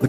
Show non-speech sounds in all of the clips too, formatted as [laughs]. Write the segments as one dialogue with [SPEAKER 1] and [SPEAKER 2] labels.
[SPEAKER 1] The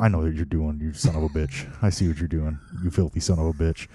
[SPEAKER 2] I know what you're doing, you son of a bitch. I see what you're doing, you filthy son of a bitch.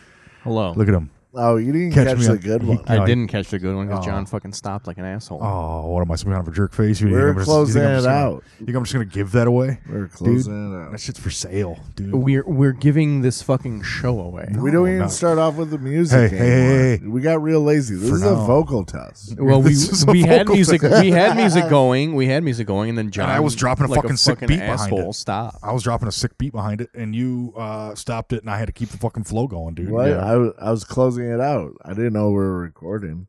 [SPEAKER 3] Hello.
[SPEAKER 2] Look at him.
[SPEAKER 4] Oh, you didn't
[SPEAKER 2] Catch
[SPEAKER 4] catch,
[SPEAKER 2] me
[SPEAKER 4] the
[SPEAKER 2] up.
[SPEAKER 4] good
[SPEAKER 2] He-
[SPEAKER 4] one.
[SPEAKER 2] I
[SPEAKER 3] I
[SPEAKER 2] No,
[SPEAKER 3] didn't catch the good one because
[SPEAKER 2] Oh.
[SPEAKER 3] John fucking stopped like an asshole.
[SPEAKER 2] Oh, what am I, some kind of a jerk face? You think
[SPEAKER 4] We're
[SPEAKER 2] I'm just- you think
[SPEAKER 4] closing
[SPEAKER 2] I'm just
[SPEAKER 4] it
[SPEAKER 2] gonna-
[SPEAKER 4] out.
[SPEAKER 2] You think I'm just going to give that away?
[SPEAKER 4] We're
[SPEAKER 2] Dude,
[SPEAKER 4] closing it out.
[SPEAKER 2] that shit's for sale, dude.
[SPEAKER 3] We're we're giving this fucking show away.
[SPEAKER 4] we don't even
[SPEAKER 2] no.
[SPEAKER 4] start off with the music.
[SPEAKER 2] Hey, hey, hey,
[SPEAKER 4] anymore. We got real lazy. This
[SPEAKER 2] For
[SPEAKER 4] is
[SPEAKER 2] now.
[SPEAKER 4] a
[SPEAKER 2] [laughs]
[SPEAKER 4] vocal test.
[SPEAKER 3] Well, we
[SPEAKER 2] This is a
[SPEAKER 3] we had
[SPEAKER 2] vocal
[SPEAKER 3] music.
[SPEAKER 2] test.
[SPEAKER 3] we had music going. We had music going, and then John.
[SPEAKER 2] I was dropping a
[SPEAKER 3] like
[SPEAKER 2] fucking
[SPEAKER 3] a
[SPEAKER 2] sick
[SPEAKER 3] fucking
[SPEAKER 2] beat behind
[SPEAKER 3] asshole.
[SPEAKER 2] it. Uh,
[SPEAKER 3] Stop.
[SPEAKER 2] I was dropping a sick beat behind it, and you uh, stopped it, and I had to keep the fucking flow going, dude.
[SPEAKER 4] What?
[SPEAKER 3] Yeah.
[SPEAKER 4] I, w- I was closing it out. I didn't know we were recording.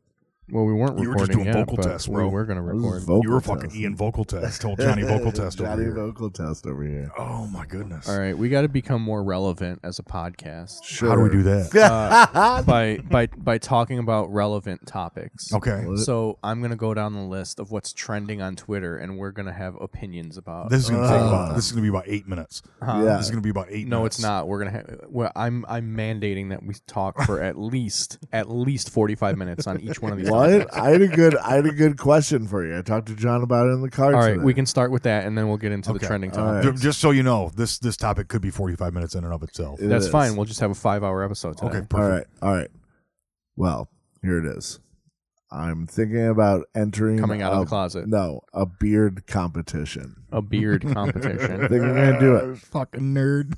[SPEAKER 3] Well, we weren't
[SPEAKER 2] You
[SPEAKER 3] recording
[SPEAKER 2] were just doing
[SPEAKER 3] yet,
[SPEAKER 2] vocal
[SPEAKER 3] but
[SPEAKER 2] tests,
[SPEAKER 3] we
[SPEAKER 2] bro.
[SPEAKER 3] were gonna
[SPEAKER 4] This is
[SPEAKER 3] record.
[SPEAKER 4] vocal
[SPEAKER 2] You were fucking
[SPEAKER 4] test.
[SPEAKER 2] Ian
[SPEAKER 4] [laughs]
[SPEAKER 2] Vocal Test, told Johnny Vocal Test over
[SPEAKER 4] Johnny
[SPEAKER 2] here.
[SPEAKER 4] vocal test over here.
[SPEAKER 2] Oh my goodness!
[SPEAKER 3] All right, we got to become more relevant as a podcast
[SPEAKER 4] Sure.
[SPEAKER 2] How do we do that?
[SPEAKER 4] [laughs]
[SPEAKER 3] by by by talking about relevant topics.
[SPEAKER 2] Okay,
[SPEAKER 3] So I'm gonna go down the list of what's trending on Twitter, and we're gonna have opinions about.
[SPEAKER 2] this is gonna take
[SPEAKER 4] Uh,
[SPEAKER 2] about this is gonna be about eight minutes.
[SPEAKER 3] Huh?
[SPEAKER 4] Yeah.
[SPEAKER 2] This is gonna be about eight.
[SPEAKER 3] No,
[SPEAKER 2] minutes.
[SPEAKER 3] it's not. We're gonna have. Well, I'm I'm mandating that we talk
[SPEAKER 2] [laughs]
[SPEAKER 3] for at least at least 45 minutes on each one of these. topics.
[SPEAKER 4] What? I had a good. I had a good question for you. I talked to John about it in the car.
[SPEAKER 3] All right,
[SPEAKER 4] today.
[SPEAKER 3] we can start with that, and then we'll get into
[SPEAKER 2] Okay.
[SPEAKER 3] the trending
[SPEAKER 4] All
[SPEAKER 3] topic.
[SPEAKER 2] Ju- Just so you know, this this topic could be forty five minutes in and of itself.
[SPEAKER 4] It
[SPEAKER 3] That's
[SPEAKER 4] is.
[SPEAKER 3] fine. We'll just have a five-hour episode today.
[SPEAKER 2] Okay, perfect.
[SPEAKER 4] All right. All right. Well, here it is. I'm thinking about entering
[SPEAKER 3] Coming out of
[SPEAKER 4] a-
[SPEAKER 3] the closet.
[SPEAKER 4] No, a beard competition.
[SPEAKER 2] [laughs]
[SPEAKER 3] A beard
[SPEAKER 4] [laughs] I
[SPEAKER 3] competition.
[SPEAKER 4] think I'm gonna do it.
[SPEAKER 2] Fucking nerd.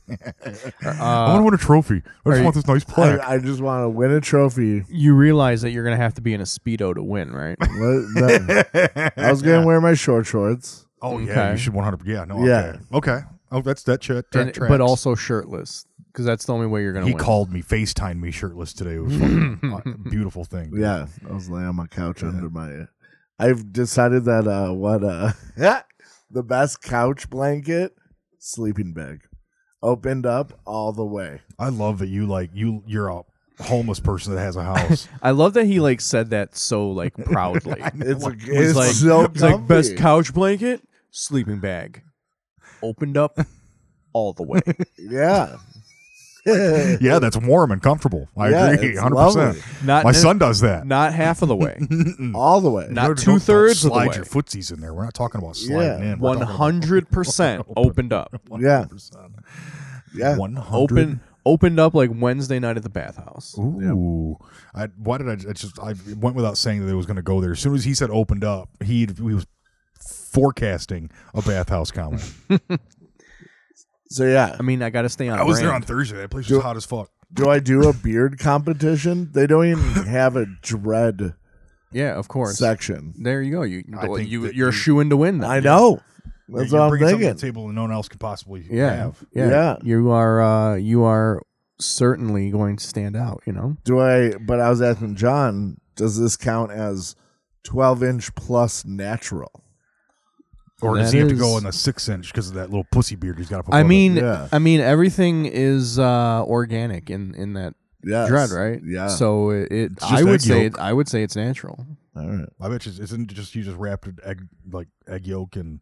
[SPEAKER 2] I want
[SPEAKER 3] Uh,
[SPEAKER 2] to win a trophy. I just
[SPEAKER 3] you-
[SPEAKER 2] want this nice plaque.
[SPEAKER 4] I, I just want to win a trophy.
[SPEAKER 3] you realize that you're gonna have to be in a speedo to
[SPEAKER 2] [laughs]
[SPEAKER 3] win, right?
[SPEAKER 4] What- no. I
[SPEAKER 3] [laughs]
[SPEAKER 4] was gonna wear my short shorts.
[SPEAKER 2] oh yeah,
[SPEAKER 3] Okay.
[SPEAKER 2] you should one hundred. Yeah, no,
[SPEAKER 4] Yeah.
[SPEAKER 2] okay, okay. Oh, that's that shit. That
[SPEAKER 3] And-
[SPEAKER 2] tracks.
[SPEAKER 3] but also shirtless, because that's the only way you're gonna
[SPEAKER 2] he
[SPEAKER 3] win.
[SPEAKER 2] called me, Facetime me shirtless today. It was fucking
[SPEAKER 3] [laughs]
[SPEAKER 2] a beautiful thing.
[SPEAKER 4] Yeah, I was laying on my couch under my. I've decided that uh, what uh, [laughs] the best couch blanket, sleeping bag, opened up all the way.
[SPEAKER 2] I love that you like you. You're a homeless person that has
[SPEAKER 3] [laughs]
[SPEAKER 2] a house.
[SPEAKER 3] I love that he like said that so
[SPEAKER 2] [laughs]
[SPEAKER 3] like proudly.
[SPEAKER 4] It's a,
[SPEAKER 3] It's
[SPEAKER 4] it's
[SPEAKER 3] like,
[SPEAKER 4] so
[SPEAKER 3] it's like best
[SPEAKER 4] comfy.
[SPEAKER 3] couch blanket, sleeping bag, opened up all
[SPEAKER 2] [laughs]
[SPEAKER 3] the way.
[SPEAKER 4] Yeah.
[SPEAKER 2] yeah, that's warm and comfortable. I
[SPEAKER 4] Yeah,
[SPEAKER 2] agree,
[SPEAKER 4] it's
[SPEAKER 2] hundred percent.
[SPEAKER 3] Not
[SPEAKER 2] My son does that.
[SPEAKER 3] not half of
[SPEAKER 2] [laughs]
[SPEAKER 3] the way.
[SPEAKER 4] all the way.
[SPEAKER 3] Mm. Not
[SPEAKER 2] Don't- don't-
[SPEAKER 3] two-thirds
[SPEAKER 2] don't
[SPEAKER 3] of the
[SPEAKER 2] Slide
[SPEAKER 3] way.
[SPEAKER 2] your footsies in there. We're not talking about sliding
[SPEAKER 4] Yeah.
[SPEAKER 2] in. We're
[SPEAKER 3] One
[SPEAKER 2] talking about
[SPEAKER 3] hundred
[SPEAKER 2] [laughs]
[SPEAKER 3] percent opened up.
[SPEAKER 4] Yeah.
[SPEAKER 2] 100%.
[SPEAKER 4] Yeah.
[SPEAKER 2] 100.
[SPEAKER 3] Open opened up like Wednesday night at the bathhouse.
[SPEAKER 2] Ooh. I, why did I, I just I went without saying that it was going to go there. As soon as he said opened up, he he was forecasting a bathhouse comment.
[SPEAKER 4] So yeah,
[SPEAKER 3] I mean, I got to stay on.
[SPEAKER 2] I was there on
[SPEAKER 3] brand.
[SPEAKER 2] Thursday. That place
[SPEAKER 4] Do-
[SPEAKER 2] was hot as fuck.
[SPEAKER 4] do I do a beard competition? They don't even
[SPEAKER 3] [laughs]
[SPEAKER 4] have a dread
[SPEAKER 3] Yeah, of course.
[SPEAKER 4] section.
[SPEAKER 3] There you go. You,
[SPEAKER 2] I
[SPEAKER 3] well,
[SPEAKER 2] think
[SPEAKER 3] you
[SPEAKER 2] that
[SPEAKER 3] you're
[SPEAKER 2] you-
[SPEAKER 3] shooing to win. Then.
[SPEAKER 4] I know. That's
[SPEAKER 2] You're
[SPEAKER 4] what I'm
[SPEAKER 2] bringing something to
[SPEAKER 4] thinking.
[SPEAKER 2] the table that no one else could possibly
[SPEAKER 3] Yeah,
[SPEAKER 2] have.
[SPEAKER 3] yeah.
[SPEAKER 4] Yeah.
[SPEAKER 3] You are uh, you are certainly going to stand out. You know.
[SPEAKER 4] Do I? But I was asking John, does this count as 12 inch plus natural?
[SPEAKER 2] Or does
[SPEAKER 3] That
[SPEAKER 2] he have to
[SPEAKER 3] is-
[SPEAKER 2] go on the six inch because of that little pussy beard he's got? Up
[SPEAKER 3] I
[SPEAKER 2] above it?
[SPEAKER 3] mean,
[SPEAKER 4] Yeah.
[SPEAKER 3] I mean, everything is uh, organic in in that
[SPEAKER 4] Yeah,
[SPEAKER 3] dread, right?
[SPEAKER 4] Yeah.
[SPEAKER 3] So it, it
[SPEAKER 2] It's
[SPEAKER 3] I
[SPEAKER 2] just
[SPEAKER 3] would
[SPEAKER 2] egg
[SPEAKER 3] say
[SPEAKER 2] yolk.
[SPEAKER 3] it, I would say it's natural.
[SPEAKER 4] all right.
[SPEAKER 2] I bet you isn't it just you just wrapped an egg like egg yolk and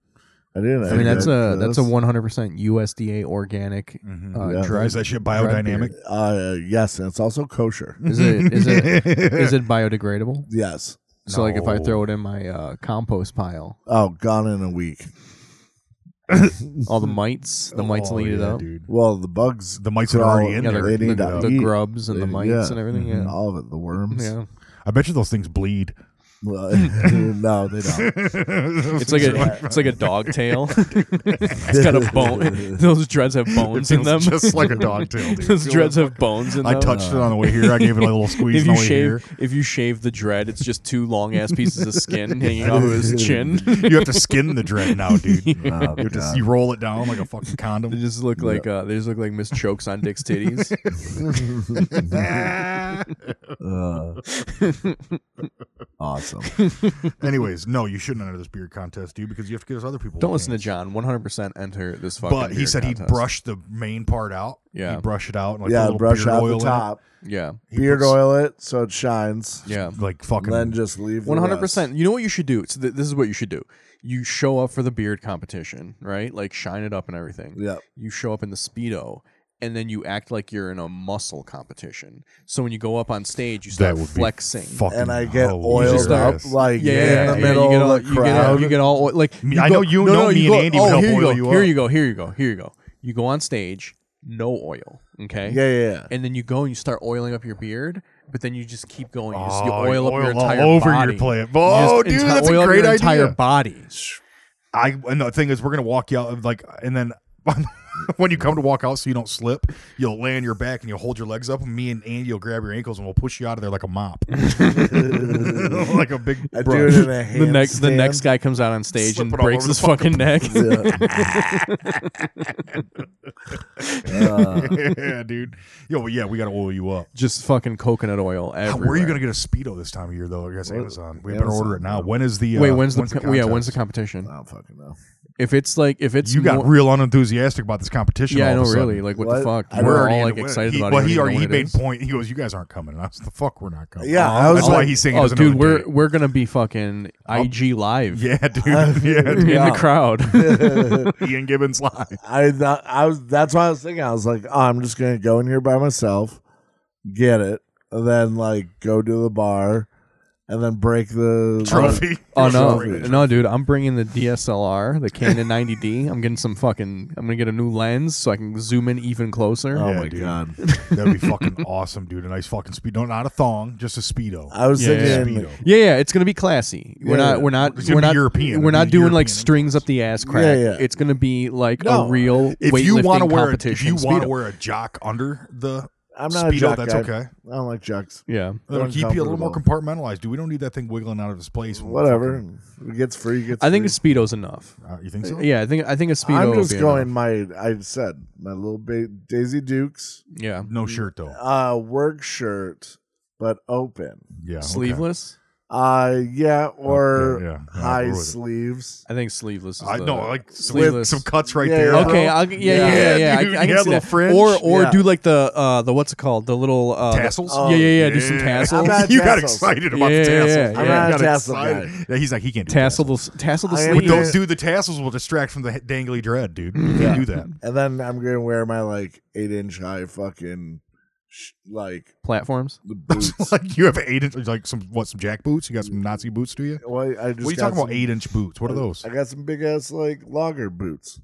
[SPEAKER 4] I didn't.
[SPEAKER 3] I mean, that's a
[SPEAKER 4] didn't
[SPEAKER 3] that's a
[SPEAKER 4] know this.
[SPEAKER 3] 100 percent USDA organic uh,
[SPEAKER 4] Yeah.
[SPEAKER 3] dread.
[SPEAKER 2] Mm, is that shit
[SPEAKER 3] Dried
[SPEAKER 2] biodynamic?
[SPEAKER 4] Uh, yes, and it's
[SPEAKER 3] [laughs]
[SPEAKER 4] also kosher.
[SPEAKER 3] Is it
[SPEAKER 2] [laughs]
[SPEAKER 3] is it is it biodegradable?
[SPEAKER 4] Yes.
[SPEAKER 3] So like if I
[SPEAKER 2] No.
[SPEAKER 3] throw it in my uh, compost pile,
[SPEAKER 4] Oh, gone in a week.
[SPEAKER 2] [laughs]
[SPEAKER 3] all the mites, the mites
[SPEAKER 2] Oh,
[SPEAKER 3] will eat it
[SPEAKER 2] yeah,
[SPEAKER 3] up.
[SPEAKER 2] dude.
[SPEAKER 4] Well, the bugs,
[SPEAKER 2] The mites are already in
[SPEAKER 3] Yeah,
[SPEAKER 2] there.
[SPEAKER 3] the,
[SPEAKER 4] They
[SPEAKER 3] the,
[SPEAKER 4] need to
[SPEAKER 3] the
[SPEAKER 4] eat.
[SPEAKER 3] grubs and the
[SPEAKER 4] They-
[SPEAKER 3] mites
[SPEAKER 4] yeah.
[SPEAKER 2] Mm-hmm.
[SPEAKER 4] Mm-hmm.
[SPEAKER 3] and everything.
[SPEAKER 2] [laughs]
[SPEAKER 3] Yeah,
[SPEAKER 4] all of it, the worms.
[SPEAKER 3] yeah.
[SPEAKER 2] I bet you those things bleed.
[SPEAKER 4] [laughs]
[SPEAKER 3] [laughs]
[SPEAKER 4] Well, no, they don't.
[SPEAKER 3] It's like a [laughs] it's like a
[SPEAKER 2] [laughs]
[SPEAKER 3] dog tail. it's got a bone. Those dreads have bones in them.
[SPEAKER 2] just
[SPEAKER 3] [laughs]
[SPEAKER 2] like a dog tail. Dude.
[SPEAKER 3] Those dreads have bones in them.
[SPEAKER 2] I touched it on the way here. I gave it a
[SPEAKER 3] [laughs]
[SPEAKER 2] little squeeze
[SPEAKER 3] If
[SPEAKER 2] on
[SPEAKER 3] you
[SPEAKER 2] the way here.
[SPEAKER 3] shave if you shave the dread, it's just two long
[SPEAKER 2] [laughs]
[SPEAKER 3] ass pieces of skin hanging off of his chin.
[SPEAKER 2] You have to skin the dread now,
[SPEAKER 3] [laughs]
[SPEAKER 2] dude.
[SPEAKER 4] Oh,
[SPEAKER 2] you have to
[SPEAKER 4] God.
[SPEAKER 2] you roll it down like a fucking
[SPEAKER 3] They [laughs]
[SPEAKER 2] condom.
[SPEAKER 3] just look like uh, they just look like Miss Chokes on
[SPEAKER 2] [laughs]
[SPEAKER 3] Dick's titties.
[SPEAKER 4] [laughs]
[SPEAKER 3] [laughs]
[SPEAKER 4] Uh, awesome.
[SPEAKER 2] Anyways, no, you shouldn't enter this beer contest, dude, because you have to give us other people.
[SPEAKER 3] Don't
[SPEAKER 2] a
[SPEAKER 3] listen to
[SPEAKER 2] chance.
[SPEAKER 3] John. One hundred percent enter this fucking.
[SPEAKER 2] But he
[SPEAKER 3] beer
[SPEAKER 2] said he'd
[SPEAKER 3] contest.
[SPEAKER 2] brush the main part out.
[SPEAKER 3] Yeah.
[SPEAKER 2] he'd brush it out. And like put a
[SPEAKER 4] yeah,
[SPEAKER 2] little
[SPEAKER 4] brush
[SPEAKER 2] beard
[SPEAKER 4] out
[SPEAKER 2] oil
[SPEAKER 4] the
[SPEAKER 2] in it.
[SPEAKER 4] top,
[SPEAKER 3] Yeah,
[SPEAKER 2] He
[SPEAKER 4] beard
[SPEAKER 2] puts,
[SPEAKER 4] oil it so it shines,
[SPEAKER 3] yeah.
[SPEAKER 2] like
[SPEAKER 4] and
[SPEAKER 2] fucking.
[SPEAKER 4] then just leave. the
[SPEAKER 3] One hundred
[SPEAKER 4] rest.
[SPEAKER 3] percent. You know what you should do. So th- this is what you should do. You show up for the beard competition, right? Like shine it up and everything.
[SPEAKER 4] Yep.
[SPEAKER 3] You show up in the speedo, and then you act like you're in a muscle competition. So when you go up on stage, you
[SPEAKER 2] that
[SPEAKER 3] start
[SPEAKER 2] would be
[SPEAKER 3] flexing.
[SPEAKER 2] fucking
[SPEAKER 4] And I get
[SPEAKER 2] hilarious.
[SPEAKER 4] oiled up like
[SPEAKER 3] yeah,
[SPEAKER 4] in
[SPEAKER 3] yeah,
[SPEAKER 4] the
[SPEAKER 3] yeah,
[SPEAKER 4] middle
[SPEAKER 3] you get all,
[SPEAKER 4] of the
[SPEAKER 3] you get all-
[SPEAKER 2] [laughs]
[SPEAKER 4] crowd.
[SPEAKER 3] You get all like
[SPEAKER 2] Me- I know you know me and
[SPEAKER 3] go- oh,
[SPEAKER 2] Andy would help
[SPEAKER 3] here
[SPEAKER 2] oil
[SPEAKER 3] go,
[SPEAKER 2] you
[SPEAKER 3] Here
[SPEAKER 2] up.
[SPEAKER 3] you go. Here you go. Here you go. You go on stage, no oil. Okay.
[SPEAKER 4] yeah, yeah, yeah.
[SPEAKER 3] and then you go and you start oiling up your beard, but then you just keep going. You, just, you
[SPEAKER 2] Oh,
[SPEAKER 3] oil, up your
[SPEAKER 2] oil all
[SPEAKER 3] entire
[SPEAKER 2] over your
[SPEAKER 3] body.
[SPEAKER 2] plant.
[SPEAKER 3] You just
[SPEAKER 2] Oh, dude,
[SPEAKER 3] enti-
[SPEAKER 2] that's a
[SPEAKER 3] oil up
[SPEAKER 2] great
[SPEAKER 3] your entire
[SPEAKER 2] idea.
[SPEAKER 3] body.
[SPEAKER 2] I and the thing is, we're gonna walk you out like, and then [laughs] when you come to walk out, so you don't slip, you'll lay on your back and you'll hold your legs up. And me and Andy will grab your ankles and we'll push you out of there like a
[SPEAKER 3] [laughs]
[SPEAKER 2] mop, [laughs] like a big.
[SPEAKER 4] I do
[SPEAKER 2] brush.
[SPEAKER 4] it in
[SPEAKER 3] The
[SPEAKER 4] a handstand.
[SPEAKER 3] next, the next guy comes out on stage
[SPEAKER 2] Slip
[SPEAKER 3] and
[SPEAKER 2] it all
[SPEAKER 3] breaks
[SPEAKER 2] over the
[SPEAKER 3] his fucking neck.
[SPEAKER 2] [laughs] yeah, dude. Yo, but yeah, we gotta oil you up.
[SPEAKER 3] [laughs] just fucking coconut oil.
[SPEAKER 2] How-
[SPEAKER 3] Everywhere.
[SPEAKER 2] where are you gonna get a speedo this time of year though? I guess
[SPEAKER 4] Well,
[SPEAKER 2] Amazon. We better
[SPEAKER 4] Amazon.
[SPEAKER 2] order it now. When is the uh,
[SPEAKER 3] Wait, when's, the, co- yeah?
[SPEAKER 2] contest?
[SPEAKER 3] When's the competition?
[SPEAKER 4] [laughs] I don't fucking know. [laughs]
[SPEAKER 3] If it's like if it's
[SPEAKER 2] You got
[SPEAKER 3] more,
[SPEAKER 2] real unenthusiastic about this competition.
[SPEAKER 3] yeah, I
[SPEAKER 2] all
[SPEAKER 3] know
[SPEAKER 2] of a sudden.
[SPEAKER 3] really. Like what, the
[SPEAKER 4] What?
[SPEAKER 3] fuck?
[SPEAKER 4] I
[SPEAKER 2] We're
[SPEAKER 4] don't-
[SPEAKER 3] We're
[SPEAKER 2] already
[SPEAKER 3] all
[SPEAKER 2] in
[SPEAKER 3] like
[SPEAKER 2] the win.
[SPEAKER 3] excited
[SPEAKER 2] he,
[SPEAKER 3] about
[SPEAKER 2] well,
[SPEAKER 3] it.
[SPEAKER 2] he already he
[SPEAKER 3] made
[SPEAKER 2] made point. He goes, "You guys aren't coming." And I was, "The fuck, we're not coming."
[SPEAKER 4] Yeah, I was
[SPEAKER 2] that's why
[SPEAKER 4] like-
[SPEAKER 2] he's saying. it
[SPEAKER 3] Oh,
[SPEAKER 2] was
[SPEAKER 3] dude,
[SPEAKER 2] another
[SPEAKER 3] we're
[SPEAKER 2] day.
[SPEAKER 3] we're gonna be fucking IG live
[SPEAKER 2] yeah, dude, yeah, dude.
[SPEAKER 3] [laughs] in
[SPEAKER 4] [laughs] Yeah.
[SPEAKER 3] the [laughs] crowd.
[SPEAKER 2] Ian Gibbons
[SPEAKER 4] [laughs]
[SPEAKER 2] live.
[SPEAKER 4] I thought I was. That's why I was thinking. I was like, oh, I'm just gonna go in here by myself, get it, and then like go to the bar, and then break the
[SPEAKER 2] Trophy.
[SPEAKER 3] Oh no,
[SPEAKER 4] Sorry.
[SPEAKER 3] no, dude! I'm bringing the DSLR, the Canon 90D. I'm getting some fucking. I'm gonna get a new lens so I can zoom in even closer.
[SPEAKER 4] Oh
[SPEAKER 2] Yeah,
[SPEAKER 4] my
[SPEAKER 2] dude.
[SPEAKER 4] god!
[SPEAKER 2] That'd be fucking awesome, dude. A nice fucking speedo, not a thong, just a speedo.
[SPEAKER 4] I was
[SPEAKER 3] Yeah, yeah.
[SPEAKER 4] thinking.
[SPEAKER 2] speedo.
[SPEAKER 3] Yeah, yeah, it's gonna be classy. We're
[SPEAKER 4] Yeah.
[SPEAKER 3] not, we're not,
[SPEAKER 2] It's gonna
[SPEAKER 3] we're
[SPEAKER 2] be
[SPEAKER 3] not
[SPEAKER 2] European.
[SPEAKER 3] We're
[SPEAKER 2] It'll
[SPEAKER 3] not
[SPEAKER 2] be
[SPEAKER 3] doing like
[SPEAKER 2] European
[SPEAKER 3] strings up the ass crack.
[SPEAKER 4] Yeah, yeah.
[SPEAKER 3] It's gonna be like
[SPEAKER 4] No.
[SPEAKER 3] a real
[SPEAKER 2] If
[SPEAKER 3] weightlifting
[SPEAKER 2] you want to wear, a, if
[SPEAKER 3] competition.
[SPEAKER 2] you want to
[SPEAKER 3] speedo.
[SPEAKER 2] wear a jock under the
[SPEAKER 4] I'm not a
[SPEAKER 2] speedo,
[SPEAKER 4] jock
[SPEAKER 2] that's
[SPEAKER 4] guy.
[SPEAKER 2] okay.
[SPEAKER 4] I don't like jocks.
[SPEAKER 3] yeah,
[SPEAKER 2] That'll
[SPEAKER 4] They're
[SPEAKER 2] keep you a little more compartmentalized, dude. We don't need that thing wiggling out of his place. when we're
[SPEAKER 4] Whatever. It gets free. Gets.
[SPEAKER 3] I think a
[SPEAKER 4] free.
[SPEAKER 3] speedo's enough.
[SPEAKER 2] fucking- uh, you think so?
[SPEAKER 3] Yeah, I think I think a speedo.
[SPEAKER 4] I'm
[SPEAKER 3] would
[SPEAKER 4] just
[SPEAKER 3] be
[SPEAKER 4] going.
[SPEAKER 3] enough.
[SPEAKER 4] My I said my little ba- Daisy Dukes
[SPEAKER 3] Yeah,
[SPEAKER 2] No shirt though.
[SPEAKER 4] uh work shirt, but open.
[SPEAKER 2] Yeah. okay.
[SPEAKER 3] sleeveless.
[SPEAKER 4] Uh yeah, or
[SPEAKER 2] Okay, yeah. Yeah,
[SPEAKER 4] high
[SPEAKER 2] we're with it.
[SPEAKER 4] sleeves. uh,
[SPEAKER 3] I think sleeveless. Is
[SPEAKER 2] I
[SPEAKER 3] the-
[SPEAKER 2] know, like some,
[SPEAKER 3] sleeveless.
[SPEAKER 2] some cuts right
[SPEAKER 4] Yeah,
[SPEAKER 2] there.
[SPEAKER 4] yeah.
[SPEAKER 2] bro.
[SPEAKER 3] Okay, I'll, g- yeah,
[SPEAKER 4] Yeah.
[SPEAKER 3] yeah, yeah, yeah. I,
[SPEAKER 2] Dude,
[SPEAKER 3] I can
[SPEAKER 2] yeah,
[SPEAKER 3] see
[SPEAKER 2] little
[SPEAKER 3] that.
[SPEAKER 2] fringe.
[SPEAKER 3] Or, or
[SPEAKER 4] Yeah.
[SPEAKER 3] do like the uh, the what's it called? The little uh, the-
[SPEAKER 2] tassels.
[SPEAKER 4] Oh,
[SPEAKER 3] yeah, yeah, yeah. Do
[SPEAKER 2] [laughs]
[SPEAKER 3] some
[SPEAKER 4] I'm
[SPEAKER 3] tassels.
[SPEAKER 4] not
[SPEAKER 2] you got
[SPEAKER 4] tassels.
[SPEAKER 2] excited about
[SPEAKER 3] Yeah,
[SPEAKER 2] the tassels.
[SPEAKER 3] yeah, yeah.
[SPEAKER 4] I'm not
[SPEAKER 2] You
[SPEAKER 4] a
[SPEAKER 2] got
[SPEAKER 4] tassel
[SPEAKER 2] excited.
[SPEAKER 4] guy.
[SPEAKER 2] Yeah, he's like he can't do
[SPEAKER 3] Tassel
[SPEAKER 2] tassels.
[SPEAKER 3] the tassel the
[SPEAKER 4] I am
[SPEAKER 3] sleeves.
[SPEAKER 4] doing-
[SPEAKER 2] Don't do the tassels will distract from the h- dangly dread, dude. You
[SPEAKER 4] Yeah.
[SPEAKER 2] can't do that.
[SPEAKER 4] And then I'm gonna wear my like eight inch high fucking sh- like
[SPEAKER 3] platforms.
[SPEAKER 2] [laughs]
[SPEAKER 4] the [laughs] boots.
[SPEAKER 2] like you have eight inch, like some what some jack boots? You got some Nazi boots? Do you?
[SPEAKER 4] well, I just
[SPEAKER 2] What are you
[SPEAKER 4] got
[SPEAKER 2] talking
[SPEAKER 4] some-
[SPEAKER 2] about? Eight inch boots? What are those?
[SPEAKER 4] I got some big ass like logger boots.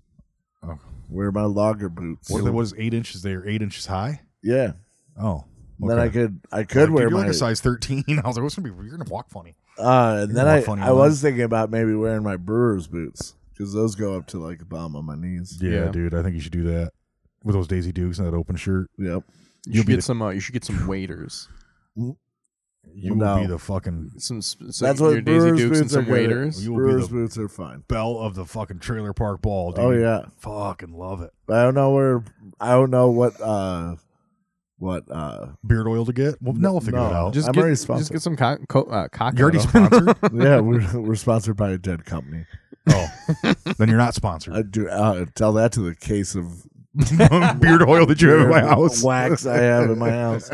[SPEAKER 2] Oh.
[SPEAKER 4] Wear my logger boots.
[SPEAKER 2] What, are they, what is eight inches? They're eight inches high.
[SPEAKER 4] Yeah.
[SPEAKER 2] Oh,
[SPEAKER 4] Then I
[SPEAKER 2] okay.
[SPEAKER 4] could I could
[SPEAKER 2] Like,
[SPEAKER 4] wear
[SPEAKER 2] dude, you're
[SPEAKER 4] my
[SPEAKER 2] like a size thirteen. [laughs] I was like, what's gonna be? You're gonna walk funny.
[SPEAKER 4] Uh, and
[SPEAKER 2] You're
[SPEAKER 4] then
[SPEAKER 2] more
[SPEAKER 4] I,
[SPEAKER 2] funny
[SPEAKER 4] I
[SPEAKER 2] than
[SPEAKER 4] was thinking about maybe wearing my brewer's boots because those go up to like the bottom of my knees.
[SPEAKER 3] Yeah.
[SPEAKER 2] dude. I think you should do that with those Daisy Dukes and that open shirt.
[SPEAKER 4] Yep.
[SPEAKER 3] You
[SPEAKER 2] You'll
[SPEAKER 3] should
[SPEAKER 2] be
[SPEAKER 3] get
[SPEAKER 2] the-
[SPEAKER 3] some. Uh, you should get some waiters.
[SPEAKER 2] You
[SPEAKER 4] No.
[SPEAKER 2] will be the fucking
[SPEAKER 3] Some. s- So
[SPEAKER 4] That's what
[SPEAKER 3] your Daisy
[SPEAKER 4] Brewers
[SPEAKER 3] Dukes and
[SPEAKER 4] boots are
[SPEAKER 3] some
[SPEAKER 4] good at.
[SPEAKER 3] waiters.
[SPEAKER 2] You will be
[SPEAKER 4] Brewer's
[SPEAKER 2] the-
[SPEAKER 4] boots are fine.
[SPEAKER 2] bell of the fucking trailer park ball. Dude.
[SPEAKER 4] Oh yeah,
[SPEAKER 2] fucking love it.
[SPEAKER 4] but I don't know where I don't know what uh what uh
[SPEAKER 2] Beard oil to get? Well, no, we'll figure
[SPEAKER 4] No.
[SPEAKER 2] it out.
[SPEAKER 3] Just
[SPEAKER 4] I'm
[SPEAKER 3] get,
[SPEAKER 4] already
[SPEAKER 3] just
[SPEAKER 4] sponsored.
[SPEAKER 3] get some co- co- uh, cock.
[SPEAKER 2] you
[SPEAKER 3] [laughs]
[SPEAKER 4] [laughs]
[SPEAKER 2] already
[SPEAKER 3] out.
[SPEAKER 2] sponsored? [laughs]
[SPEAKER 4] yeah we're we're sponsored by a dead company.
[SPEAKER 2] oh, then you're not sponsored.
[SPEAKER 4] I do uh, tell that to the case of
[SPEAKER 2] [laughs] beard oil that you have in my house.
[SPEAKER 4] wax I have in
[SPEAKER 2] [laughs]
[SPEAKER 4] my house.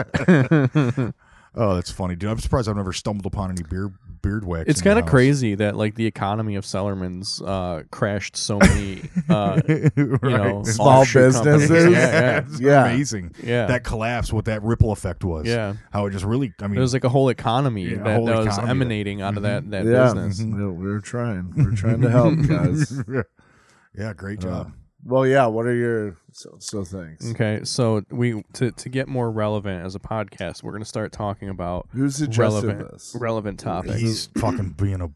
[SPEAKER 2] Oh, that's funny, dude. I'm surprised I've never stumbled upon any beard beard wax.
[SPEAKER 3] It's
[SPEAKER 2] in my
[SPEAKER 3] kind of
[SPEAKER 2] house. [laughs]
[SPEAKER 3] crazy that like the economy of Sellerman's uh, crashed so many. Uh,
[SPEAKER 2] right.
[SPEAKER 3] you
[SPEAKER 2] [laughs]
[SPEAKER 3] know,
[SPEAKER 4] Small
[SPEAKER 3] offshoot companies.
[SPEAKER 4] businesses.
[SPEAKER 3] Yeah,
[SPEAKER 2] It's
[SPEAKER 4] Yeah.
[SPEAKER 2] amazing.
[SPEAKER 3] yeah, yeah.
[SPEAKER 2] That collapse, what that ripple effect was.
[SPEAKER 3] yeah.
[SPEAKER 2] How it just really, I mean,
[SPEAKER 3] There was like a whole economy
[SPEAKER 2] Yeah,
[SPEAKER 3] that,
[SPEAKER 2] whole
[SPEAKER 3] that
[SPEAKER 2] economy
[SPEAKER 3] was
[SPEAKER 2] that- Mm-hmm.
[SPEAKER 3] emanating out of that that
[SPEAKER 4] yeah,
[SPEAKER 2] [laughs]
[SPEAKER 3] business.
[SPEAKER 4] yeah, we're trying. We're trying to help guys.
[SPEAKER 3] Uh,
[SPEAKER 2] yeah, great job.
[SPEAKER 4] Well, yeah. What are your so, so thanks?
[SPEAKER 3] Okay, so we to to get more relevant as a podcast, we're going to start talking about
[SPEAKER 4] Who suggested
[SPEAKER 3] relevant
[SPEAKER 4] this?
[SPEAKER 3] relevant topics.
[SPEAKER 2] He's
[SPEAKER 3] [clears throat]
[SPEAKER 2] fucking being a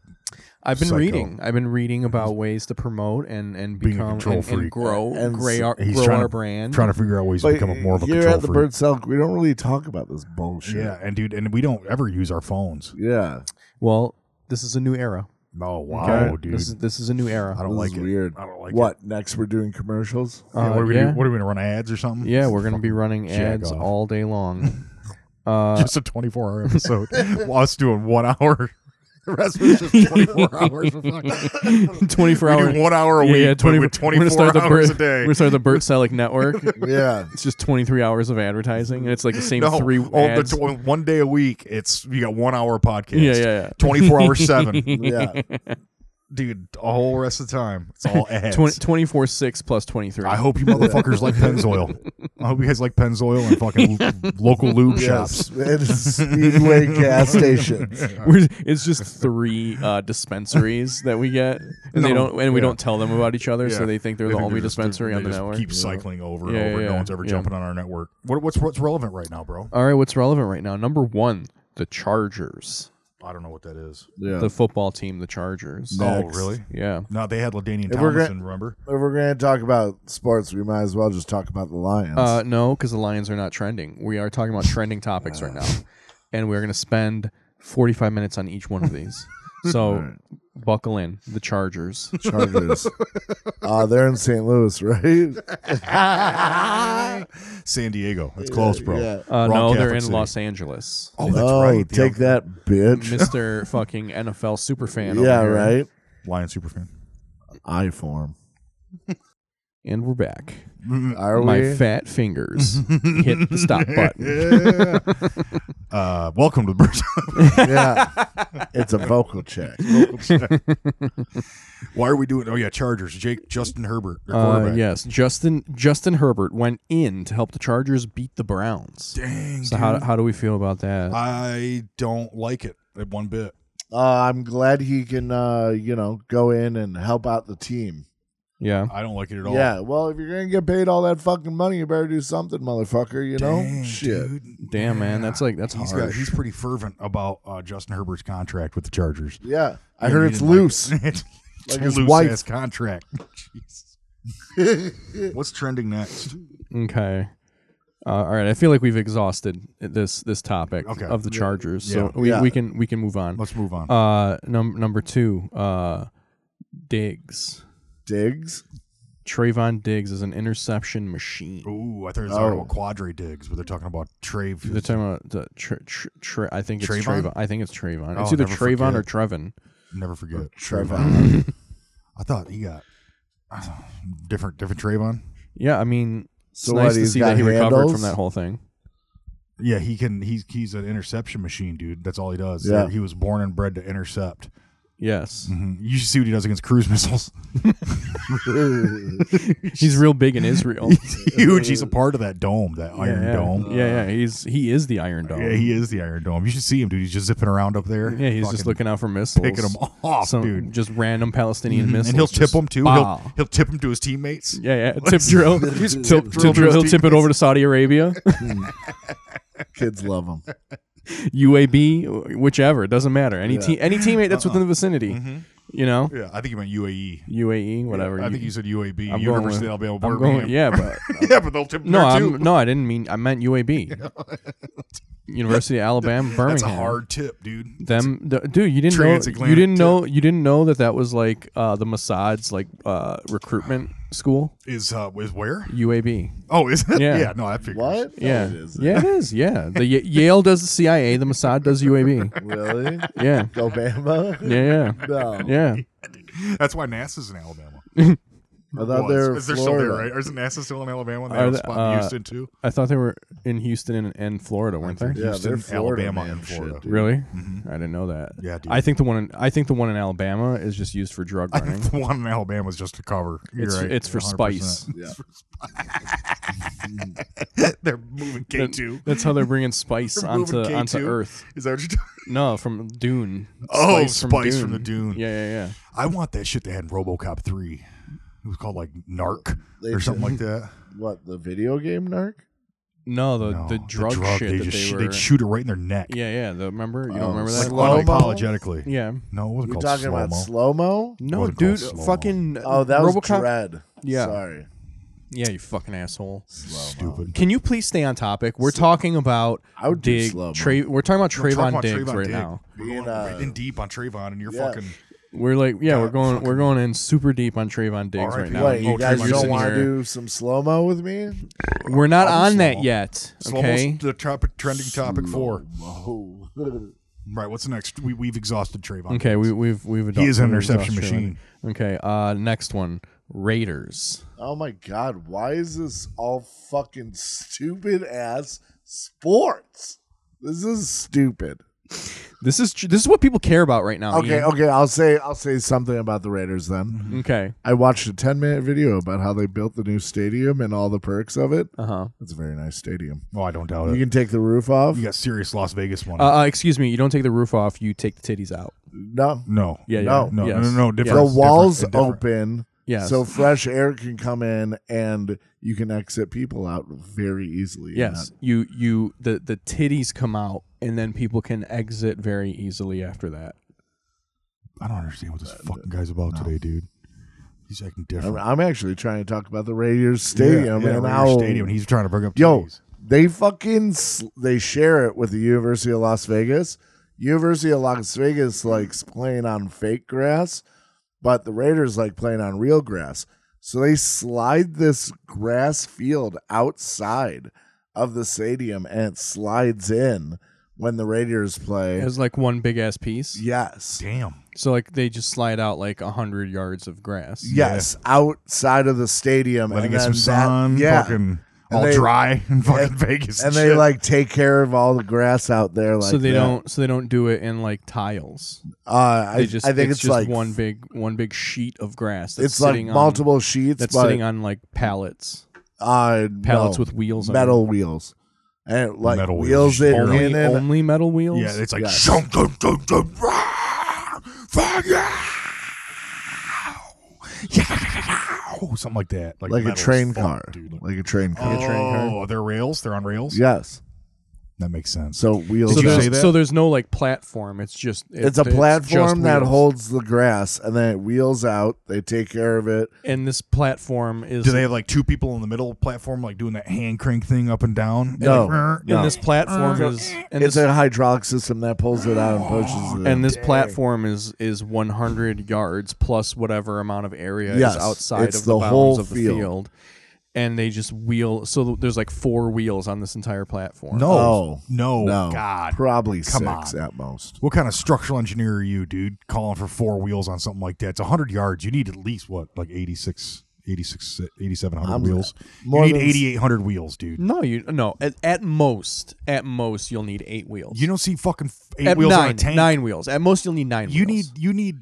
[SPEAKER 3] I've been
[SPEAKER 2] psycho.
[SPEAKER 3] reading. I've been reading about ways to promote and and
[SPEAKER 2] Being a
[SPEAKER 3] become
[SPEAKER 2] control
[SPEAKER 3] and, and
[SPEAKER 2] freak.
[SPEAKER 3] grow
[SPEAKER 4] And
[SPEAKER 3] gray
[SPEAKER 4] s-
[SPEAKER 3] our,
[SPEAKER 2] he's
[SPEAKER 3] grow
[SPEAKER 2] trying
[SPEAKER 3] our
[SPEAKER 2] to-
[SPEAKER 3] brand.
[SPEAKER 2] trying to figure out ways to
[SPEAKER 4] But
[SPEAKER 2] become a more of a
[SPEAKER 4] you're
[SPEAKER 2] control
[SPEAKER 4] at the
[SPEAKER 2] freak.
[SPEAKER 4] Bird Celk. We don't really talk about this bullshit.
[SPEAKER 2] Yeah, and dude, and we don't ever use our phones.
[SPEAKER 4] Yeah.
[SPEAKER 3] well, this is a new era.
[SPEAKER 2] Oh wow,
[SPEAKER 4] Okay.
[SPEAKER 2] dude.
[SPEAKER 3] This is this is a new era.
[SPEAKER 2] I don't
[SPEAKER 4] This
[SPEAKER 2] like
[SPEAKER 4] is
[SPEAKER 2] it.
[SPEAKER 4] weird.
[SPEAKER 2] I don't like
[SPEAKER 4] what next? We're doing commercials.
[SPEAKER 2] it. Yeah,
[SPEAKER 3] Uh,
[SPEAKER 2] what are we
[SPEAKER 3] yeah.
[SPEAKER 2] gonna do? What are we gonna run ads or something?
[SPEAKER 3] Yeah, we're going to be running
[SPEAKER 2] jack
[SPEAKER 3] ads
[SPEAKER 2] off.
[SPEAKER 3] all
[SPEAKER 2] [laughs]
[SPEAKER 3] day long. uh,
[SPEAKER 2] just a 24 hour
[SPEAKER 3] [laughs]
[SPEAKER 2] episode. Well, us doing one hour. [laughs] The rest was just
[SPEAKER 3] [laughs]
[SPEAKER 2] 24 hours. For fuck.
[SPEAKER 3] twenty four
[SPEAKER 2] We
[SPEAKER 3] hour.
[SPEAKER 2] do one hour a
[SPEAKER 3] yeah,
[SPEAKER 2] week,
[SPEAKER 3] yeah, 20
[SPEAKER 2] but with
[SPEAKER 3] we're gonna
[SPEAKER 2] 24
[SPEAKER 3] start the
[SPEAKER 2] hours
[SPEAKER 3] Bert-
[SPEAKER 2] a day.
[SPEAKER 3] We're gonna start the
[SPEAKER 2] [laughs]
[SPEAKER 3] Bert Selleck Network.
[SPEAKER 4] [laughs] Yeah.
[SPEAKER 3] It's just twenty three hours of advertising, and it's like the same
[SPEAKER 2] no,
[SPEAKER 3] three
[SPEAKER 2] oh,
[SPEAKER 3] ads.
[SPEAKER 2] that's one, one day a week. It's you got one hour podcast.
[SPEAKER 3] Yeah, yeah, yeah.
[SPEAKER 2] 24
[SPEAKER 3] [laughs]
[SPEAKER 2] hours seven,
[SPEAKER 4] [laughs] Yeah.
[SPEAKER 2] dude. The whole rest of the time, it's
[SPEAKER 3] [laughs]
[SPEAKER 2] all ads.
[SPEAKER 3] 24 6 plus 23.
[SPEAKER 2] I hope you motherfuckers
[SPEAKER 3] [laughs]
[SPEAKER 2] like Pennzoil. I hope you guys like Pennzoil and fucking lo- local lube
[SPEAKER 4] yes. [laughs]
[SPEAKER 2] shops.
[SPEAKER 4] It is Speedway [laughs] gas stations.
[SPEAKER 3] We're- it's just three uh, dispensaries that we get, and they
[SPEAKER 2] No,
[SPEAKER 3] don't, and we
[SPEAKER 2] yeah.
[SPEAKER 3] don't tell them about each other,
[SPEAKER 2] Yeah.
[SPEAKER 3] so they think they're the
[SPEAKER 2] think
[SPEAKER 3] only
[SPEAKER 2] just-
[SPEAKER 3] dispensary
[SPEAKER 2] they
[SPEAKER 3] on the
[SPEAKER 2] just
[SPEAKER 3] network.
[SPEAKER 2] Keep cycling over and
[SPEAKER 3] Yeah,
[SPEAKER 2] over.
[SPEAKER 3] yeah,
[SPEAKER 2] No one's
[SPEAKER 3] yeah.
[SPEAKER 2] ever
[SPEAKER 3] Yeah.
[SPEAKER 2] jumping on our network. What, what's what's relevant right now, bro?
[SPEAKER 3] All right, what's relevant right now? Number one, the Chargers,
[SPEAKER 2] I don't know what that is.
[SPEAKER 4] Yeah.
[SPEAKER 3] the football team, the Chargers.
[SPEAKER 4] No.
[SPEAKER 2] Oh,
[SPEAKER 4] Next.
[SPEAKER 2] really?
[SPEAKER 3] Yeah,
[SPEAKER 2] No, they had Ladanian
[SPEAKER 4] If we're
[SPEAKER 2] Tomlinson.
[SPEAKER 3] [laughs]
[SPEAKER 2] remember?
[SPEAKER 4] if we're gonna talk about sports, we might as well just talk about the Lions.
[SPEAKER 3] uh, no, because the Lions are not trending. We are talking about trending topics right now, and we're going to spend 45 minutes on each one
[SPEAKER 2] [laughs]
[SPEAKER 3] of these. So, buckle in, the Chargers.
[SPEAKER 4] [laughs] Chargers. uh, they're in St. Louis, right?
[SPEAKER 2] San Diego. That's close, bro.
[SPEAKER 4] Yeah.
[SPEAKER 2] Wrong
[SPEAKER 3] Uh, no, they're
[SPEAKER 2] Catholic
[SPEAKER 3] in
[SPEAKER 2] city.
[SPEAKER 3] Los Angeles.
[SPEAKER 2] Oh, that's
[SPEAKER 4] oh,
[SPEAKER 2] right. The
[SPEAKER 4] take that,
[SPEAKER 2] [laughs]
[SPEAKER 4] bitch.
[SPEAKER 3] Mr. fucking NFL superfan.
[SPEAKER 4] yeah,
[SPEAKER 3] over here.
[SPEAKER 4] right.
[SPEAKER 2] Lion superfan.
[SPEAKER 4] I form.
[SPEAKER 3] And we're back.
[SPEAKER 4] Are we?
[SPEAKER 3] My
[SPEAKER 2] [laughs]
[SPEAKER 3] fat fingers hit the stop button.
[SPEAKER 2] Yeah. [laughs] uh, welcome to the
[SPEAKER 3] [laughs]
[SPEAKER 2] Birds.
[SPEAKER 4] yeah.
[SPEAKER 2] [laughs]
[SPEAKER 4] It's a vocal check.
[SPEAKER 2] Why are we doing? Oh yeah, Chargers. Jake Justin Herbert. their
[SPEAKER 3] Uh,
[SPEAKER 2] quarterback.
[SPEAKER 3] yes, Justin Justin Herbert went in to help the Chargers beat the Browns.
[SPEAKER 2] Dang.
[SPEAKER 3] so how,
[SPEAKER 2] dude.
[SPEAKER 3] how do we feel about that?
[SPEAKER 2] I don't like it at one bit.
[SPEAKER 4] Uh, I'm glad he can, uh, you know, go in and help out the team.
[SPEAKER 3] yeah.
[SPEAKER 2] I don't like it at all.
[SPEAKER 4] Yeah. Well, if you're gonna get paid all that fucking money, you better do something, motherfucker. You know,
[SPEAKER 2] Dang,
[SPEAKER 4] shit.
[SPEAKER 2] dude.
[SPEAKER 3] Damn man, that's like that's
[SPEAKER 2] He's got,
[SPEAKER 3] harsh.
[SPEAKER 2] he's pretty fervent about uh, Justin Herbert's contract with the Chargers.
[SPEAKER 4] Yeah. I
[SPEAKER 2] Yeah,
[SPEAKER 4] heard
[SPEAKER 2] he
[SPEAKER 4] it's
[SPEAKER 2] didn't like
[SPEAKER 4] loose.
[SPEAKER 2] it. [laughs] it's
[SPEAKER 4] [laughs] Like
[SPEAKER 2] like
[SPEAKER 4] his
[SPEAKER 2] his loose
[SPEAKER 4] wife.
[SPEAKER 2] ass contract. [laughs] Jesus. What's trending next?
[SPEAKER 3] okay. Uh, all right, I feel like we've exhausted this this topic
[SPEAKER 2] Okay.
[SPEAKER 3] of the Chargers. So
[SPEAKER 2] Yeah.
[SPEAKER 3] we,
[SPEAKER 4] Yeah.
[SPEAKER 3] we can we can move on.
[SPEAKER 2] Let's move on.
[SPEAKER 3] Uh num- number 2, uh Diggs.
[SPEAKER 4] [laughs] Diggs.
[SPEAKER 3] Trayvon Diggs is an interception machine.
[SPEAKER 2] Ooh, I thought it was talking
[SPEAKER 4] Oh.
[SPEAKER 2] about quadre digs, but they're talking about Trave.
[SPEAKER 3] They're talking about the tr- tr- tr- I think it's Trayvon.
[SPEAKER 2] Trayvon?
[SPEAKER 3] I think it's Trayvon.
[SPEAKER 2] Oh,
[SPEAKER 3] it's either
[SPEAKER 2] never
[SPEAKER 3] Trayvon
[SPEAKER 2] forget. [coughs]
[SPEAKER 3] or Trevin.
[SPEAKER 2] Never forget
[SPEAKER 4] [laughs] Trevon.
[SPEAKER 2] I thought he got uh, different different Trayvon.
[SPEAKER 3] Yeah, I mean, it's
[SPEAKER 4] So what,
[SPEAKER 3] nice to
[SPEAKER 4] he's
[SPEAKER 3] see that
[SPEAKER 4] got
[SPEAKER 3] he recovered from
[SPEAKER 4] handles?
[SPEAKER 3] that whole thing.
[SPEAKER 2] Yeah, he can. He's he's an interception machine, dude. That's all he does.
[SPEAKER 4] Yeah.
[SPEAKER 2] he was born and bred to intercept. [laughs]
[SPEAKER 3] Yes,
[SPEAKER 2] Mhm. You should see what he does against cruise [laughs]
[SPEAKER 4] [laughs]
[SPEAKER 2] missiles.
[SPEAKER 3] he's real big in Israel.
[SPEAKER 2] Huge. He's a part of that dome, that [laughs] Iron
[SPEAKER 3] yeah, yeah.
[SPEAKER 2] Dome.
[SPEAKER 3] Yeah, yeah, he's he is the Iron Dome.
[SPEAKER 2] Yeah, he is the Iron Dome. You should see him, dude. He's just zipping around up there.
[SPEAKER 3] Yeah, he's just
[SPEAKER 2] Fucking
[SPEAKER 3] looking out for missiles,
[SPEAKER 2] picking them [laughs] off,
[SPEAKER 3] Some-
[SPEAKER 2] dude.
[SPEAKER 3] Just random Palestinian missiles,
[SPEAKER 2] Mm-hmm. and he'll tip
[SPEAKER 3] just
[SPEAKER 2] them too.
[SPEAKER 3] bah.
[SPEAKER 2] He'll he'll tip them to his teammates.
[SPEAKER 3] yeah, yeah, tip drill,
[SPEAKER 4] Just
[SPEAKER 3] tip,
[SPEAKER 4] tip
[SPEAKER 3] tip drill.
[SPEAKER 2] drill
[SPEAKER 3] He'll
[SPEAKER 2] his
[SPEAKER 3] tip it over to
[SPEAKER 2] [laughs]
[SPEAKER 3] Saudi Arabia,
[SPEAKER 4] Kids love him.
[SPEAKER 3] UAB, whichever. It doesn't matter. Any
[SPEAKER 4] Yeah.
[SPEAKER 3] team, any teammate that's within the
[SPEAKER 2] Uh-uh.
[SPEAKER 3] vicinity, you know,
[SPEAKER 2] Yeah, I think you meant UAE.
[SPEAKER 3] UAE, whatever.
[SPEAKER 2] Mm-hmm. E. I
[SPEAKER 3] you-
[SPEAKER 2] think you said UAB.
[SPEAKER 3] I'm going
[SPEAKER 2] University
[SPEAKER 3] with-
[SPEAKER 2] of Alabama.
[SPEAKER 3] I'm
[SPEAKER 2] Birmingham.
[SPEAKER 3] going, yeah,
[SPEAKER 2] [laughs]
[SPEAKER 3] but
[SPEAKER 2] yeah, but they'll tip them
[SPEAKER 3] no,
[SPEAKER 2] there
[SPEAKER 3] I'm
[SPEAKER 2] too.
[SPEAKER 3] no, I didn't mean I meant
[SPEAKER 2] [laughs]
[SPEAKER 3] UAB, University of Alabama, Birmingham.
[SPEAKER 2] That's a hard tip, dude.
[SPEAKER 3] Them, th- dude, you didn't know, you
[SPEAKER 2] Transatlantic
[SPEAKER 3] didn't
[SPEAKER 2] tip.
[SPEAKER 3] know, you didn't know that that was like uh, the Mossad's like uh, recruitment school,
[SPEAKER 2] Is uh, is where?
[SPEAKER 3] UAB.
[SPEAKER 2] Oh, is it?
[SPEAKER 3] Yeah.
[SPEAKER 2] Yeah, no, I figured.
[SPEAKER 4] [laughs] What?
[SPEAKER 3] yeah,
[SPEAKER 4] No, it isn't.
[SPEAKER 3] yeah, it is. Yeah, the Y- Yale does the CIA, the Mossad does UAB.
[SPEAKER 4] Really?
[SPEAKER 3] Yeah,
[SPEAKER 2] [laughs]
[SPEAKER 4] Obama?
[SPEAKER 3] yeah,
[SPEAKER 4] [laughs] No.
[SPEAKER 3] yeah, yeah.
[SPEAKER 2] That's why NASA's in Alabama.
[SPEAKER 4] I thought they
[SPEAKER 2] Was.
[SPEAKER 4] were
[SPEAKER 2] is there still there,
[SPEAKER 4] Florida.
[SPEAKER 2] right? Or is NASA still in Alabama? And they
[SPEAKER 3] Are
[SPEAKER 2] have a
[SPEAKER 3] the-
[SPEAKER 2] spot in
[SPEAKER 3] uh,
[SPEAKER 2] Houston too. [laughs]
[SPEAKER 3] I thought they were in Houston and, and Florida, weren't they?
[SPEAKER 4] Yeah,
[SPEAKER 2] Houston,
[SPEAKER 4] they're Florida,
[SPEAKER 2] Alabama,
[SPEAKER 4] man,
[SPEAKER 2] and Florida.
[SPEAKER 4] Shit, dude.
[SPEAKER 3] Really? I didn't know that.
[SPEAKER 2] Mm-hmm. Yeah, dude.
[SPEAKER 3] I think the one in, I think the one in Alabama is just used for drug
[SPEAKER 2] I
[SPEAKER 3] running.
[SPEAKER 2] think the one in Alabama is just to cover. You're
[SPEAKER 3] It's-
[SPEAKER 2] right.
[SPEAKER 3] it's for
[SPEAKER 2] 100%.
[SPEAKER 4] Yeah.
[SPEAKER 2] [laughs] They're moving K two.
[SPEAKER 3] That's how they're bringing spice
[SPEAKER 2] They're
[SPEAKER 3] onto
[SPEAKER 2] moving
[SPEAKER 3] onto
[SPEAKER 2] K2?
[SPEAKER 3] Earth.
[SPEAKER 2] Is that what you're
[SPEAKER 3] [laughs]
[SPEAKER 2] doing?
[SPEAKER 3] No, from Dune.
[SPEAKER 2] Oh, spice from the Dune.
[SPEAKER 3] Yeah, yeah, yeah.
[SPEAKER 2] I want that shit they had in RoboCop three. It was called like Narc
[SPEAKER 4] They
[SPEAKER 2] or something
[SPEAKER 4] did-
[SPEAKER 2] like that.
[SPEAKER 4] What the video game narc?
[SPEAKER 3] No, the
[SPEAKER 2] No,
[SPEAKER 3] the drug, shit
[SPEAKER 2] They
[SPEAKER 3] that
[SPEAKER 2] just
[SPEAKER 3] they
[SPEAKER 2] sh-
[SPEAKER 3] were.
[SPEAKER 2] they'd shoot it right in their neck.
[SPEAKER 3] Yeah, yeah. The, remember? You
[SPEAKER 4] Oh,
[SPEAKER 3] don't remember
[SPEAKER 2] Like
[SPEAKER 3] that?
[SPEAKER 4] Slow-mo?
[SPEAKER 2] unapologetically.
[SPEAKER 3] yeah.
[SPEAKER 2] No, it wasn't
[SPEAKER 4] You're
[SPEAKER 2] called
[SPEAKER 4] talking
[SPEAKER 2] slow-mo.
[SPEAKER 4] about slow mo?
[SPEAKER 3] No,
[SPEAKER 2] Wasn't
[SPEAKER 3] dude.
[SPEAKER 2] called slow-mo.
[SPEAKER 3] Fucking.
[SPEAKER 4] Oh, that was
[SPEAKER 3] RoboCop.
[SPEAKER 4] dread.
[SPEAKER 3] Yeah.
[SPEAKER 4] sorry.
[SPEAKER 3] Yeah, you fucking asshole.
[SPEAKER 2] Stupid.
[SPEAKER 3] Can you please stay on topic? We're talking about
[SPEAKER 4] I would do
[SPEAKER 3] Dig.
[SPEAKER 4] slow-mo.
[SPEAKER 3] Tra- we're talking about
[SPEAKER 2] We're
[SPEAKER 3] Trayvon
[SPEAKER 2] talking about
[SPEAKER 3] Diggs
[SPEAKER 2] Trayvon
[SPEAKER 3] right
[SPEAKER 2] Diggs.
[SPEAKER 3] now.
[SPEAKER 2] We're
[SPEAKER 4] Being,
[SPEAKER 2] going right
[SPEAKER 4] uh,
[SPEAKER 2] in deep on Trayvon, and you're
[SPEAKER 4] yeah.
[SPEAKER 2] fucking.
[SPEAKER 3] We're like, yeah,
[SPEAKER 2] God,
[SPEAKER 3] we're going,
[SPEAKER 2] fucking-
[SPEAKER 3] we're going in super deep on Trayvon Diggs
[SPEAKER 2] R.I.P.
[SPEAKER 3] right now.
[SPEAKER 4] Wait,
[SPEAKER 2] Oh,
[SPEAKER 4] you guys
[SPEAKER 2] Trayvon
[SPEAKER 4] don't
[SPEAKER 2] Diggs.
[SPEAKER 4] want to do some slow mo with me?
[SPEAKER 3] We're not
[SPEAKER 2] I'll do
[SPEAKER 3] on that
[SPEAKER 2] slow-mo.
[SPEAKER 3] yet.
[SPEAKER 2] Slow-mo's
[SPEAKER 3] Okay.
[SPEAKER 2] the top, trending topic four.
[SPEAKER 4] Whoa.
[SPEAKER 2] Right, what's next? We, we've exhausted Trayvon.
[SPEAKER 3] Okay. We, we've we've adopted.
[SPEAKER 2] He is an interception machine.
[SPEAKER 3] Okay. Uh, next one. Raiders.
[SPEAKER 4] [laughs] oh my god, why is this all fucking stupid ass sports? This is stupid.
[SPEAKER 3] This is tr- this is what people care about right now.
[SPEAKER 4] Okay,
[SPEAKER 3] Ian.
[SPEAKER 4] okay, I'll say I'll say something about the Raiders then.
[SPEAKER 3] Okay.
[SPEAKER 4] I watched a 10-minute video about how they built the new stadium and all the perks of it.
[SPEAKER 3] Uh huh.
[SPEAKER 4] It's a very nice stadium.
[SPEAKER 2] Oh, I don't doubt
[SPEAKER 4] You
[SPEAKER 2] it.
[SPEAKER 4] can take the roof off.
[SPEAKER 2] You got serious Las Vegas money.
[SPEAKER 3] Uh, uh, excuse me. You don't take the roof off. You take the titties out.
[SPEAKER 4] No,
[SPEAKER 2] no.
[SPEAKER 3] Yeah.
[SPEAKER 4] No,
[SPEAKER 3] yeah.
[SPEAKER 2] No,
[SPEAKER 3] yes.
[SPEAKER 2] no, no, no. Different.
[SPEAKER 4] the
[SPEAKER 2] different,
[SPEAKER 4] walls
[SPEAKER 2] different.
[SPEAKER 4] open
[SPEAKER 3] Yes.
[SPEAKER 4] so fresh air can come in and you can exit people out very easily
[SPEAKER 3] Yes, you you the the titties come out, and then people can exit very easily after that.
[SPEAKER 2] I don't understand what this
[SPEAKER 4] Uh,
[SPEAKER 2] fucking guy's about today, dude. He's acting
[SPEAKER 4] I'm,
[SPEAKER 2] different.
[SPEAKER 4] I'm actually trying to talk about the Raiders stadium
[SPEAKER 2] yeah,
[SPEAKER 4] and
[SPEAKER 2] Raiders
[SPEAKER 4] how
[SPEAKER 2] stadium. He's trying to bring up.
[SPEAKER 4] yo
[SPEAKER 2] titties.
[SPEAKER 4] they fucking sl- they share it with the University of Las Vegas University of Las Vegas likes playing on fake grass but the Raiders like playing on real grass so they slide this grass field outside of the stadium and it slides in when the Raiders play
[SPEAKER 3] It's like one big ass piece.
[SPEAKER 4] yes
[SPEAKER 2] damn.
[SPEAKER 3] So like they just slide out like a hundred yards of grass.
[SPEAKER 4] Yes, outside of the stadium,
[SPEAKER 2] Let him
[SPEAKER 4] and
[SPEAKER 2] get
[SPEAKER 4] then
[SPEAKER 2] some
[SPEAKER 4] that-
[SPEAKER 2] sun.
[SPEAKER 4] yeah,
[SPEAKER 2] Fucking
[SPEAKER 4] And
[SPEAKER 2] all
[SPEAKER 4] they-
[SPEAKER 2] dry in fucking Vegas.
[SPEAKER 4] and they
[SPEAKER 2] shit.
[SPEAKER 4] like take care of all the grass out there. Like
[SPEAKER 3] so they
[SPEAKER 4] that.
[SPEAKER 3] don't. So they don't do it in like tiles.
[SPEAKER 4] Uh,
[SPEAKER 3] They
[SPEAKER 4] I,
[SPEAKER 3] just.
[SPEAKER 4] I think
[SPEAKER 3] it's,
[SPEAKER 4] it's,
[SPEAKER 3] just
[SPEAKER 4] like
[SPEAKER 3] one big one big sheet of grass. That's
[SPEAKER 4] It's like
[SPEAKER 3] sitting
[SPEAKER 4] multiple
[SPEAKER 3] On,
[SPEAKER 4] sheets,
[SPEAKER 3] that's
[SPEAKER 4] but
[SPEAKER 3] sitting on like pallets,
[SPEAKER 4] uh,
[SPEAKER 3] pallets
[SPEAKER 4] no,
[SPEAKER 3] with wheels.
[SPEAKER 4] metal wheels, and it, like
[SPEAKER 2] Metal wheels.
[SPEAKER 4] wheels it
[SPEAKER 3] on it.
[SPEAKER 4] in
[SPEAKER 3] Only,
[SPEAKER 4] and
[SPEAKER 3] only metal wheels.
[SPEAKER 2] yeah, it's like
[SPEAKER 4] Yes.
[SPEAKER 2] shum, dum, dum, dum, rah, fuck yeah. Yeah, something like that, like,
[SPEAKER 4] like
[SPEAKER 2] metal
[SPEAKER 4] a
[SPEAKER 2] as
[SPEAKER 4] train
[SPEAKER 2] fuck,
[SPEAKER 4] car,
[SPEAKER 2] dude.
[SPEAKER 4] like a train car.
[SPEAKER 2] oh, they're rails. They're on rails.
[SPEAKER 4] Yes,
[SPEAKER 2] that makes sense.
[SPEAKER 4] so wheels.
[SPEAKER 3] So
[SPEAKER 2] Did you
[SPEAKER 4] out.
[SPEAKER 3] there's,
[SPEAKER 2] say that?
[SPEAKER 3] so there's no like platform. It's just it-
[SPEAKER 4] it's a
[SPEAKER 3] just
[SPEAKER 4] platform that
[SPEAKER 3] wheels.
[SPEAKER 4] holds the grass, and then it wheels out. They take care of it.
[SPEAKER 3] And this platform is
[SPEAKER 2] Do they have like two people in the middle platform, like doing that hand crank thing up and down?
[SPEAKER 4] No,
[SPEAKER 2] And, like,
[SPEAKER 4] no.
[SPEAKER 3] and this platform is and
[SPEAKER 4] it's
[SPEAKER 3] this,
[SPEAKER 4] a hydraulic system that pulls it out and
[SPEAKER 3] [gasps]
[SPEAKER 4] pushes it. in.
[SPEAKER 3] and this platform is is 100 yards plus whatever amount of area
[SPEAKER 4] Yes,
[SPEAKER 3] is outside
[SPEAKER 4] it's
[SPEAKER 3] of the,
[SPEAKER 4] the
[SPEAKER 3] bounds
[SPEAKER 4] whole
[SPEAKER 3] of the
[SPEAKER 4] field.
[SPEAKER 3] field. and they just wheel so there's like four wheels on this entire platform
[SPEAKER 2] no,
[SPEAKER 4] Oh,
[SPEAKER 2] no,
[SPEAKER 4] no,
[SPEAKER 2] God.
[SPEAKER 4] probably
[SPEAKER 2] Come
[SPEAKER 4] six
[SPEAKER 2] on.
[SPEAKER 4] at most.
[SPEAKER 2] What kind of structural engineer are you, dude? Calling for four wheels on something like that? It's 100 yards. You need at least what, like 86, 86, 8700
[SPEAKER 4] I'm-
[SPEAKER 2] wheels. You
[SPEAKER 4] more
[SPEAKER 2] need
[SPEAKER 4] than-
[SPEAKER 2] 8800 wheels, dude.
[SPEAKER 3] no you no at, at most at most you'll need eight wheels
[SPEAKER 2] You don't see fucking f- eight
[SPEAKER 3] at
[SPEAKER 2] wheels
[SPEAKER 3] nine,
[SPEAKER 2] on a tank.
[SPEAKER 3] nine wheels at most you'll need nine
[SPEAKER 2] you need
[SPEAKER 3] wheels.
[SPEAKER 2] you need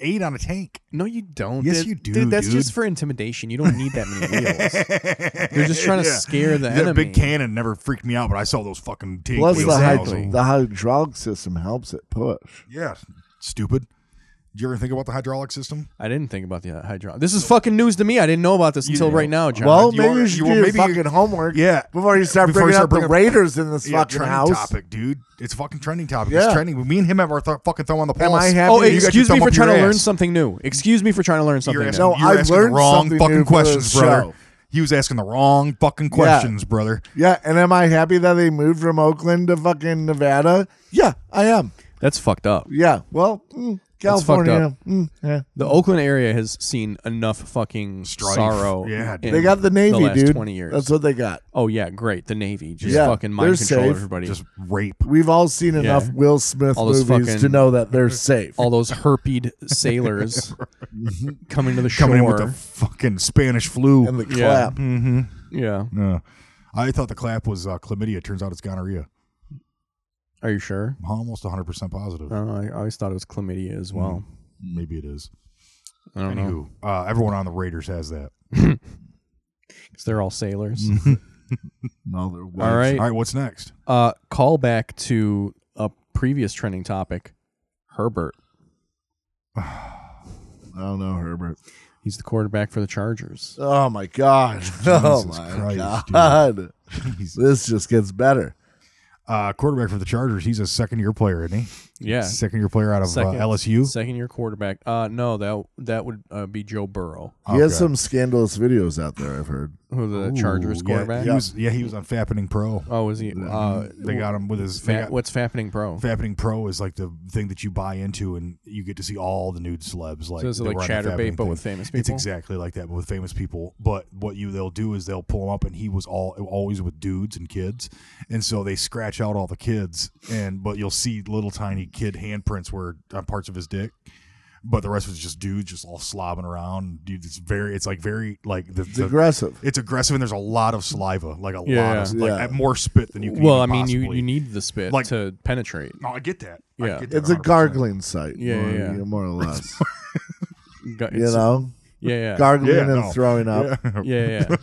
[SPEAKER 2] eight on a tank.
[SPEAKER 3] no you don't
[SPEAKER 2] Yes,
[SPEAKER 3] That-
[SPEAKER 2] you do,
[SPEAKER 3] dude, that's
[SPEAKER 2] dude.
[SPEAKER 3] just for intimidation you don't need that many wheels
[SPEAKER 2] They're
[SPEAKER 3] [laughs] you're just trying to scare the
[SPEAKER 2] That
[SPEAKER 3] enemy
[SPEAKER 2] big cannon never freaked me out, but I saw those fucking tank
[SPEAKER 4] Plus,
[SPEAKER 2] wheels.
[SPEAKER 4] the,
[SPEAKER 2] and I
[SPEAKER 4] hy-
[SPEAKER 2] was like,
[SPEAKER 4] the hydraulic system helps it push.
[SPEAKER 2] Yeah, stupid. Did you ever think about the hydraulic system?
[SPEAKER 3] I didn't think about the hydraulic. This is fucking news to me. I didn't know about this until right now, John.
[SPEAKER 4] Well,
[SPEAKER 2] you
[SPEAKER 4] maybe
[SPEAKER 2] are-
[SPEAKER 4] you should
[SPEAKER 2] you
[SPEAKER 4] do
[SPEAKER 2] are-
[SPEAKER 4] your
[SPEAKER 2] maybe you-
[SPEAKER 4] fucking homework
[SPEAKER 2] Yeah.
[SPEAKER 4] before you start
[SPEAKER 2] Before you
[SPEAKER 4] bringing
[SPEAKER 2] start
[SPEAKER 4] up the
[SPEAKER 2] bringing up-
[SPEAKER 4] Raiders in this
[SPEAKER 2] Yeah,
[SPEAKER 4] fucking
[SPEAKER 2] trending
[SPEAKER 4] house.
[SPEAKER 2] topic, dude. It's a fucking trending topic.
[SPEAKER 4] Yeah.
[SPEAKER 2] It's trending. Me and him have our th- fucking thumb on the pulse.
[SPEAKER 4] I happy?
[SPEAKER 3] oh,
[SPEAKER 4] You got your
[SPEAKER 3] excuse me
[SPEAKER 2] thumb
[SPEAKER 3] for
[SPEAKER 2] up
[SPEAKER 3] trying
[SPEAKER 2] your
[SPEAKER 3] to learn
[SPEAKER 2] ass.
[SPEAKER 3] something new. Excuse me for trying to learn something
[SPEAKER 2] You're
[SPEAKER 3] new.
[SPEAKER 2] asking,
[SPEAKER 4] No,
[SPEAKER 2] you're
[SPEAKER 4] I
[SPEAKER 2] asking
[SPEAKER 4] learned
[SPEAKER 2] the wrong
[SPEAKER 4] something new
[SPEAKER 2] fucking
[SPEAKER 4] for this
[SPEAKER 2] questions, brother.
[SPEAKER 4] show.
[SPEAKER 2] He was asking the wrong fucking questions, brother.
[SPEAKER 4] Yeah, and am I happy that they moved from Oakland to fucking Nevada? Yeah, I am.
[SPEAKER 3] That's fucked up.
[SPEAKER 4] Yeah, well, mm,
[SPEAKER 3] That's fucked
[SPEAKER 4] California. mm, yeah.
[SPEAKER 3] The Oakland area has seen enough fucking
[SPEAKER 2] Strife.
[SPEAKER 3] sorrow.
[SPEAKER 2] Yeah,
[SPEAKER 3] in
[SPEAKER 4] They got the Navy,
[SPEAKER 3] last
[SPEAKER 4] dude.
[SPEAKER 3] Twenty years.
[SPEAKER 4] That's what they got.
[SPEAKER 3] oh yeah, great. The Navy just
[SPEAKER 4] Yeah,
[SPEAKER 3] fucking
[SPEAKER 4] they're
[SPEAKER 3] mind control
[SPEAKER 4] safe.
[SPEAKER 3] everybody.
[SPEAKER 2] Just rape.
[SPEAKER 4] We've all seen enough Will Smith
[SPEAKER 3] All those
[SPEAKER 4] movies to
[SPEAKER 3] fucking-
[SPEAKER 4] know that they're safe.
[SPEAKER 3] all those herped
[SPEAKER 2] [laughs]
[SPEAKER 3] sailors coming to the shore.
[SPEAKER 2] Coming in with the fucking Spanish flu.
[SPEAKER 4] and the
[SPEAKER 3] Yeah.
[SPEAKER 4] clap.
[SPEAKER 3] yeah.
[SPEAKER 2] No. I thought the clap was uh, chlamydia. Turns out it's gonorrhea.
[SPEAKER 3] Are you sure?
[SPEAKER 2] I'm almost 100% positive.
[SPEAKER 3] I don't know. I always thought it was chlamydia as well.
[SPEAKER 2] Maybe it is.
[SPEAKER 3] I don't know.
[SPEAKER 2] Anywho, uh, everyone on the Raiders has
[SPEAKER 3] [laughs]
[SPEAKER 2] that.
[SPEAKER 3] 'Cause they're all sailors.
[SPEAKER 4] No, they're white.
[SPEAKER 3] all right.
[SPEAKER 2] All right, what's next? [laughs]
[SPEAKER 3] Uh, call back to a previous trending topic, Herbert.
[SPEAKER 4] I don't know, Herbert.
[SPEAKER 3] He's the quarterback for the Chargers.
[SPEAKER 4] Oh my god! oh
[SPEAKER 2] Jesus
[SPEAKER 4] my
[SPEAKER 2] Christ, dude.
[SPEAKER 4] god!
[SPEAKER 2] He's
[SPEAKER 4] This just gets better.
[SPEAKER 2] uh, quarterback for the Chargers. He's a second year player, isn't he?
[SPEAKER 3] Yeah.
[SPEAKER 2] Second year player out of uh,
[SPEAKER 3] Second.
[SPEAKER 2] LSU.
[SPEAKER 3] Second year quarterback. Uh, no, that that would uh, be Joe Burrow,
[SPEAKER 4] He
[SPEAKER 2] Oh,
[SPEAKER 4] has
[SPEAKER 2] God.
[SPEAKER 4] some scandalous videos out there. I've heard.
[SPEAKER 3] who the Chargers
[SPEAKER 2] Ooh,
[SPEAKER 3] quarterback.
[SPEAKER 2] Yeah, Mm-hmm. he was, yeah, he was on Fappening Pro.
[SPEAKER 3] oh, is he? Uh,
[SPEAKER 2] they got him with his. they
[SPEAKER 3] fa-
[SPEAKER 2] got-
[SPEAKER 3] what's happening, bro?
[SPEAKER 2] Fappening Pro is like the thing that you buy into, and you get to see all the nude celebs. Like
[SPEAKER 3] So is it
[SPEAKER 2] that
[SPEAKER 3] like
[SPEAKER 2] were on the
[SPEAKER 3] Chatterbait,
[SPEAKER 2] Fappening
[SPEAKER 3] but
[SPEAKER 2] thing.
[SPEAKER 3] with famous
[SPEAKER 2] It's
[SPEAKER 3] people?
[SPEAKER 2] exactly like that, but with famous people. But what you they'll do is they'll pull him up, and he was all always with dudes and kids, and so they scratch out all the kids, and but you'll see little tiny kid handprints where on parts of his dick. But the rest was just dudes, just all slobbing around. Dude, it's very, it's like very, like the,
[SPEAKER 4] It's
[SPEAKER 2] the-
[SPEAKER 4] aggressive.
[SPEAKER 2] it's aggressive, and there's a lot of saliva, like a lot
[SPEAKER 3] Yeah.
[SPEAKER 2] of, like
[SPEAKER 4] Yeah.
[SPEAKER 2] more spit than you. can
[SPEAKER 3] well, I
[SPEAKER 2] even
[SPEAKER 3] mean, you,
[SPEAKER 2] possibly-
[SPEAKER 3] you need the spit
[SPEAKER 2] Like- Uh,
[SPEAKER 3] to penetrate.
[SPEAKER 2] No, I get that. I
[SPEAKER 3] Yeah.
[SPEAKER 2] get that
[SPEAKER 4] It's a
[SPEAKER 2] 100%.
[SPEAKER 4] gargling site.
[SPEAKER 3] Yeah,
[SPEAKER 4] more,
[SPEAKER 3] yeah, yeah.
[SPEAKER 2] [laughs]
[SPEAKER 4] more or less.
[SPEAKER 3] Gu-
[SPEAKER 4] you
[SPEAKER 3] it's-
[SPEAKER 4] know,
[SPEAKER 3] Yeah, yeah,
[SPEAKER 4] gargling
[SPEAKER 2] Yeah,
[SPEAKER 4] and
[SPEAKER 2] no.
[SPEAKER 4] throwing up. Yeah,
[SPEAKER 2] Yeah. [laughs]
[SPEAKER 3] yeah, yeah.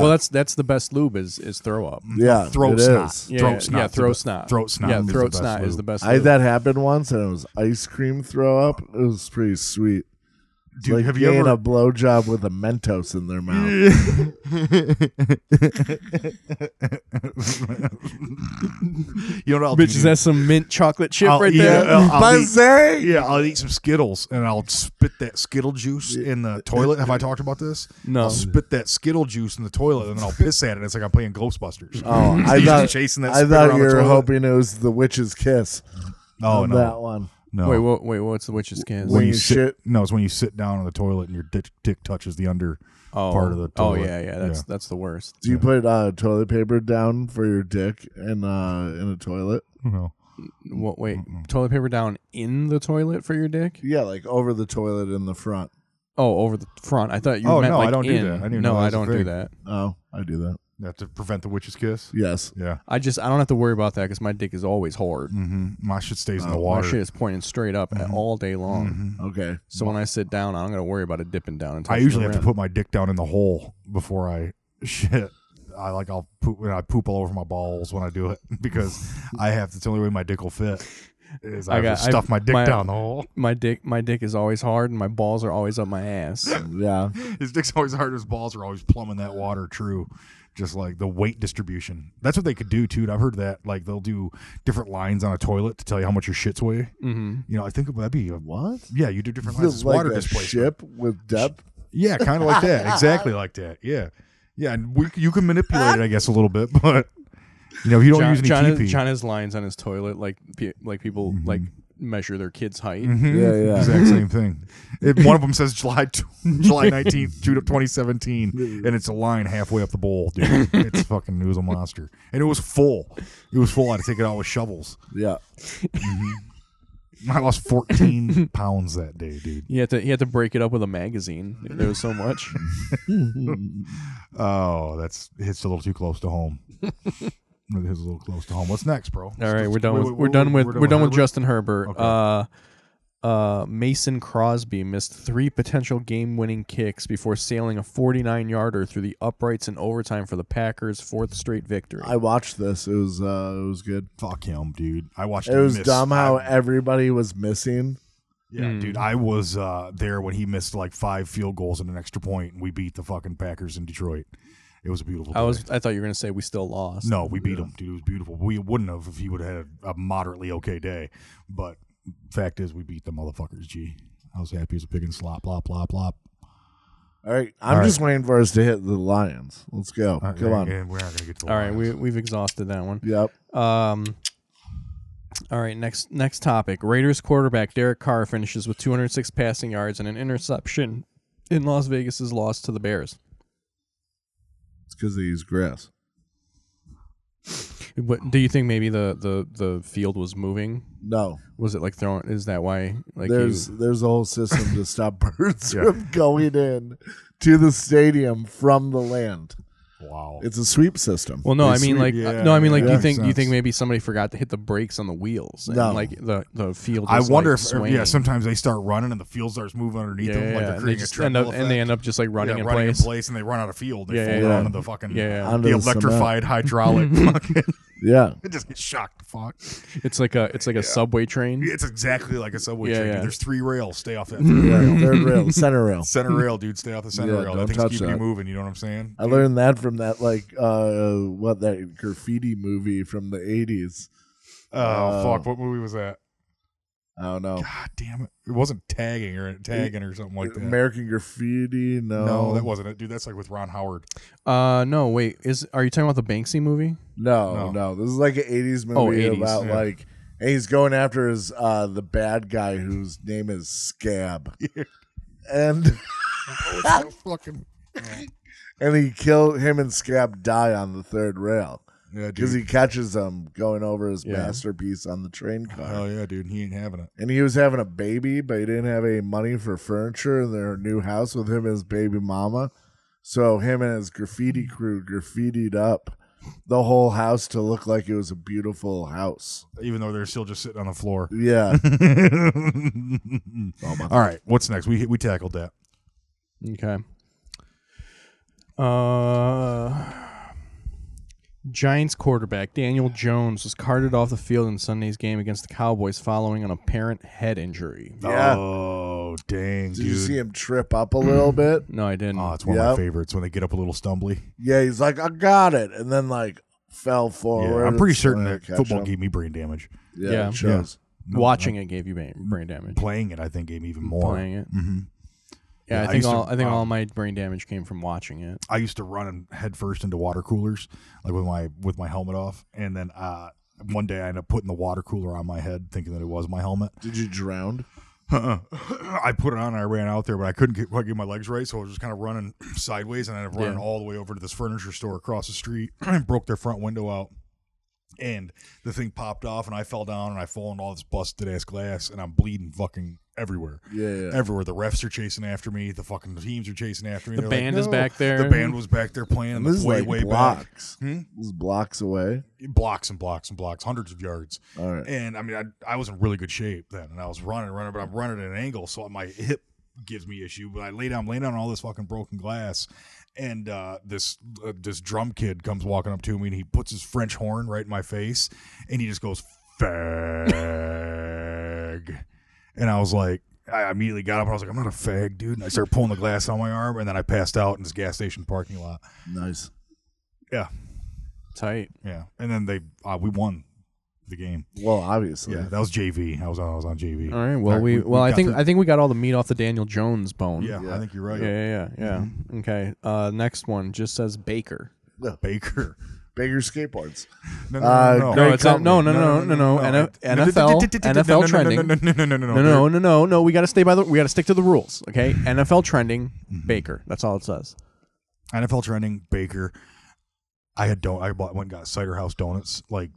[SPEAKER 3] Well,
[SPEAKER 4] yeah.
[SPEAKER 3] that's that's the best lube is is throw up.
[SPEAKER 4] yeah
[SPEAKER 2] throat
[SPEAKER 4] it
[SPEAKER 2] snot.
[SPEAKER 4] is.
[SPEAKER 3] Yeah,
[SPEAKER 2] Mm, Throat
[SPEAKER 3] yeah,
[SPEAKER 2] snot's
[SPEAKER 3] yeah,
[SPEAKER 2] the
[SPEAKER 3] throat
[SPEAKER 2] be-
[SPEAKER 3] snot.
[SPEAKER 2] throat snot
[SPEAKER 3] Yeah,
[SPEAKER 2] is the
[SPEAKER 3] throat
[SPEAKER 2] best
[SPEAKER 3] snot is
[SPEAKER 2] lube.
[SPEAKER 3] the best.
[SPEAKER 4] I had
[SPEAKER 3] lube.
[SPEAKER 4] that happened once, and it was ice cream throw up. It was pretty sweet.
[SPEAKER 2] Dude,
[SPEAKER 4] like
[SPEAKER 2] have you
[SPEAKER 4] getting
[SPEAKER 2] ever?
[SPEAKER 4] a blowjob with a Mentos in their mouth?
[SPEAKER 2] you know what I'll do,
[SPEAKER 3] Bitch, is that some mint chocolate chip
[SPEAKER 2] I'll-
[SPEAKER 3] right
[SPEAKER 2] yeah,
[SPEAKER 3] there? [laughs]
[SPEAKER 2] I'll- I'll eat-
[SPEAKER 4] Buzzy!
[SPEAKER 2] yeah, I'll eat some Skittles and I'll spit that Skittle juice in the toilet. Have I talked about this?
[SPEAKER 3] No.
[SPEAKER 2] I'll spit that Skittle juice in the toilet and then I'll piss at it. It's like I'm playing Ghostbusters.
[SPEAKER 4] Oh,
[SPEAKER 2] [laughs]
[SPEAKER 4] I
[SPEAKER 2] He's just
[SPEAKER 4] thought
[SPEAKER 2] chasing that
[SPEAKER 4] I
[SPEAKER 2] spit
[SPEAKER 4] thought
[SPEAKER 2] around
[SPEAKER 4] you
[SPEAKER 2] the
[SPEAKER 4] were
[SPEAKER 2] toilet.
[SPEAKER 4] hoping it was the witch's kiss.
[SPEAKER 2] Oh
[SPEAKER 4] on
[SPEAKER 2] no,
[SPEAKER 4] that one.
[SPEAKER 2] no.
[SPEAKER 3] Wait, what, wait, what's the witch's kiss?
[SPEAKER 4] When you
[SPEAKER 2] sit,
[SPEAKER 4] shit-
[SPEAKER 2] no, it's when you sit down on the toilet and your dick, dick touches the under
[SPEAKER 3] oh,
[SPEAKER 2] part of the
[SPEAKER 3] oh
[SPEAKER 2] toilet.
[SPEAKER 3] yeah, yeah, that's that's the worst.
[SPEAKER 4] Do you put uh, toilet paper down for your dick and uh, in a toilet?
[SPEAKER 2] No.
[SPEAKER 3] What? Wait, toilet paper down in the toilet for your dick?
[SPEAKER 4] Yeah, like over the toilet in the front.
[SPEAKER 3] Oh, over the front. I thought you
[SPEAKER 2] Oh,
[SPEAKER 3] meant
[SPEAKER 2] no, I
[SPEAKER 3] like
[SPEAKER 2] don't do
[SPEAKER 3] in.
[SPEAKER 2] that. I didn't even
[SPEAKER 3] no,
[SPEAKER 2] know that
[SPEAKER 3] I
[SPEAKER 2] was a
[SPEAKER 3] don't do
[SPEAKER 2] thing.
[SPEAKER 3] that.
[SPEAKER 4] Oh, I do that.
[SPEAKER 2] That to prevent the witch's kiss.
[SPEAKER 4] Yes.
[SPEAKER 2] Yeah.
[SPEAKER 3] I just I don't have to worry about that because my dick is always hard.
[SPEAKER 2] hmm My shit stays in the
[SPEAKER 3] Oh, My
[SPEAKER 2] water. Mm-hmm.
[SPEAKER 3] shit is pointing straight up at- all day long.
[SPEAKER 4] Okay.
[SPEAKER 3] So when I sit down, I don't got to worry about it dipping down. And
[SPEAKER 2] I
[SPEAKER 3] touching
[SPEAKER 2] usually
[SPEAKER 3] the
[SPEAKER 2] have to
[SPEAKER 3] rim.
[SPEAKER 2] put my dick down in the hole before I [laughs] shit. I like I'll poop when I poop all over my balls when I do it [laughs] because I have that's the only way my dick will fit is I,
[SPEAKER 3] I
[SPEAKER 2] have to
[SPEAKER 3] got- I-
[SPEAKER 2] stuff my dick
[SPEAKER 3] my-
[SPEAKER 2] down the hole. [laughs]
[SPEAKER 3] my dick. My dick is always hard, and my balls are always up my ass.
[SPEAKER 4] Yeah.
[SPEAKER 2] His dick's always hard. His balls are always plumbing that water. True, just like the weight distribution. That's what they could do too. I've heard that like they'll do different lines on a toilet to tell you how much your shits weigh.
[SPEAKER 3] hmm
[SPEAKER 2] You know, I think that'd be a,
[SPEAKER 4] What?
[SPEAKER 2] yeah. You do different lines.
[SPEAKER 4] Feels
[SPEAKER 2] It's
[SPEAKER 4] like
[SPEAKER 2] water
[SPEAKER 4] a
[SPEAKER 2] displacement.
[SPEAKER 4] ship with depth.
[SPEAKER 2] Yeah, kind of like that. Exactly like that. Yeah, yeah. And we, you can manipulate it, I guess, a little bit, [laughs] but you know, if you [laughs] don't
[SPEAKER 3] John,
[SPEAKER 2] use any
[SPEAKER 3] John,
[SPEAKER 2] TP.
[SPEAKER 3] has, John has lines on his toilet, like pe- like people like
[SPEAKER 2] Mm-hmm.
[SPEAKER 3] measure their kids' height.
[SPEAKER 2] Mhm.
[SPEAKER 4] Yeah, yeah.
[SPEAKER 2] Exact same thing. It, one of them says July [laughs] tw- July
[SPEAKER 3] [laughs]
[SPEAKER 2] nineteenth, June of twenty seventeen, and it's a line halfway up the bowl, dude. It's fucking. It was a monster, and it was full. It was full. I had to take it out with shovels.
[SPEAKER 4] Yeah.
[SPEAKER 2] I lost
[SPEAKER 3] [laughs]
[SPEAKER 2] fourteen pounds that day, dude.
[SPEAKER 3] He had to he had to break it up with a magazine. There was
[SPEAKER 2] [laughs]
[SPEAKER 3] so much.
[SPEAKER 2] Oh, that's hits a little too close to home. It hits a little close to home. What's next, bro?
[SPEAKER 3] All right, we're done
[SPEAKER 2] Wait,
[SPEAKER 3] with
[SPEAKER 2] wait,
[SPEAKER 3] we're
[SPEAKER 2] wait,
[SPEAKER 3] done with we're done with
[SPEAKER 2] Herbert?
[SPEAKER 3] Justin Herbert. Uh, uh, Mason Crosby missed three potential game-winning kicks before sailing a 49-yarder through the uprights in overtime for the Packers' fourth straight victory.
[SPEAKER 4] I watched this. It was uh it was good.
[SPEAKER 2] Fuck him, dude. I watched.
[SPEAKER 4] It
[SPEAKER 2] him
[SPEAKER 4] was
[SPEAKER 2] miss.
[SPEAKER 4] dumb how
[SPEAKER 2] I-
[SPEAKER 4] everybody was missing.
[SPEAKER 2] yeah,
[SPEAKER 3] Hmm.
[SPEAKER 2] dude. I was uh, there when he missed like five field goals and an extra point, and we beat the fucking Packers in Detroit. It was a beautiful.
[SPEAKER 3] I
[SPEAKER 2] day.
[SPEAKER 3] was I thought you were gonna say we still lost.
[SPEAKER 2] No, we beat him, dude. It was beautiful. We wouldn't have if he would have had a, a moderately okay day. But fact is, we beat the motherfuckers. Gee, I was happy as a pig in slop, lop, lop, lop.
[SPEAKER 4] All right. I'm
[SPEAKER 2] All right.
[SPEAKER 4] just waiting for us to hit the Lions. Let's go. Come on.
[SPEAKER 2] And we're not gonna get to. the
[SPEAKER 3] All right, we
[SPEAKER 2] Lions.
[SPEAKER 3] we've exhausted that one.
[SPEAKER 4] Yep.
[SPEAKER 3] Um. All right, next next topic. Raiders quarterback Derek Carr finishes with 206 passing yards and an interception in Las Vegas's loss to the Bears.
[SPEAKER 4] It's because they use grass.
[SPEAKER 3] What, do you think maybe the, the, the field was moving?
[SPEAKER 4] No.
[SPEAKER 3] Was it like throwing? Is that why? Like
[SPEAKER 4] there's
[SPEAKER 3] you,
[SPEAKER 4] there's a whole system to stop [laughs] birds
[SPEAKER 2] Yeah.
[SPEAKER 4] from going in to the stadium from the land.
[SPEAKER 2] Wow.
[SPEAKER 4] It's a sweep system.
[SPEAKER 3] well, no,
[SPEAKER 2] they
[SPEAKER 3] I mean
[SPEAKER 2] sweep-
[SPEAKER 3] like
[SPEAKER 2] yeah,
[SPEAKER 3] uh, no, I mean like
[SPEAKER 2] yeah,
[SPEAKER 3] do you
[SPEAKER 2] makes
[SPEAKER 3] think do you
[SPEAKER 2] sense.
[SPEAKER 3] think maybe somebody forgot to hit the brakes on the wheels
[SPEAKER 4] No.
[SPEAKER 3] and like the the field.
[SPEAKER 2] I
[SPEAKER 3] was,
[SPEAKER 2] wonder
[SPEAKER 3] like,
[SPEAKER 2] if
[SPEAKER 3] swinging.
[SPEAKER 2] yeah. Sometimes they start running and the field starts moving underneath
[SPEAKER 3] yeah,
[SPEAKER 2] them, like
[SPEAKER 3] yeah,
[SPEAKER 2] they're
[SPEAKER 3] and they
[SPEAKER 2] creating a
[SPEAKER 3] just end
[SPEAKER 2] triple
[SPEAKER 3] up and they
[SPEAKER 2] effect.
[SPEAKER 3] end up just like running
[SPEAKER 2] yeah,
[SPEAKER 3] in
[SPEAKER 2] running
[SPEAKER 3] place.
[SPEAKER 2] in place and they run out of field. They
[SPEAKER 3] Yeah,
[SPEAKER 2] fall
[SPEAKER 3] yeah,
[SPEAKER 2] down
[SPEAKER 3] yeah.
[SPEAKER 2] to the fucking
[SPEAKER 3] Yeah, yeah.
[SPEAKER 4] Onto
[SPEAKER 2] the
[SPEAKER 4] the
[SPEAKER 3] [laughs]
[SPEAKER 4] cement.
[SPEAKER 2] electrified hydraulic fucking [laughs]
[SPEAKER 4] Yeah.
[SPEAKER 2] It just gets shocked the
[SPEAKER 4] [laughs]
[SPEAKER 2] fuck.
[SPEAKER 3] It's like a it's like a subway train.
[SPEAKER 2] It's exactly like a subway
[SPEAKER 3] Yeah,
[SPEAKER 2] train. dude.
[SPEAKER 3] yeah.
[SPEAKER 2] There's three rails. Stay
[SPEAKER 4] [laughs]
[SPEAKER 2] off that third rail.
[SPEAKER 4] Right, Third rail, center
[SPEAKER 2] [laughs]
[SPEAKER 4] rail.
[SPEAKER 2] center rail, dude. Stay off the center
[SPEAKER 4] Yeah,
[SPEAKER 2] rail. That
[SPEAKER 4] don't
[SPEAKER 2] thing's
[SPEAKER 4] touch
[SPEAKER 2] keeping
[SPEAKER 4] that.
[SPEAKER 2] you moving. You know what I'm saying?
[SPEAKER 4] I learned that from that like uh what that graffiti movie from the eighties.
[SPEAKER 2] Oh
[SPEAKER 4] Uh, oh.
[SPEAKER 2] fuck! What movie was that?
[SPEAKER 4] I don't know.
[SPEAKER 2] God damn it! It wasn't tagging or tagging or something like that.
[SPEAKER 4] American graffiti, no.
[SPEAKER 2] no, that wasn't it, dude. That's like with Ron Howard.
[SPEAKER 4] [laughs]
[SPEAKER 3] Uh no, wait. Is are you talking about the Banksy movie?
[SPEAKER 4] No,
[SPEAKER 2] No.
[SPEAKER 4] no, This is like an eighties movie
[SPEAKER 3] Oh, 80s,
[SPEAKER 4] about
[SPEAKER 2] yeah.
[SPEAKER 4] like and he's going after his uh the bad guy whose name is Scab.
[SPEAKER 2] [laughs] Yeah.
[SPEAKER 4] and
[SPEAKER 2] Oh, it's so fucking
[SPEAKER 4] and he kill him and Scab die on the third rail.
[SPEAKER 2] yeah,
[SPEAKER 4] Because
[SPEAKER 2] dude.
[SPEAKER 4] he catches them going over his
[SPEAKER 3] Yeah.
[SPEAKER 4] masterpiece on the train car.
[SPEAKER 2] Hell yeah, dude. He ain't having it.
[SPEAKER 4] and he was having a baby, but he didn't have any money for furniture in their new house with him and his baby mama. So him and his graffiti crew graffitied up the whole house to look like it was a beautiful house.
[SPEAKER 2] Even though they're still just sitting on the floor.
[SPEAKER 4] Yeah.
[SPEAKER 2] Oh,
[SPEAKER 4] Uh,
[SPEAKER 2] All right, what's next? We we tackled that.
[SPEAKER 3] Okay. Uh Giants quarterback Daniel Jones was carted off the field in Sunday's game against the Cowboys following an apparent head injury.
[SPEAKER 4] Yeah.
[SPEAKER 2] Oh dang,
[SPEAKER 4] Did
[SPEAKER 2] dude.
[SPEAKER 4] you see him trip up
[SPEAKER 2] [clears throat]
[SPEAKER 4] a little bit?
[SPEAKER 3] No, I didn't.
[SPEAKER 2] Oh, it's one
[SPEAKER 4] Yep.
[SPEAKER 2] of my favorites when they get up a little stumbly.
[SPEAKER 4] Yeah, he's like, I got it. And then like fell
[SPEAKER 2] Yeah,
[SPEAKER 4] forward.
[SPEAKER 2] I'm pretty
[SPEAKER 4] and
[SPEAKER 2] certain
[SPEAKER 4] tried
[SPEAKER 2] that
[SPEAKER 4] to catch
[SPEAKER 2] football
[SPEAKER 4] him.
[SPEAKER 2] gave me brain damage.
[SPEAKER 4] Yeah,
[SPEAKER 3] Yeah.
[SPEAKER 4] it shows.
[SPEAKER 3] Watching it gave you ba- brain damage.
[SPEAKER 2] Playing it, I think, gave me even more.
[SPEAKER 3] Playing it.
[SPEAKER 2] hmm Yeah,
[SPEAKER 3] Yeah,
[SPEAKER 2] I
[SPEAKER 3] I think
[SPEAKER 2] used to-
[SPEAKER 3] all I think
[SPEAKER 2] um,
[SPEAKER 3] all my brain damage came from watching it.
[SPEAKER 2] I used to run and head first into water coolers, like with my with my helmet off, and then uh, one day I ended up putting the water cooler on my head, thinking that it was my helmet.
[SPEAKER 4] Did you drown?
[SPEAKER 2] Uh-uh. [clears throat] I put it on and I ran out there, but I couldn't get, quite get my legs right, so I was just kind of running [clears throat] sideways, and I ended up running
[SPEAKER 3] Yeah.
[SPEAKER 2] all the way over to this furniture store across the street [clears throat] and broke their front window out. And the thing popped off, and I fell down, and I fall into all this busted ass glass, and I'm bleeding fucking everywhere.
[SPEAKER 4] Yeah. yeah.
[SPEAKER 2] Everywhere. The refs are chasing after me. The fucking teams are chasing after me.
[SPEAKER 3] The
[SPEAKER 2] They're like,
[SPEAKER 3] band is
[SPEAKER 2] "No."
[SPEAKER 3] back there.
[SPEAKER 2] The band was back there playing.
[SPEAKER 4] And this is
[SPEAKER 2] way,
[SPEAKER 4] like
[SPEAKER 2] way back.
[SPEAKER 4] blocks.
[SPEAKER 2] Hmm?
[SPEAKER 4] This is blocks away.
[SPEAKER 2] Blocks and blocks and blocks, hundreds of yards.
[SPEAKER 4] All right.
[SPEAKER 2] And I mean, I, I was in really good shape then, and I was running, running, but I'm running at an angle, so my hip gives me issue. But I lay down, lay down on all this fucking broken glass, and uh, this uh, this drum kid comes walking up to me, and he puts his French horn right in my face, and he just goes fag, and I was like. I immediately got up and I was like, I'm not a fag, dude. And I started pulling the glass on my arm, and then I passed out in this gas station parking lot.
[SPEAKER 4] Nice.
[SPEAKER 3] tight.
[SPEAKER 2] Yeah, and then they uh, we won the game.
[SPEAKER 4] Well, obviously.
[SPEAKER 2] Yeah, that was JV. I was on I was on JV.
[SPEAKER 3] All right. Well,
[SPEAKER 2] Alright,
[SPEAKER 3] we well I
[SPEAKER 2] got
[SPEAKER 3] think
[SPEAKER 2] through-
[SPEAKER 3] I think we got all the meat off the Daniel Jones bone.
[SPEAKER 2] yeah, Mm-hmm.
[SPEAKER 4] Yeah.
[SPEAKER 2] I think you're
[SPEAKER 3] Yeah,
[SPEAKER 2] right.
[SPEAKER 3] yeah, yeah. yeah. Okay. Uh, next one just says Baker.
[SPEAKER 2] Baker.
[SPEAKER 4] Bigger skateboards.
[SPEAKER 2] No,
[SPEAKER 4] Uh,
[SPEAKER 3] No,
[SPEAKER 4] Great
[SPEAKER 3] it's not, no, no, no, no, no, no. NFL, NFL trending.
[SPEAKER 2] No, no, no, no, no,
[SPEAKER 3] No, no, no, no, no. We got to stay by the. We got to stick to the rules. Okay. NFL trending
[SPEAKER 2] Mm-hmm.
[SPEAKER 3] Baker. That's all it says.
[SPEAKER 2] NFL trending. Baker. I had don't. I bought went and got cider house donuts like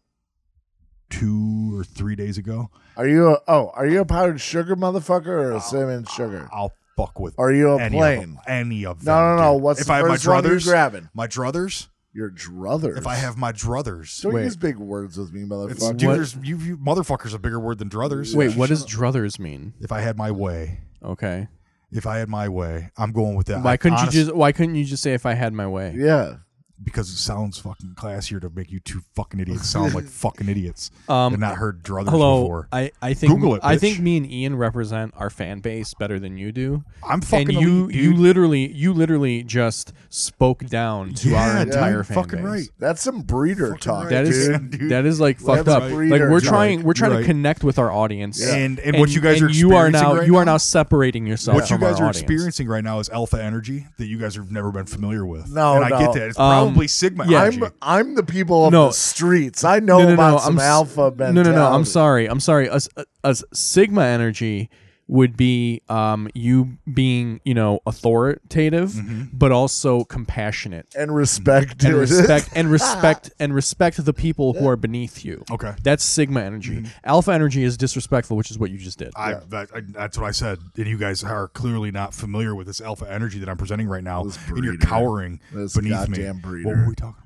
[SPEAKER 2] two or three days ago.
[SPEAKER 4] Are you a, oh? Are you a powdered sugar motherfucker or a
[SPEAKER 3] Uh,
[SPEAKER 4] cinnamon sugar?
[SPEAKER 2] I'll fuck with
[SPEAKER 4] Are you a
[SPEAKER 2] any of them.
[SPEAKER 4] plain?
[SPEAKER 2] Any of them?
[SPEAKER 4] No, no, no.
[SPEAKER 2] dude.
[SPEAKER 4] What's
[SPEAKER 2] if
[SPEAKER 4] the
[SPEAKER 2] I have my
[SPEAKER 4] first one you're
[SPEAKER 2] druthers?
[SPEAKER 4] grabbing?
[SPEAKER 2] My druthers.
[SPEAKER 4] Your druthers.
[SPEAKER 2] If I have my druthers.
[SPEAKER 4] don't
[SPEAKER 3] Wait.
[SPEAKER 4] use big words with me,
[SPEAKER 2] It's,
[SPEAKER 4] motherfucker.
[SPEAKER 2] dude, there's, you, you motherfuckers a bigger word than druthers.
[SPEAKER 3] Wait, what does druthers mean?
[SPEAKER 2] If I had my way,
[SPEAKER 3] Okay. if
[SPEAKER 2] if I had my way, I'm going with that.
[SPEAKER 3] Why
[SPEAKER 2] I
[SPEAKER 3] couldn't
[SPEAKER 2] honest-
[SPEAKER 3] you just? Why couldn't you just say if I had my way?
[SPEAKER 4] yeah,
[SPEAKER 2] Because it sounds fucking classier to make you two fucking idiots sound
[SPEAKER 4] [laughs]
[SPEAKER 2] like fucking idiots.
[SPEAKER 3] Um,
[SPEAKER 2] I've not heard druthers
[SPEAKER 3] Hello.
[SPEAKER 2] before.
[SPEAKER 3] I I think
[SPEAKER 2] Google it,
[SPEAKER 3] I
[SPEAKER 2] bitch.
[SPEAKER 3] think me and Ian represent our fan base better than you do.
[SPEAKER 2] I'm fucking
[SPEAKER 3] and you
[SPEAKER 2] elite,
[SPEAKER 3] you
[SPEAKER 2] dude.
[SPEAKER 3] literally you literally just spoke down to our
[SPEAKER 2] Yeah,
[SPEAKER 3] entire
[SPEAKER 2] dude,
[SPEAKER 3] fan
[SPEAKER 2] fucking
[SPEAKER 3] base.
[SPEAKER 2] right.
[SPEAKER 4] that's some breeder talk.
[SPEAKER 2] right,
[SPEAKER 3] That is
[SPEAKER 4] dude.
[SPEAKER 2] Damn, dude.
[SPEAKER 3] that is like
[SPEAKER 4] Well,
[SPEAKER 3] fucked
[SPEAKER 4] that's
[SPEAKER 3] up.
[SPEAKER 4] right.
[SPEAKER 3] Like we're
[SPEAKER 2] You're
[SPEAKER 3] trying
[SPEAKER 2] right.
[SPEAKER 3] we're trying
[SPEAKER 2] Right.
[SPEAKER 3] to connect with our audience.
[SPEAKER 4] Yeah.
[SPEAKER 2] And, and what you guys are
[SPEAKER 3] and you are
[SPEAKER 2] experiencing
[SPEAKER 3] now
[SPEAKER 2] right
[SPEAKER 3] you
[SPEAKER 2] now,
[SPEAKER 3] are now separating yourself.
[SPEAKER 2] what you
[SPEAKER 3] from
[SPEAKER 2] guys
[SPEAKER 3] our
[SPEAKER 2] are
[SPEAKER 3] audience.
[SPEAKER 2] experiencing right now is alpha energy that you guys have never been familiar with.
[SPEAKER 4] No,
[SPEAKER 2] and I
[SPEAKER 4] no.
[SPEAKER 2] get that. It's
[SPEAKER 3] Um,
[SPEAKER 2] probably sigma
[SPEAKER 3] yeah.
[SPEAKER 2] energy.
[SPEAKER 4] I'm I'm the people of
[SPEAKER 3] No.
[SPEAKER 4] the streets. I know
[SPEAKER 3] No, no,
[SPEAKER 4] Oh, about
[SPEAKER 3] no,
[SPEAKER 4] some
[SPEAKER 3] I'm s-
[SPEAKER 4] alpha
[SPEAKER 3] No,
[SPEAKER 4] mentality.
[SPEAKER 3] no, no. I'm sorry. I'm sorry. Us, us sigma energy would be um you being you know authoritative, but also compassionate
[SPEAKER 4] [laughs] And respect.
[SPEAKER 3] and
[SPEAKER 4] dude.
[SPEAKER 3] respect and respect and respect the people who are beneath you.
[SPEAKER 2] Okay.
[SPEAKER 3] That's sigma energy. Alpha energy is disrespectful, which is what you just did.
[SPEAKER 2] I, that, I, that's what I said. And you guys are clearly not familiar with this alpha energy that I'm presenting right now.
[SPEAKER 4] This
[SPEAKER 2] And you're
[SPEAKER 4] breeder.
[SPEAKER 2] cowering
[SPEAKER 4] This
[SPEAKER 2] beneath me.
[SPEAKER 4] goddamn breeder.
[SPEAKER 2] What were we talking about?
[SPEAKER 4] [laughs]